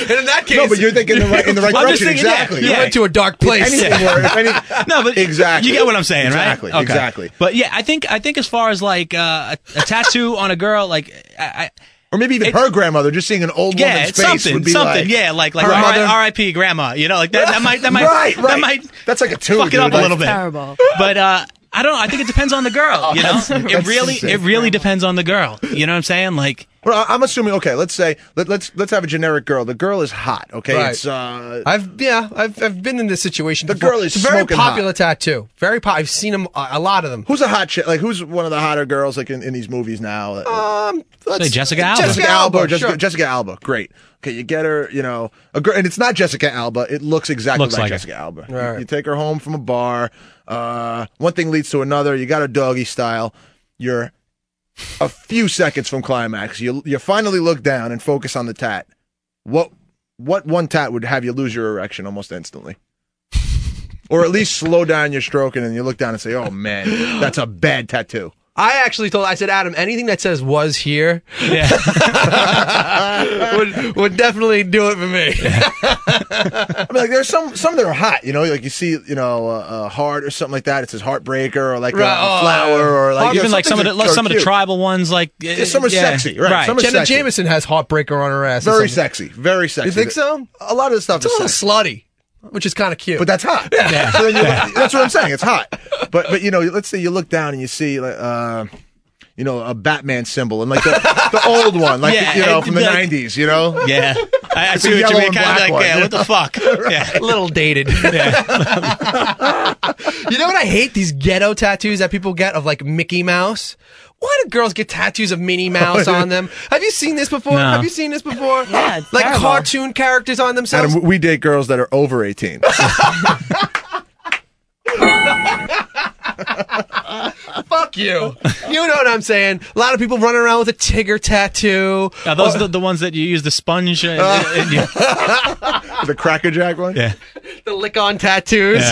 [SPEAKER 2] and in that case,
[SPEAKER 7] no, but you're thinking in the right, in the right
[SPEAKER 3] I'm just
[SPEAKER 7] direction.
[SPEAKER 3] thinking, yeah,
[SPEAKER 7] exactly.
[SPEAKER 3] yeah. You went to a dark
[SPEAKER 7] If
[SPEAKER 3] place.
[SPEAKER 7] anything
[SPEAKER 3] Yeah.
[SPEAKER 7] were- if any-
[SPEAKER 3] no, but
[SPEAKER 7] exactly.
[SPEAKER 3] You get what I'm saying,
[SPEAKER 7] Exactly.
[SPEAKER 3] right? Okay.
[SPEAKER 7] Exactly.
[SPEAKER 3] But yeah, I think I think as far as like uh, a, a tattoo on a girl, like I, I
[SPEAKER 7] or maybe even her grandmother, just seeing an old
[SPEAKER 3] yeah,
[SPEAKER 7] woman's
[SPEAKER 3] it's
[SPEAKER 7] face
[SPEAKER 3] something,
[SPEAKER 7] would be
[SPEAKER 3] something,
[SPEAKER 7] like,
[SPEAKER 3] yeah, like like
[SPEAKER 7] Her
[SPEAKER 3] R-
[SPEAKER 7] mother-
[SPEAKER 3] R.I.P. Grandma, you know, like that, that might that might
[SPEAKER 7] Right,
[SPEAKER 3] that
[SPEAKER 7] right.
[SPEAKER 3] might
[SPEAKER 7] that's like a two,
[SPEAKER 3] fuck it
[SPEAKER 7] dude.
[SPEAKER 3] up a
[SPEAKER 7] That's
[SPEAKER 3] little bit.
[SPEAKER 9] terrible.
[SPEAKER 3] But uh, I don't. know. I think it depends on the girl. You know,
[SPEAKER 7] that's-
[SPEAKER 3] it
[SPEAKER 7] that's
[SPEAKER 3] really
[SPEAKER 7] insane.
[SPEAKER 3] it really depends on the girl. You know what I'm saying? Like
[SPEAKER 7] Well, I- I'm assuming. Okay, let's say let, let's let's have a generic girl. The girl is hot. Okay,
[SPEAKER 2] Right.
[SPEAKER 7] it's uh,
[SPEAKER 2] I've yeah, I've I've been in this situation. The
[SPEAKER 7] girl is
[SPEAKER 2] it's a very
[SPEAKER 7] smoking
[SPEAKER 2] popular tattoo. Very pop. I've seen them
[SPEAKER 3] uh,
[SPEAKER 2] a lot of them.
[SPEAKER 7] who's a hot chick? Like who's one of the hotter girls like in, in these movies now?
[SPEAKER 2] Um, let's-
[SPEAKER 3] Say Jessica Alba.
[SPEAKER 7] Jessica Alba. or Jessica,
[SPEAKER 2] sure.
[SPEAKER 7] Jessica Alba. Great. Okay, you get her. You know, a girl, and it's not Jessica Alba. It looks exactly
[SPEAKER 3] Looks
[SPEAKER 7] like,
[SPEAKER 3] like it.
[SPEAKER 7] Jessica Alba. You-
[SPEAKER 2] Right.
[SPEAKER 7] You, take her home from a bar. Uh, one thing leads to another. You got a doggy style. You're a few seconds from climax. You you finally look down and focus on the tat. What what one tat would have you lose your erection almost instantly? or at least slow down your stroke, and then you look down and say, "Oh man, that's a bad tattoo."
[SPEAKER 2] I actually told I said Adam anything that says was here would would definitely do it for me.
[SPEAKER 7] I mean, like there's some some that are hot, you know, like you see, you know, uh, uh, heart or something like that. It says heartbreaker or like a-
[SPEAKER 3] Right,
[SPEAKER 7] a,
[SPEAKER 3] oh,
[SPEAKER 7] flower or like you know,
[SPEAKER 3] even like some of the
[SPEAKER 7] things are-
[SPEAKER 3] like,
[SPEAKER 7] are
[SPEAKER 3] some of the
[SPEAKER 7] cute.
[SPEAKER 3] tribal ones, like uh,
[SPEAKER 7] Yeah, some are sexy, right? Some are
[SPEAKER 2] Jenna
[SPEAKER 7] sexy.
[SPEAKER 2] Jameson has heartbreaker on her ass.
[SPEAKER 7] Very sexy, very sexy.
[SPEAKER 2] You think so?
[SPEAKER 7] A lot of the stuff
[SPEAKER 2] it's a little slutty, which is kind of cute.
[SPEAKER 7] But that's hot. So then you- That's what I'm saying. It's hot. But but you know, let's say you look down and you see like uh, you know a Batman symbol and like the, the old one, like
[SPEAKER 3] Yeah,
[SPEAKER 7] you know
[SPEAKER 3] it-
[SPEAKER 7] from the
[SPEAKER 3] like-
[SPEAKER 7] '90s. You know.
[SPEAKER 3] Yeah. I, I
[SPEAKER 7] It's a
[SPEAKER 3] see what you
[SPEAKER 7] yellow
[SPEAKER 3] mean.
[SPEAKER 7] and
[SPEAKER 3] Kind of
[SPEAKER 7] black
[SPEAKER 3] like,
[SPEAKER 7] one,
[SPEAKER 3] yeah,
[SPEAKER 7] you
[SPEAKER 3] what the
[SPEAKER 7] know?
[SPEAKER 3] fuck? Yeah.
[SPEAKER 2] a little dated. you know what I hate? These ghetto tattoos that people get of like Mickey Mouse. Why do girls get tattoos of Minnie Mouse on them? Have you seen this before?
[SPEAKER 7] No.
[SPEAKER 2] Have you seen this before? Yeah,
[SPEAKER 9] it's
[SPEAKER 2] like
[SPEAKER 9] terrible.
[SPEAKER 2] cartoon characters on themselves.
[SPEAKER 7] Adam, we date girls that are over 18.
[SPEAKER 2] Fuck you. You know what I'm saying? A lot of people running around with a Tigger tattoo.
[SPEAKER 3] Now, those
[SPEAKER 2] Or- Uh,
[SPEAKER 3] are the, the ones that you use the sponge. And, and you,
[SPEAKER 7] the Cracker Jack one.
[SPEAKER 3] Yeah.
[SPEAKER 2] the lick on tattoos.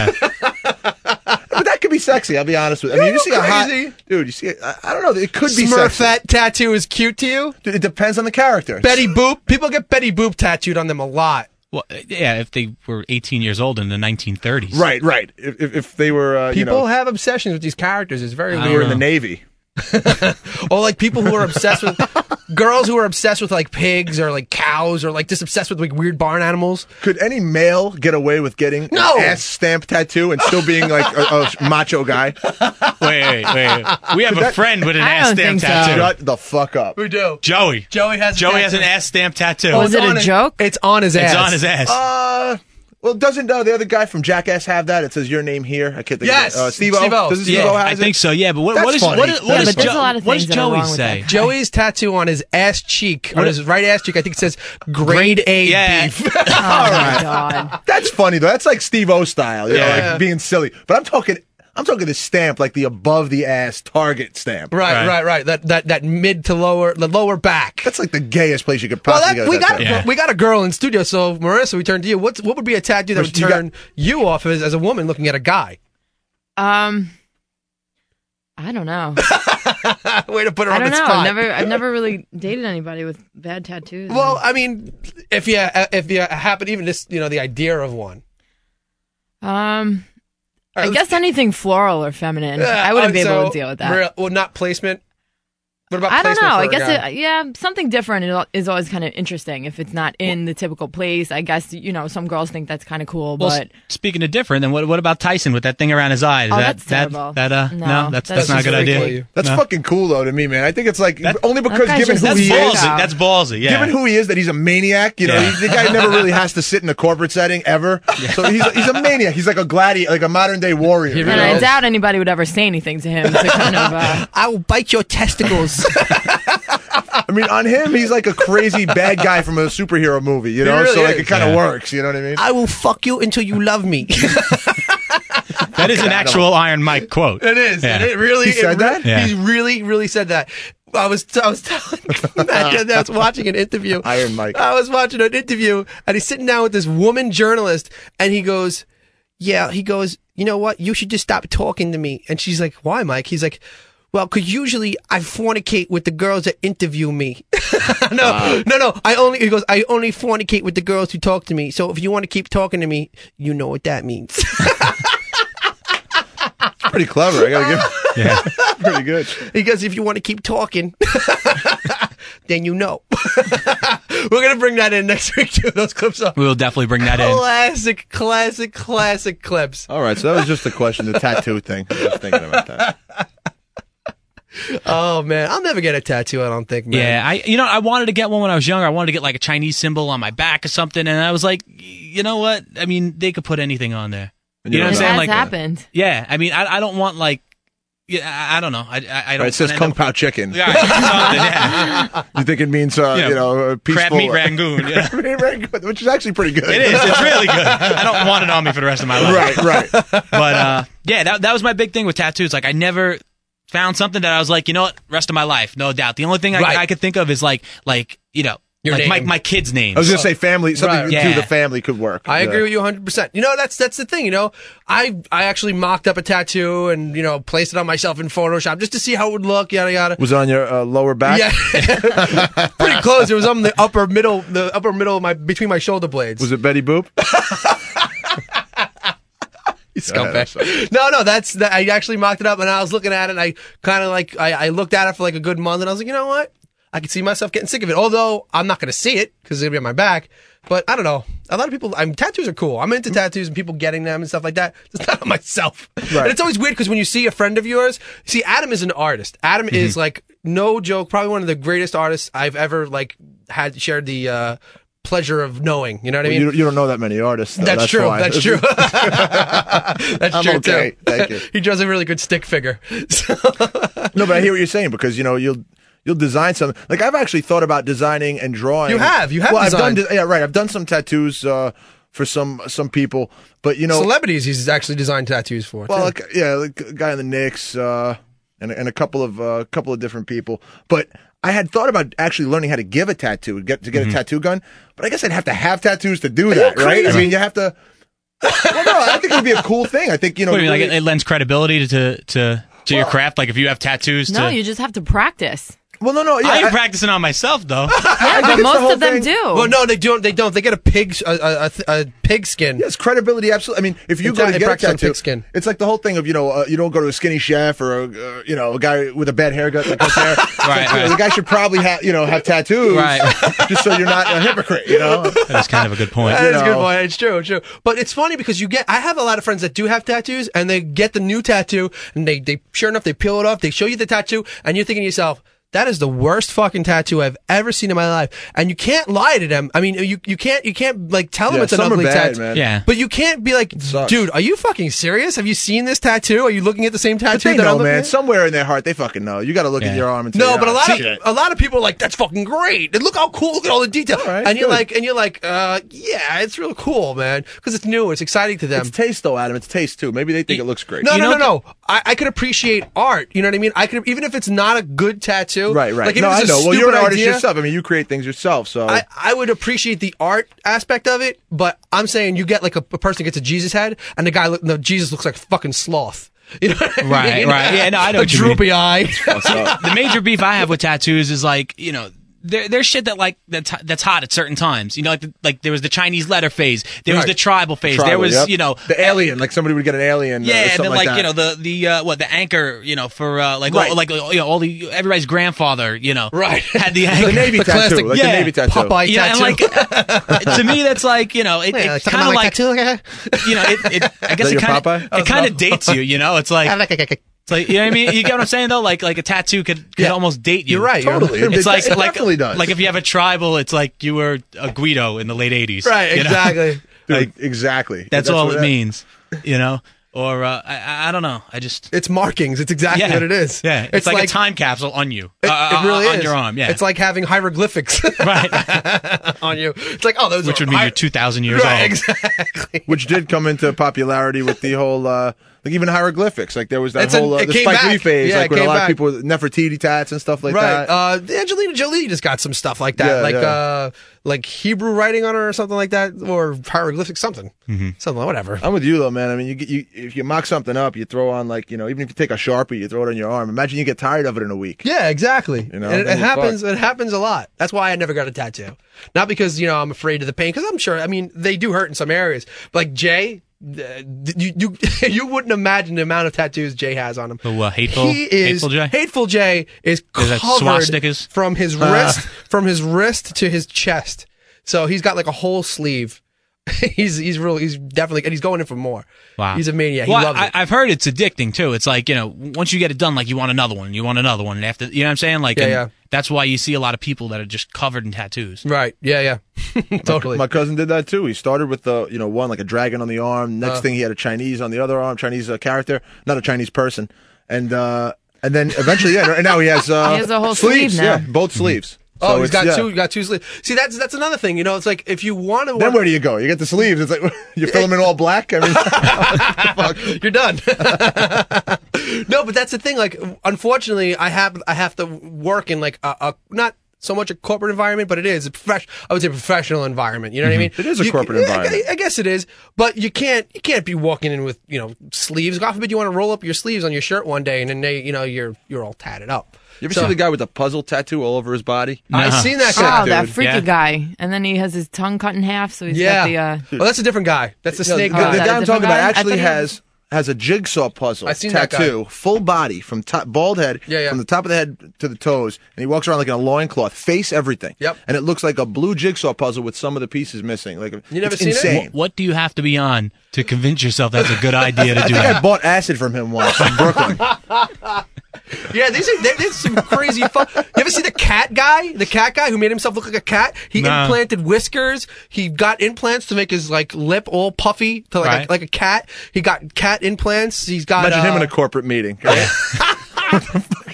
[SPEAKER 7] but that could be sexy. I'll be honest with you. I mean,
[SPEAKER 2] Yeah,
[SPEAKER 7] you see a
[SPEAKER 2] crazy.
[SPEAKER 7] hot dude. You see, I, I don't know. It could be sexy.
[SPEAKER 2] Smurfette tattoo is cute to you.
[SPEAKER 7] Dude, it depends on the character.
[SPEAKER 2] Betty Boop. People get Betty Boop tattooed on them a lot.
[SPEAKER 3] well, yeah, if they were 18 years old in the 1930s.
[SPEAKER 7] Right, right. If, if, if they were, uh,
[SPEAKER 2] People
[SPEAKER 7] you know,
[SPEAKER 2] have obsessions with these characters. It's very
[SPEAKER 7] they
[SPEAKER 2] weird.
[SPEAKER 7] were in the Navy.
[SPEAKER 2] Or like people who are obsessed with girls who are obsessed with like pigs or like cows or like just obsessed with like weird barn animals.
[SPEAKER 7] Could any male get away with getting
[SPEAKER 2] No!
[SPEAKER 7] an ass stamp tattoo and still being like a, a macho guy?
[SPEAKER 3] Wait, wait, wait. We have
[SPEAKER 7] Could
[SPEAKER 3] a
[SPEAKER 7] that-
[SPEAKER 3] friend with an ass stamp tattoo.
[SPEAKER 7] Shut the fuck up.
[SPEAKER 2] We do.
[SPEAKER 3] Joey.
[SPEAKER 2] Joey has a
[SPEAKER 3] Joey has
[SPEAKER 2] tattoo.
[SPEAKER 3] an ass stamp tattoo.
[SPEAKER 2] Oh, it's on his- It's on his ass.
[SPEAKER 3] It's on his ass.
[SPEAKER 7] Uh, well, doesn't uh, the other guy from Jackass have that? It says your name here. I can't think.
[SPEAKER 2] Yes,
[SPEAKER 7] of it. uh, Steve-O.
[SPEAKER 2] Steve-O.
[SPEAKER 7] Doesn't Steve-O
[SPEAKER 3] yeah,
[SPEAKER 7] have
[SPEAKER 3] I
[SPEAKER 7] it?
[SPEAKER 3] think so. Yeah, but what,
[SPEAKER 7] That's
[SPEAKER 3] what is
[SPEAKER 7] funny.
[SPEAKER 3] what is what
[SPEAKER 7] That
[SPEAKER 3] is
[SPEAKER 7] is
[SPEAKER 3] Jo- what does Joey say?
[SPEAKER 2] Joey's tattoo on his ass cheek, on his right ass cheek, I think it says grade A beef.
[SPEAKER 3] Oh,
[SPEAKER 7] All right. That's funny though. That's like Steve O style, you know,
[SPEAKER 2] Yeah.
[SPEAKER 7] like being silly. But I'm talking I'm talking the stamp, like the above the ass target stamp.
[SPEAKER 2] Right, right, right, That that that mid to lower the lower back.
[SPEAKER 7] That's like the gayest place you could
[SPEAKER 2] Well,
[SPEAKER 7] possibly
[SPEAKER 2] that,
[SPEAKER 7] go.
[SPEAKER 2] we
[SPEAKER 7] with
[SPEAKER 2] got a,
[SPEAKER 7] tattoo.
[SPEAKER 2] gr- we got a girl in studio, so Marissa, we turn to you. What's what would be a tattoo that would
[SPEAKER 7] Marissa, you
[SPEAKER 2] turn you off as, as a woman looking at a guy?
[SPEAKER 9] Um, I don't know.
[SPEAKER 2] Way to put her
[SPEAKER 9] I
[SPEAKER 2] on
[SPEAKER 9] don't
[SPEAKER 2] the
[SPEAKER 9] know.
[SPEAKER 2] spot.
[SPEAKER 9] I've never, I've never really dated anybody with bad tattoos.
[SPEAKER 2] Well, I mean, if you uh, if you happen even just you know the idea of one.
[SPEAKER 9] um, I
[SPEAKER 2] right,
[SPEAKER 9] guess anything floral or feminine,
[SPEAKER 2] Yeah,
[SPEAKER 9] I wouldn't
[SPEAKER 2] and
[SPEAKER 9] be able
[SPEAKER 2] so,
[SPEAKER 9] to deal with that.
[SPEAKER 2] real- well, not placement. What about
[SPEAKER 9] I don't
[SPEAKER 2] placement
[SPEAKER 9] know.
[SPEAKER 2] for
[SPEAKER 9] I
[SPEAKER 2] a
[SPEAKER 9] guess
[SPEAKER 2] guy?
[SPEAKER 9] it, yeah, something different is al- is always kind of interesting if it's not in the typical place. I guess you know some girls think that's kind of cool,
[SPEAKER 3] Well,
[SPEAKER 9] but
[SPEAKER 3] s- speaking of different, then what, what about Tyson with that thing around his eye? Is
[SPEAKER 9] Oh,
[SPEAKER 3] that,
[SPEAKER 9] that's
[SPEAKER 3] that,
[SPEAKER 9] terrible.
[SPEAKER 3] that, uh, no,
[SPEAKER 9] No, that's
[SPEAKER 3] that's, that's, not a good
[SPEAKER 9] just
[SPEAKER 3] idea.
[SPEAKER 9] ridiculous.
[SPEAKER 7] That's
[SPEAKER 3] No.
[SPEAKER 7] fucking cool though to me, man. I think it's like only because
[SPEAKER 9] guy's
[SPEAKER 7] given
[SPEAKER 9] just
[SPEAKER 7] who
[SPEAKER 3] That's
[SPEAKER 7] he
[SPEAKER 3] ballsy.
[SPEAKER 7] is,
[SPEAKER 3] That's ballsy. Yeah.
[SPEAKER 7] given who he is, that he's a maniac. You know,
[SPEAKER 3] Yeah.
[SPEAKER 7] he- the guy never really has to sit in a corporate setting ever. So he's he's a maniac. He's like a gladiator, like a modern day warrior. you
[SPEAKER 9] and
[SPEAKER 7] know?
[SPEAKER 9] I doubt anybody would ever say anything to him. To kind of, uh,
[SPEAKER 2] I will bite your testicles.
[SPEAKER 7] I mean, on him, he's like a crazy bad guy from a superhero movie. You
[SPEAKER 2] He
[SPEAKER 7] know,
[SPEAKER 2] really
[SPEAKER 7] so like
[SPEAKER 2] is.
[SPEAKER 7] it kind of
[SPEAKER 2] Yeah.
[SPEAKER 7] works. You know what I mean?
[SPEAKER 2] I will fuck you until you love me.
[SPEAKER 3] that is an actual Iron Mike quote.
[SPEAKER 2] It is.
[SPEAKER 3] Yeah.
[SPEAKER 2] And it really
[SPEAKER 7] He said
[SPEAKER 2] it re-
[SPEAKER 7] that?
[SPEAKER 3] Yeah.
[SPEAKER 2] He really, really said that. I was I was telling Matt that I was watching an interview.
[SPEAKER 7] Iron Mike.
[SPEAKER 2] I was watching an interview and he's sitting down with this woman journalist and he goes, Yeah, he goes, You know what? You should just stop talking to me. And she's like, Why, Mike? He's like, well, because usually I fornicate with the girls that interview me. no,
[SPEAKER 7] Uh.
[SPEAKER 2] no, no. I only he goes. I only fornicate with the girls who talk to me. So if you want to keep talking to me, you know what that means.
[SPEAKER 7] Pretty clever. I gotta give.
[SPEAKER 3] Yeah.
[SPEAKER 7] Pretty good.
[SPEAKER 2] Because if you want to keep talking, then you know. We're going to bring that in next week, too. Those clips are
[SPEAKER 3] We will definitely bring that in.
[SPEAKER 2] classic, classic, classic clips.
[SPEAKER 7] All right. So that was just the question, the tattoo thing. I was thinking about that.
[SPEAKER 2] Oh, man. I'll never get a tattoo, I don't think, man.
[SPEAKER 3] Yeah, I you know I wanted to get one when I was younger. I wanted to get like a Chinese symbol on my back or something, and I was like, you know what? I mean, they could put anything on there.
[SPEAKER 7] And
[SPEAKER 3] You
[SPEAKER 7] you
[SPEAKER 3] know what
[SPEAKER 9] it
[SPEAKER 3] I'm
[SPEAKER 7] don't
[SPEAKER 9] has
[SPEAKER 3] saying? Like, uh,
[SPEAKER 9] happened.
[SPEAKER 3] yeah. I mean, I, I don't want like, yeah, I, I don't know. I I, I
[SPEAKER 7] All
[SPEAKER 3] don't.
[SPEAKER 7] right, it says
[SPEAKER 3] wanna
[SPEAKER 7] kung
[SPEAKER 3] end up-
[SPEAKER 7] pao chicken.
[SPEAKER 3] Yeah, something, yeah.
[SPEAKER 7] You think it means uh,
[SPEAKER 3] Yeah.
[SPEAKER 7] you know a peaceful
[SPEAKER 3] crab meat rangoon. yeah.
[SPEAKER 7] Crab meat rangoon, which is actually pretty good.
[SPEAKER 3] It is. It's really good. I don't want it on me for the rest of my life.
[SPEAKER 7] right. Right.
[SPEAKER 3] But uh, yeah, that that was my big thing with tattoos. Like I never found something that I was like, you know what, rest of my life, no doubt. The only thing I,
[SPEAKER 2] Right.
[SPEAKER 3] I could think of is like like you know
[SPEAKER 2] Your
[SPEAKER 3] like my
[SPEAKER 2] name.
[SPEAKER 3] my kid's name.
[SPEAKER 7] I was going to say family. Something
[SPEAKER 2] Right.
[SPEAKER 7] to
[SPEAKER 2] Yeah.
[SPEAKER 7] the family could work.
[SPEAKER 2] I
[SPEAKER 7] Yeah.
[SPEAKER 2] agree with you 100%. You know, that's that's the thing, you know. I I actually mocked up a tattoo and, you know, placed it on myself in Photoshop just to see how it would look, yada yada.
[SPEAKER 7] Was it on your uh, lower back?
[SPEAKER 2] Yeah. Pretty close. It was on the upper middle the upper middle of my between my shoulder blades.
[SPEAKER 7] Was it Betty Boop?
[SPEAKER 2] Scumbag. No, no, that's that, I actually mocked it up and I was looking at it and I kind of like I, I looked at it for like a good month and I was like, you know what? I could see myself getting sick of it. Although I'm not going to see it because it's going to be on my back. But I don't know. A lot of people, I'm tattoos are cool. I'm
[SPEAKER 7] Mm-hmm.
[SPEAKER 2] into tattoos and people getting them and stuff like that. It's not on myself. And it's always weird because when you see a friend of yours, see Adam is an artist. Adam
[SPEAKER 7] Mm-hmm.
[SPEAKER 2] is like no joke, probably one of the greatest artists I've ever like had shared the uh, pleasure of knowing. You know what I mean?
[SPEAKER 7] you, you don't know that many artists. Though.
[SPEAKER 2] That's true,
[SPEAKER 7] why.
[SPEAKER 2] that's true. That's
[SPEAKER 7] I'm
[SPEAKER 2] true
[SPEAKER 7] okay,
[SPEAKER 2] too.
[SPEAKER 7] thank you.
[SPEAKER 2] he draws a really good stick figure.
[SPEAKER 7] no, but I hear what you're saying because you know you'll you'll design something. Like I've actually thought about designing and drawing.
[SPEAKER 2] You have, you have
[SPEAKER 7] Well, I've
[SPEAKER 2] designed.
[SPEAKER 7] done. de- Yeah, right. I've done some tattoos uh, for some some people, but you know,
[SPEAKER 2] Celebrities he's actually designed tattoos for.
[SPEAKER 7] well,
[SPEAKER 2] too.
[SPEAKER 7] like, yeah, like a guy in the Knicks, uh, and and a couple of uh, couple of different people. But I had thought about actually learning how to give a tattoo, get to get
[SPEAKER 3] Mm-hmm.
[SPEAKER 7] a tattoo gun. But I guess I'd have to have tattoos to do that, right? I
[SPEAKER 3] crazy.
[SPEAKER 7] mean, you have to. well, no, I think it'd be a cool thing. I think you know.
[SPEAKER 3] What do you mean,
[SPEAKER 7] really-
[SPEAKER 3] like it, it lends credibility to to to your craft. Like if you have tattoos,
[SPEAKER 9] No,
[SPEAKER 3] to,
[SPEAKER 9] you just have to practice.
[SPEAKER 7] Well, no, no,
[SPEAKER 3] I ain't practicing on myself though.
[SPEAKER 9] Yeah, but most of them do.
[SPEAKER 2] Well, no, they don't. They don't. They get a pig, a, a, a, a pig skin.
[SPEAKER 7] Yes, credibility. Absolutely. I mean, if you
[SPEAKER 2] It's
[SPEAKER 7] go
[SPEAKER 2] not-
[SPEAKER 7] to
[SPEAKER 2] it
[SPEAKER 7] get a
[SPEAKER 2] practices on
[SPEAKER 7] tattoo,
[SPEAKER 2] pig skin.
[SPEAKER 7] it's like the whole thing of you know uh, you don't go to a skinny chef or a uh, you know a guy with a bad haircut that cuts hair.
[SPEAKER 3] Right,
[SPEAKER 7] It's like, you know,
[SPEAKER 3] right.
[SPEAKER 7] The guy should probably have you know have tattoos,
[SPEAKER 3] Right.
[SPEAKER 7] Just so you're not a hypocrite. You know.
[SPEAKER 3] That's kind of a good point.
[SPEAKER 2] That is a good point. It's true, true. But it's funny because you get. I have a lot of friends that do have tattoos, and they get the new tattoo, and they, they sure enough they peel it off. They show you the tattoo, and you're thinking to yourself, "That is the worst fucking tattoo I've ever seen in my life." And you can't lie to them. I mean, you you can't you can't like tell them
[SPEAKER 7] Yeah,
[SPEAKER 2] it's an
[SPEAKER 7] some are
[SPEAKER 2] ugly
[SPEAKER 7] bad,
[SPEAKER 2] tattoo.
[SPEAKER 7] man. Yeah.
[SPEAKER 2] But you can't be like,
[SPEAKER 7] sucks.
[SPEAKER 2] "Dude, are you fucking serious? Have you seen this tattoo? Are you looking at the same
[SPEAKER 7] But
[SPEAKER 2] tattoo
[SPEAKER 7] they
[SPEAKER 2] that I'm
[SPEAKER 7] know,
[SPEAKER 2] looking
[SPEAKER 7] man.
[SPEAKER 2] at?"
[SPEAKER 7] Somewhere in their heart, they fucking know. You got to look at your arm and say,
[SPEAKER 2] No, but a
[SPEAKER 7] "Ah,
[SPEAKER 2] lot
[SPEAKER 7] shit."
[SPEAKER 2] of a lot of people are like that's fucking great. And look how cool! Look at all the detail. and you're
[SPEAKER 7] good.
[SPEAKER 2] like, and you're like, uh, yeah, it's real cool, man, because it's new, it's exciting to them.
[SPEAKER 7] It's taste though, Adam. It's taste too. Maybe they think it looks great.
[SPEAKER 2] No, no, no, no. I, I could appreciate art. You know what I mean? I could even if it's not a good tattoo.
[SPEAKER 7] Right, right.
[SPEAKER 2] Like, if
[SPEAKER 7] no,
[SPEAKER 2] it's
[SPEAKER 7] I
[SPEAKER 2] a
[SPEAKER 7] know. Well, you're an
[SPEAKER 2] stupid
[SPEAKER 7] artist
[SPEAKER 2] idea,
[SPEAKER 7] yourself. I mean, you create things yourself. So
[SPEAKER 2] I, I would appreciate the art aspect of it, but I'm saying you get like a, a person gets a Jesus head, and the guy, look, the Jesus looks like fucking sloth. You know what I
[SPEAKER 3] Right,
[SPEAKER 2] mean?
[SPEAKER 3] right. Yeah, no, I know
[SPEAKER 2] A
[SPEAKER 3] what you mean.
[SPEAKER 2] droopy eye.
[SPEAKER 3] the major beef I have with tattoos is like you know. There, there's shit that like that's that's hot at certain times. You know, like like there was the Chinese letter phase, there was
[SPEAKER 7] Right.
[SPEAKER 3] the tribal phase, there
[SPEAKER 7] Tribal,
[SPEAKER 3] was
[SPEAKER 7] yep.
[SPEAKER 3] you know
[SPEAKER 7] the alien. Like somebody would get an alien.
[SPEAKER 3] Yeah,
[SPEAKER 7] or
[SPEAKER 3] and
[SPEAKER 7] something
[SPEAKER 3] then like,
[SPEAKER 7] that.
[SPEAKER 3] you know the the uh, what the anchor you know for uh, like
[SPEAKER 7] Right.
[SPEAKER 3] all, like you know all the everybody's grandfather you know
[SPEAKER 2] Right.
[SPEAKER 3] had the
[SPEAKER 7] The
[SPEAKER 3] anchor
[SPEAKER 7] Navy The tattoo, classic like the Navy tattoo. Popeye
[SPEAKER 3] yeah, and, like, to me that's like you know it,
[SPEAKER 2] Yeah, like,
[SPEAKER 3] it kind of
[SPEAKER 2] my
[SPEAKER 3] like
[SPEAKER 2] tattoo,
[SPEAKER 3] you know it, it I guess
[SPEAKER 7] that
[SPEAKER 3] it
[SPEAKER 7] your
[SPEAKER 3] kind
[SPEAKER 7] Popeye?
[SPEAKER 3] of it kind of dates you you know it's like it's like you know what I mean you get what I'm saying though like like a tattoo could could almost date you
[SPEAKER 2] You're right, you're
[SPEAKER 3] totally
[SPEAKER 2] right.
[SPEAKER 3] it's
[SPEAKER 2] It
[SPEAKER 3] like
[SPEAKER 2] de- it
[SPEAKER 3] like
[SPEAKER 2] definitely does.
[SPEAKER 3] like if you have a tribal it's like you were a Guido in the late 80s
[SPEAKER 2] Right,
[SPEAKER 3] you know?
[SPEAKER 2] exactly.
[SPEAKER 7] Dude, exactly.
[SPEAKER 3] that's, all
[SPEAKER 7] what
[SPEAKER 3] it means you know or uh, I- I I don't know I just
[SPEAKER 2] It's markings. It's exactly
[SPEAKER 3] Yeah.
[SPEAKER 2] what it is.
[SPEAKER 3] Yeah, it's, like, a time capsule on you.
[SPEAKER 2] It,
[SPEAKER 3] Uh,
[SPEAKER 2] it really
[SPEAKER 3] on
[SPEAKER 2] is.
[SPEAKER 3] your arm. Yeah,
[SPEAKER 2] It's like having hieroglyphics on you. It's like, oh, those
[SPEAKER 3] which
[SPEAKER 2] are
[SPEAKER 3] would mean
[SPEAKER 2] hi-
[SPEAKER 3] you're two thousand years
[SPEAKER 2] Right,
[SPEAKER 3] old.
[SPEAKER 7] which did come into popularity with the whole uh, like even hieroglyphics. Like there was that
[SPEAKER 2] It's an-
[SPEAKER 7] whole uh,
[SPEAKER 2] it
[SPEAKER 7] the
[SPEAKER 2] came
[SPEAKER 7] Spike Lee
[SPEAKER 2] back.
[SPEAKER 7] phase,
[SPEAKER 2] Yeah,
[SPEAKER 7] like
[SPEAKER 2] it
[SPEAKER 7] when a
[SPEAKER 2] came
[SPEAKER 7] lot
[SPEAKER 2] back.
[SPEAKER 7] of people with Nefertiti tats and stuff like
[SPEAKER 2] right.
[SPEAKER 7] that.
[SPEAKER 2] Uh, Angelina Jolie just got some stuff like that,
[SPEAKER 7] Yeah,
[SPEAKER 2] like
[SPEAKER 7] yeah.
[SPEAKER 2] uh, like Hebrew writing on her or something like that, or hieroglyphics, something, something, whatever.
[SPEAKER 7] I'm with you though, man. I mean, you, get- you if you mock something up, you throw on like you know, even if you take a sharpie, you throw it on your arm. Imagine you get tired of it in a week.
[SPEAKER 2] Yeah, exactly.
[SPEAKER 7] You know,
[SPEAKER 2] And it,
[SPEAKER 7] then
[SPEAKER 2] it
[SPEAKER 7] you're
[SPEAKER 2] happens.
[SPEAKER 7] fucked.
[SPEAKER 2] It happens a lot. That's why I never got a tattoo. Not because you know I'm afraid of the pain, because I'm sure. I mean, they do hurt in some areas. But like Jay, uh, you you you wouldn't imagine the amount of tattoos Jay has on him.
[SPEAKER 3] Who, uh, hateful-
[SPEAKER 2] He is
[SPEAKER 3] hateful Jay?
[SPEAKER 2] Hateful Jay is
[SPEAKER 3] Is that
[SPEAKER 2] covered
[SPEAKER 3] swastikas?
[SPEAKER 2] from his
[SPEAKER 3] Uh.
[SPEAKER 2] wrist from his wrist to his chest. So he's got like a whole sleeve. he's he's really he's definitely and he's going in for more.
[SPEAKER 3] Wow,
[SPEAKER 2] he's a maniac.
[SPEAKER 3] Well,
[SPEAKER 2] he loves
[SPEAKER 3] I,
[SPEAKER 2] it.
[SPEAKER 3] I've heard it's addicting too. It's like you know, once you get it done, like you want another one, you want another one, and after you know what I'm saying, like
[SPEAKER 2] Yeah,
[SPEAKER 3] and
[SPEAKER 2] yeah.
[SPEAKER 3] that's why you see a lot of people that are just covered in tattoos.
[SPEAKER 2] Right? Yeah, yeah, totally.
[SPEAKER 7] My cousin did that too. He started with the you know one like a dragon on the arm. Next
[SPEAKER 2] Uh.
[SPEAKER 7] thing he had a Chinese on the other arm, Chinese uh, character, not a Chinese person, and uh and then eventually yeah, and now he has uh,
[SPEAKER 9] He has a whole
[SPEAKER 7] sleeves,
[SPEAKER 9] sleeve now.
[SPEAKER 7] yeah, both sleeves.
[SPEAKER 2] Oh,
[SPEAKER 7] So
[SPEAKER 2] he's
[SPEAKER 7] it's-
[SPEAKER 2] got
[SPEAKER 7] yeah.
[SPEAKER 2] two. Got two sleeves. See, that's that's another thing. You know, it's like if you want to,
[SPEAKER 7] Then where do you go? You get the sleeves. It's like you fill them in all black. I mean,
[SPEAKER 2] you're done. no, but that's the thing. Like, unfortunately, I have I have to work in like a, a not so much a corporate environment, but it is a profession. I would say professional environment. You know
[SPEAKER 22] Mhm.
[SPEAKER 2] what I mean?
[SPEAKER 22] It is a
[SPEAKER 2] You-
[SPEAKER 22] corporate
[SPEAKER 2] I-
[SPEAKER 22] environment.
[SPEAKER 2] I, I guess it is, but you can't you can't be walking in with you know sleeves. God forbid you want to roll up your sleeves on your shirt one day, and then they, you know you're you're all tatted up.
[SPEAKER 7] You ever
[SPEAKER 2] So-
[SPEAKER 7] see the guy with the puzzle tattoo all over his body?
[SPEAKER 2] I seen that guy.
[SPEAKER 9] Oh, that freaky guy. And then he has his tongue cut in half, so he's got
[SPEAKER 2] Yeah.
[SPEAKER 9] the. Uh,
[SPEAKER 2] Well, that's a different guy. That's the
[SPEAKER 7] No,
[SPEAKER 2] snake
[SPEAKER 7] the-
[SPEAKER 2] guy.
[SPEAKER 7] the
[SPEAKER 9] guy I'm talking
[SPEAKER 7] But
[SPEAKER 9] I- I
[SPEAKER 7] actually
[SPEAKER 9] thought he-
[SPEAKER 7] has has a jigsaw puzzle
[SPEAKER 2] I seen that guy.
[SPEAKER 7] tattoo, full body from top, bald head
[SPEAKER 2] Yeah, yeah.
[SPEAKER 7] from the top of the head to the toes, and he walks around like in a loincloth, face everything.
[SPEAKER 2] Yep.
[SPEAKER 7] And it looks like a blue jigsaw puzzle with some of the pieces missing. Like
[SPEAKER 2] You never
[SPEAKER 7] it's
[SPEAKER 2] seen it?
[SPEAKER 7] insane.
[SPEAKER 3] What, what do you have to be on to convince yourself that's a good idea to
[SPEAKER 7] I
[SPEAKER 3] do
[SPEAKER 7] think I
[SPEAKER 3] that?
[SPEAKER 7] bought acid from him once in Brooklyn.
[SPEAKER 2] Yeah, these are there- there's some crazy fun. You ever see the cat guy? The cat guy who made himself look like a cat. He
[SPEAKER 7] Nah.
[SPEAKER 2] implanted whiskers. He got implants to make his like lip all puffy to like
[SPEAKER 7] Right.
[SPEAKER 2] a, like a cat. He got cat implants. He's got
[SPEAKER 7] Imagine him
[SPEAKER 2] uh,
[SPEAKER 7] in a corporate meeting.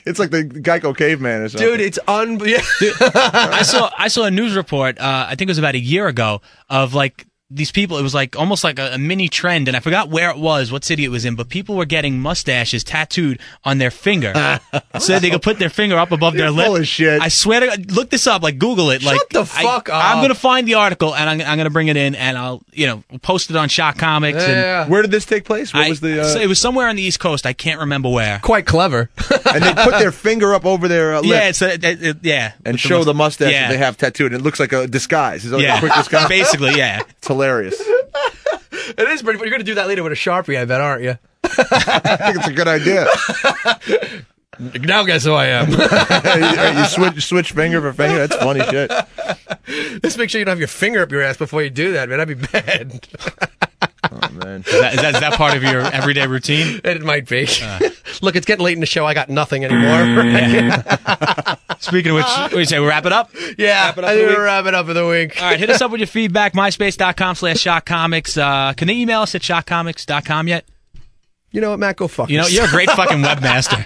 [SPEAKER 7] it's like the Geico caveman or something.
[SPEAKER 2] dude. It's un. Yeah.
[SPEAKER 3] I saw I saw a news report. Uh, I think it was about a year ago of like these people. It was like almost like a, a mini trend, and I forgot where it was, what city it was in, but people were getting mustaches tattooed on their finger, so they could put their finger up above their
[SPEAKER 7] You're
[SPEAKER 3] lip.
[SPEAKER 7] full of shit.
[SPEAKER 3] I swear to God, look this up. Like Google it. like
[SPEAKER 2] the fuck
[SPEAKER 3] I,
[SPEAKER 2] up.
[SPEAKER 3] I'm gonna find the article and I'm, I'm gonna bring it in and I'll you know post it on Shock Comics. and-
[SPEAKER 7] Where did this take place? What was the? Uh,
[SPEAKER 3] so it was somewhere on the East Coast. I can't remember where.
[SPEAKER 2] Quite clever.
[SPEAKER 7] and they put their finger up over their uh, lip.
[SPEAKER 3] Yeah, it's a, it, it- yeah.
[SPEAKER 7] and
[SPEAKER 3] With
[SPEAKER 7] show the
[SPEAKER 3] must-
[SPEAKER 7] mustache
[SPEAKER 3] Yeah.
[SPEAKER 7] that they have tattooed. And it looks like a disguise. It's like a
[SPEAKER 3] Yeah.
[SPEAKER 7] quick disguise.
[SPEAKER 3] Basically, yeah.
[SPEAKER 7] It's hilarious.
[SPEAKER 2] It is pretty. But you're gonna do that later with a sharpie, I bet, aren't you?
[SPEAKER 7] I think it's a good idea.
[SPEAKER 2] Now guess who I am.
[SPEAKER 7] you, you switch switch finger for finger. That's funny shit.
[SPEAKER 2] Just make sure you don't have your finger up your ass before you do that, man. That'd be bad.
[SPEAKER 7] Oh, man.
[SPEAKER 3] Is that, is that, is that part of your everyday routine? Uh,
[SPEAKER 2] It might be. Look, it's getting late in the show. I got nothing anymore.
[SPEAKER 3] Mm. Speaking of which, what do you say we wrap it up?
[SPEAKER 2] yeah,
[SPEAKER 3] up
[SPEAKER 2] I
[SPEAKER 3] for the
[SPEAKER 2] need to
[SPEAKER 3] week.
[SPEAKER 2] wrap it up for the week.
[SPEAKER 3] All right, hit us up with your feedback, myspace.com slash shockcomics. Uh, can they email us at shockcomics.com yet?
[SPEAKER 2] You know what, Matt? Go fuck.
[SPEAKER 3] You know, you're a great fucking webmaster.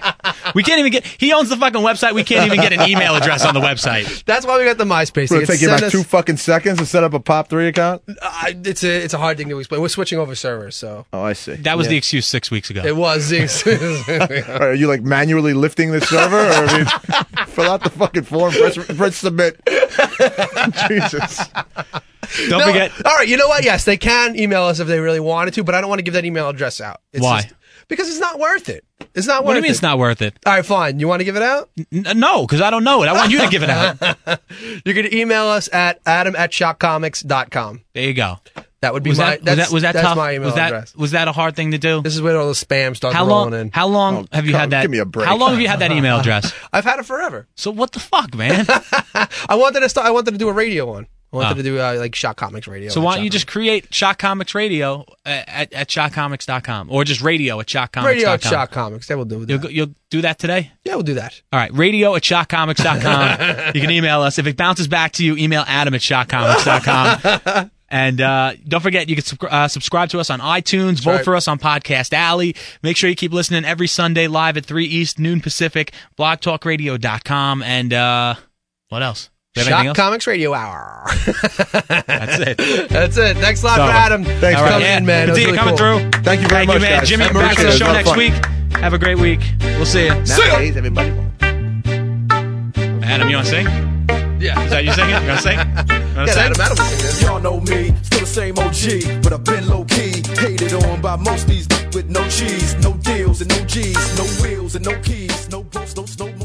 [SPEAKER 3] We can't even get, he owns the fucking website. We can't even get an email address on the website.
[SPEAKER 2] That's why we got the MySpace.
[SPEAKER 7] It'll
[SPEAKER 2] It's
[SPEAKER 7] take you
[SPEAKER 2] send
[SPEAKER 7] about
[SPEAKER 2] us-
[SPEAKER 7] two fucking seconds to set up a Pop Three account.
[SPEAKER 2] I- it's a it's a hard thing to explain. We're switching over servers, so
[SPEAKER 7] Oh, I see.
[SPEAKER 3] That was
[SPEAKER 7] Yeah.
[SPEAKER 3] the excuse six weeks ago.
[SPEAKER 2] it was.
[SPEAKER 7] All right, Are you like manually lifting the server, or I mean, fill out the fucking form, press, press submit? Jesus.
[SPEAKER 3] Don't
[SPEAKER 2] No,
[SPEAKER 3] forget,
[SPEAKER 2] All right, you know what? Yes, they can email us if they really wanted to, but I don't want to give that email address out. It's
[SPEAKER 3] Why?
[SPEAKER 2] just- because it's not worth it. It's not worth
[SPEAKER 3] what do you mean
[SPEAKER 2] it.
[SPEAKER 3] it's not worth it?
[SPEAKER 2] All right, fine. You want to give it out?
[SPEAKER 3] N- no, because I don't know it. I want you to give it out.
[SPEAKER 2] You can email us at adam at shockcomics.com.
[SPEAKER 3] There you go.
[SPEAKER 2] That would be
[SPEAKER 3] Was
[SPEAKER 2] my
[SPEAKER 3] that, was
[SPEAKER 2] that's,
[SPEAKER 3] that, was that
[SPEAKER 2] that's
[SPEAKER 3] tough?
[SPEAKER 2] my email
[SPEAKER 3] was that,
[SPEAKER 2] address.
[SPEAKER 3] Was that a hard thing to do?
[SPEAKER 2] This is where all the spam starts
[SPEAKER 3] How
[SPEAKER 2] rolling
[SPEAKER 3] long,
[SPEAKER 2] in.
[SPEAKER 3] how long have you
[SPEAKER 7] Oh, come-
[SPEAKER 3] had that?
[SPEAKER 7] give me a break.
[SPEAKER 3] How long have you had that email address?
[SPEAKER 2] I've had it forever.
[SPEAKER 3] So what the fuck, man?
[SPEAKER 2] I wanted to start I wanted to do a radio one. I wanted
[SPEAKER 3] Oh.
[SPEAKER 2] to do uh, like shock comics radio.
[SPEAKER 3] So why don't
[SPEAKER 2] Shock
[SPEAKER 3] you just create Shock Comics Radio uh, at, at, at shockcomics.com or just radio at shockcomics.com.
[SPEAKER 2] Radio at Shock Comics. That will do
[SPEAKER 3] You'll,
[SPEAKER 2] that.
[SPEAKER 3] go- you'll do that today?
[SPEAKER 2] Yeah, we'll do that.
[SPEAKER 3] All right, radio at shockcomics.com. you can email us. If it bounces back to you, email adam at shockcomics.com. and uh, don't forget, you can subscri- uh, subscribe to us on iTunes, vote
[SPEAKER 2] right.
[SPEAKER 3] for us on Podcast Alley. Make sure you keep listening every Sunday live at 3 East, noon Pacific, blogtalkradio.com. And uh, what else? Do we have anything
[SPEAKER 2] Shock
[SPEAKER 3] else?
[SPEAKER 2] Comics Radio Hour.
[SPEAKER 3] That's it.
[SPEAKER 2] That's it. Thanks a lot
[SPEAKER 3] So-
[SPEAKER 2] for Adam. Thanks
[SPEAKER 3] All right,
[SPEAKER 2] for coming
[SPEAKER 3] yeah.
[SPEAKER 2] in, man. That was
[SPEAKER 3] Medina coming
[SPEAKER 2] really cool.
[SPEAKER 3] through.
[SPEAKER 7] Thank you very
[SPEAKER 3] Thank
[SPEAKER 7] much,
[SPEAKER 3] you, man.
[SPEAKER 7] guys.
[SPEAKER 3] Jimmy,
[SPEAKER 7] I
[SPEAKER 3] back to the
[SPEAKER 7] appreciate it.
[SPEAKER 3] show
[SPEAKER 7] It was a lot
[SPEAKER 3] next
[SPEAKER 7] of
[SPEAKER 3] week. Have a great week. We'll see you.
[SPEAKER 7] Nowadays, everybody.
[SPEAKER 3] Adam, you want to sing?
[SPEAKER 2] Yeah.
[SPEAKER 3] Is that you singing? You want to sing? You wanna
[SPEAKER 2] Yeah,
[SPEAKER 3] sing?
[SPEAKER 2] Adam, Adam.
[SPEAKER 23] Y'all know me, still the same OG, but I've been low key, hated on by most these with no cheese, no deals and no G's, no wheels and no keys, no boats, no snow.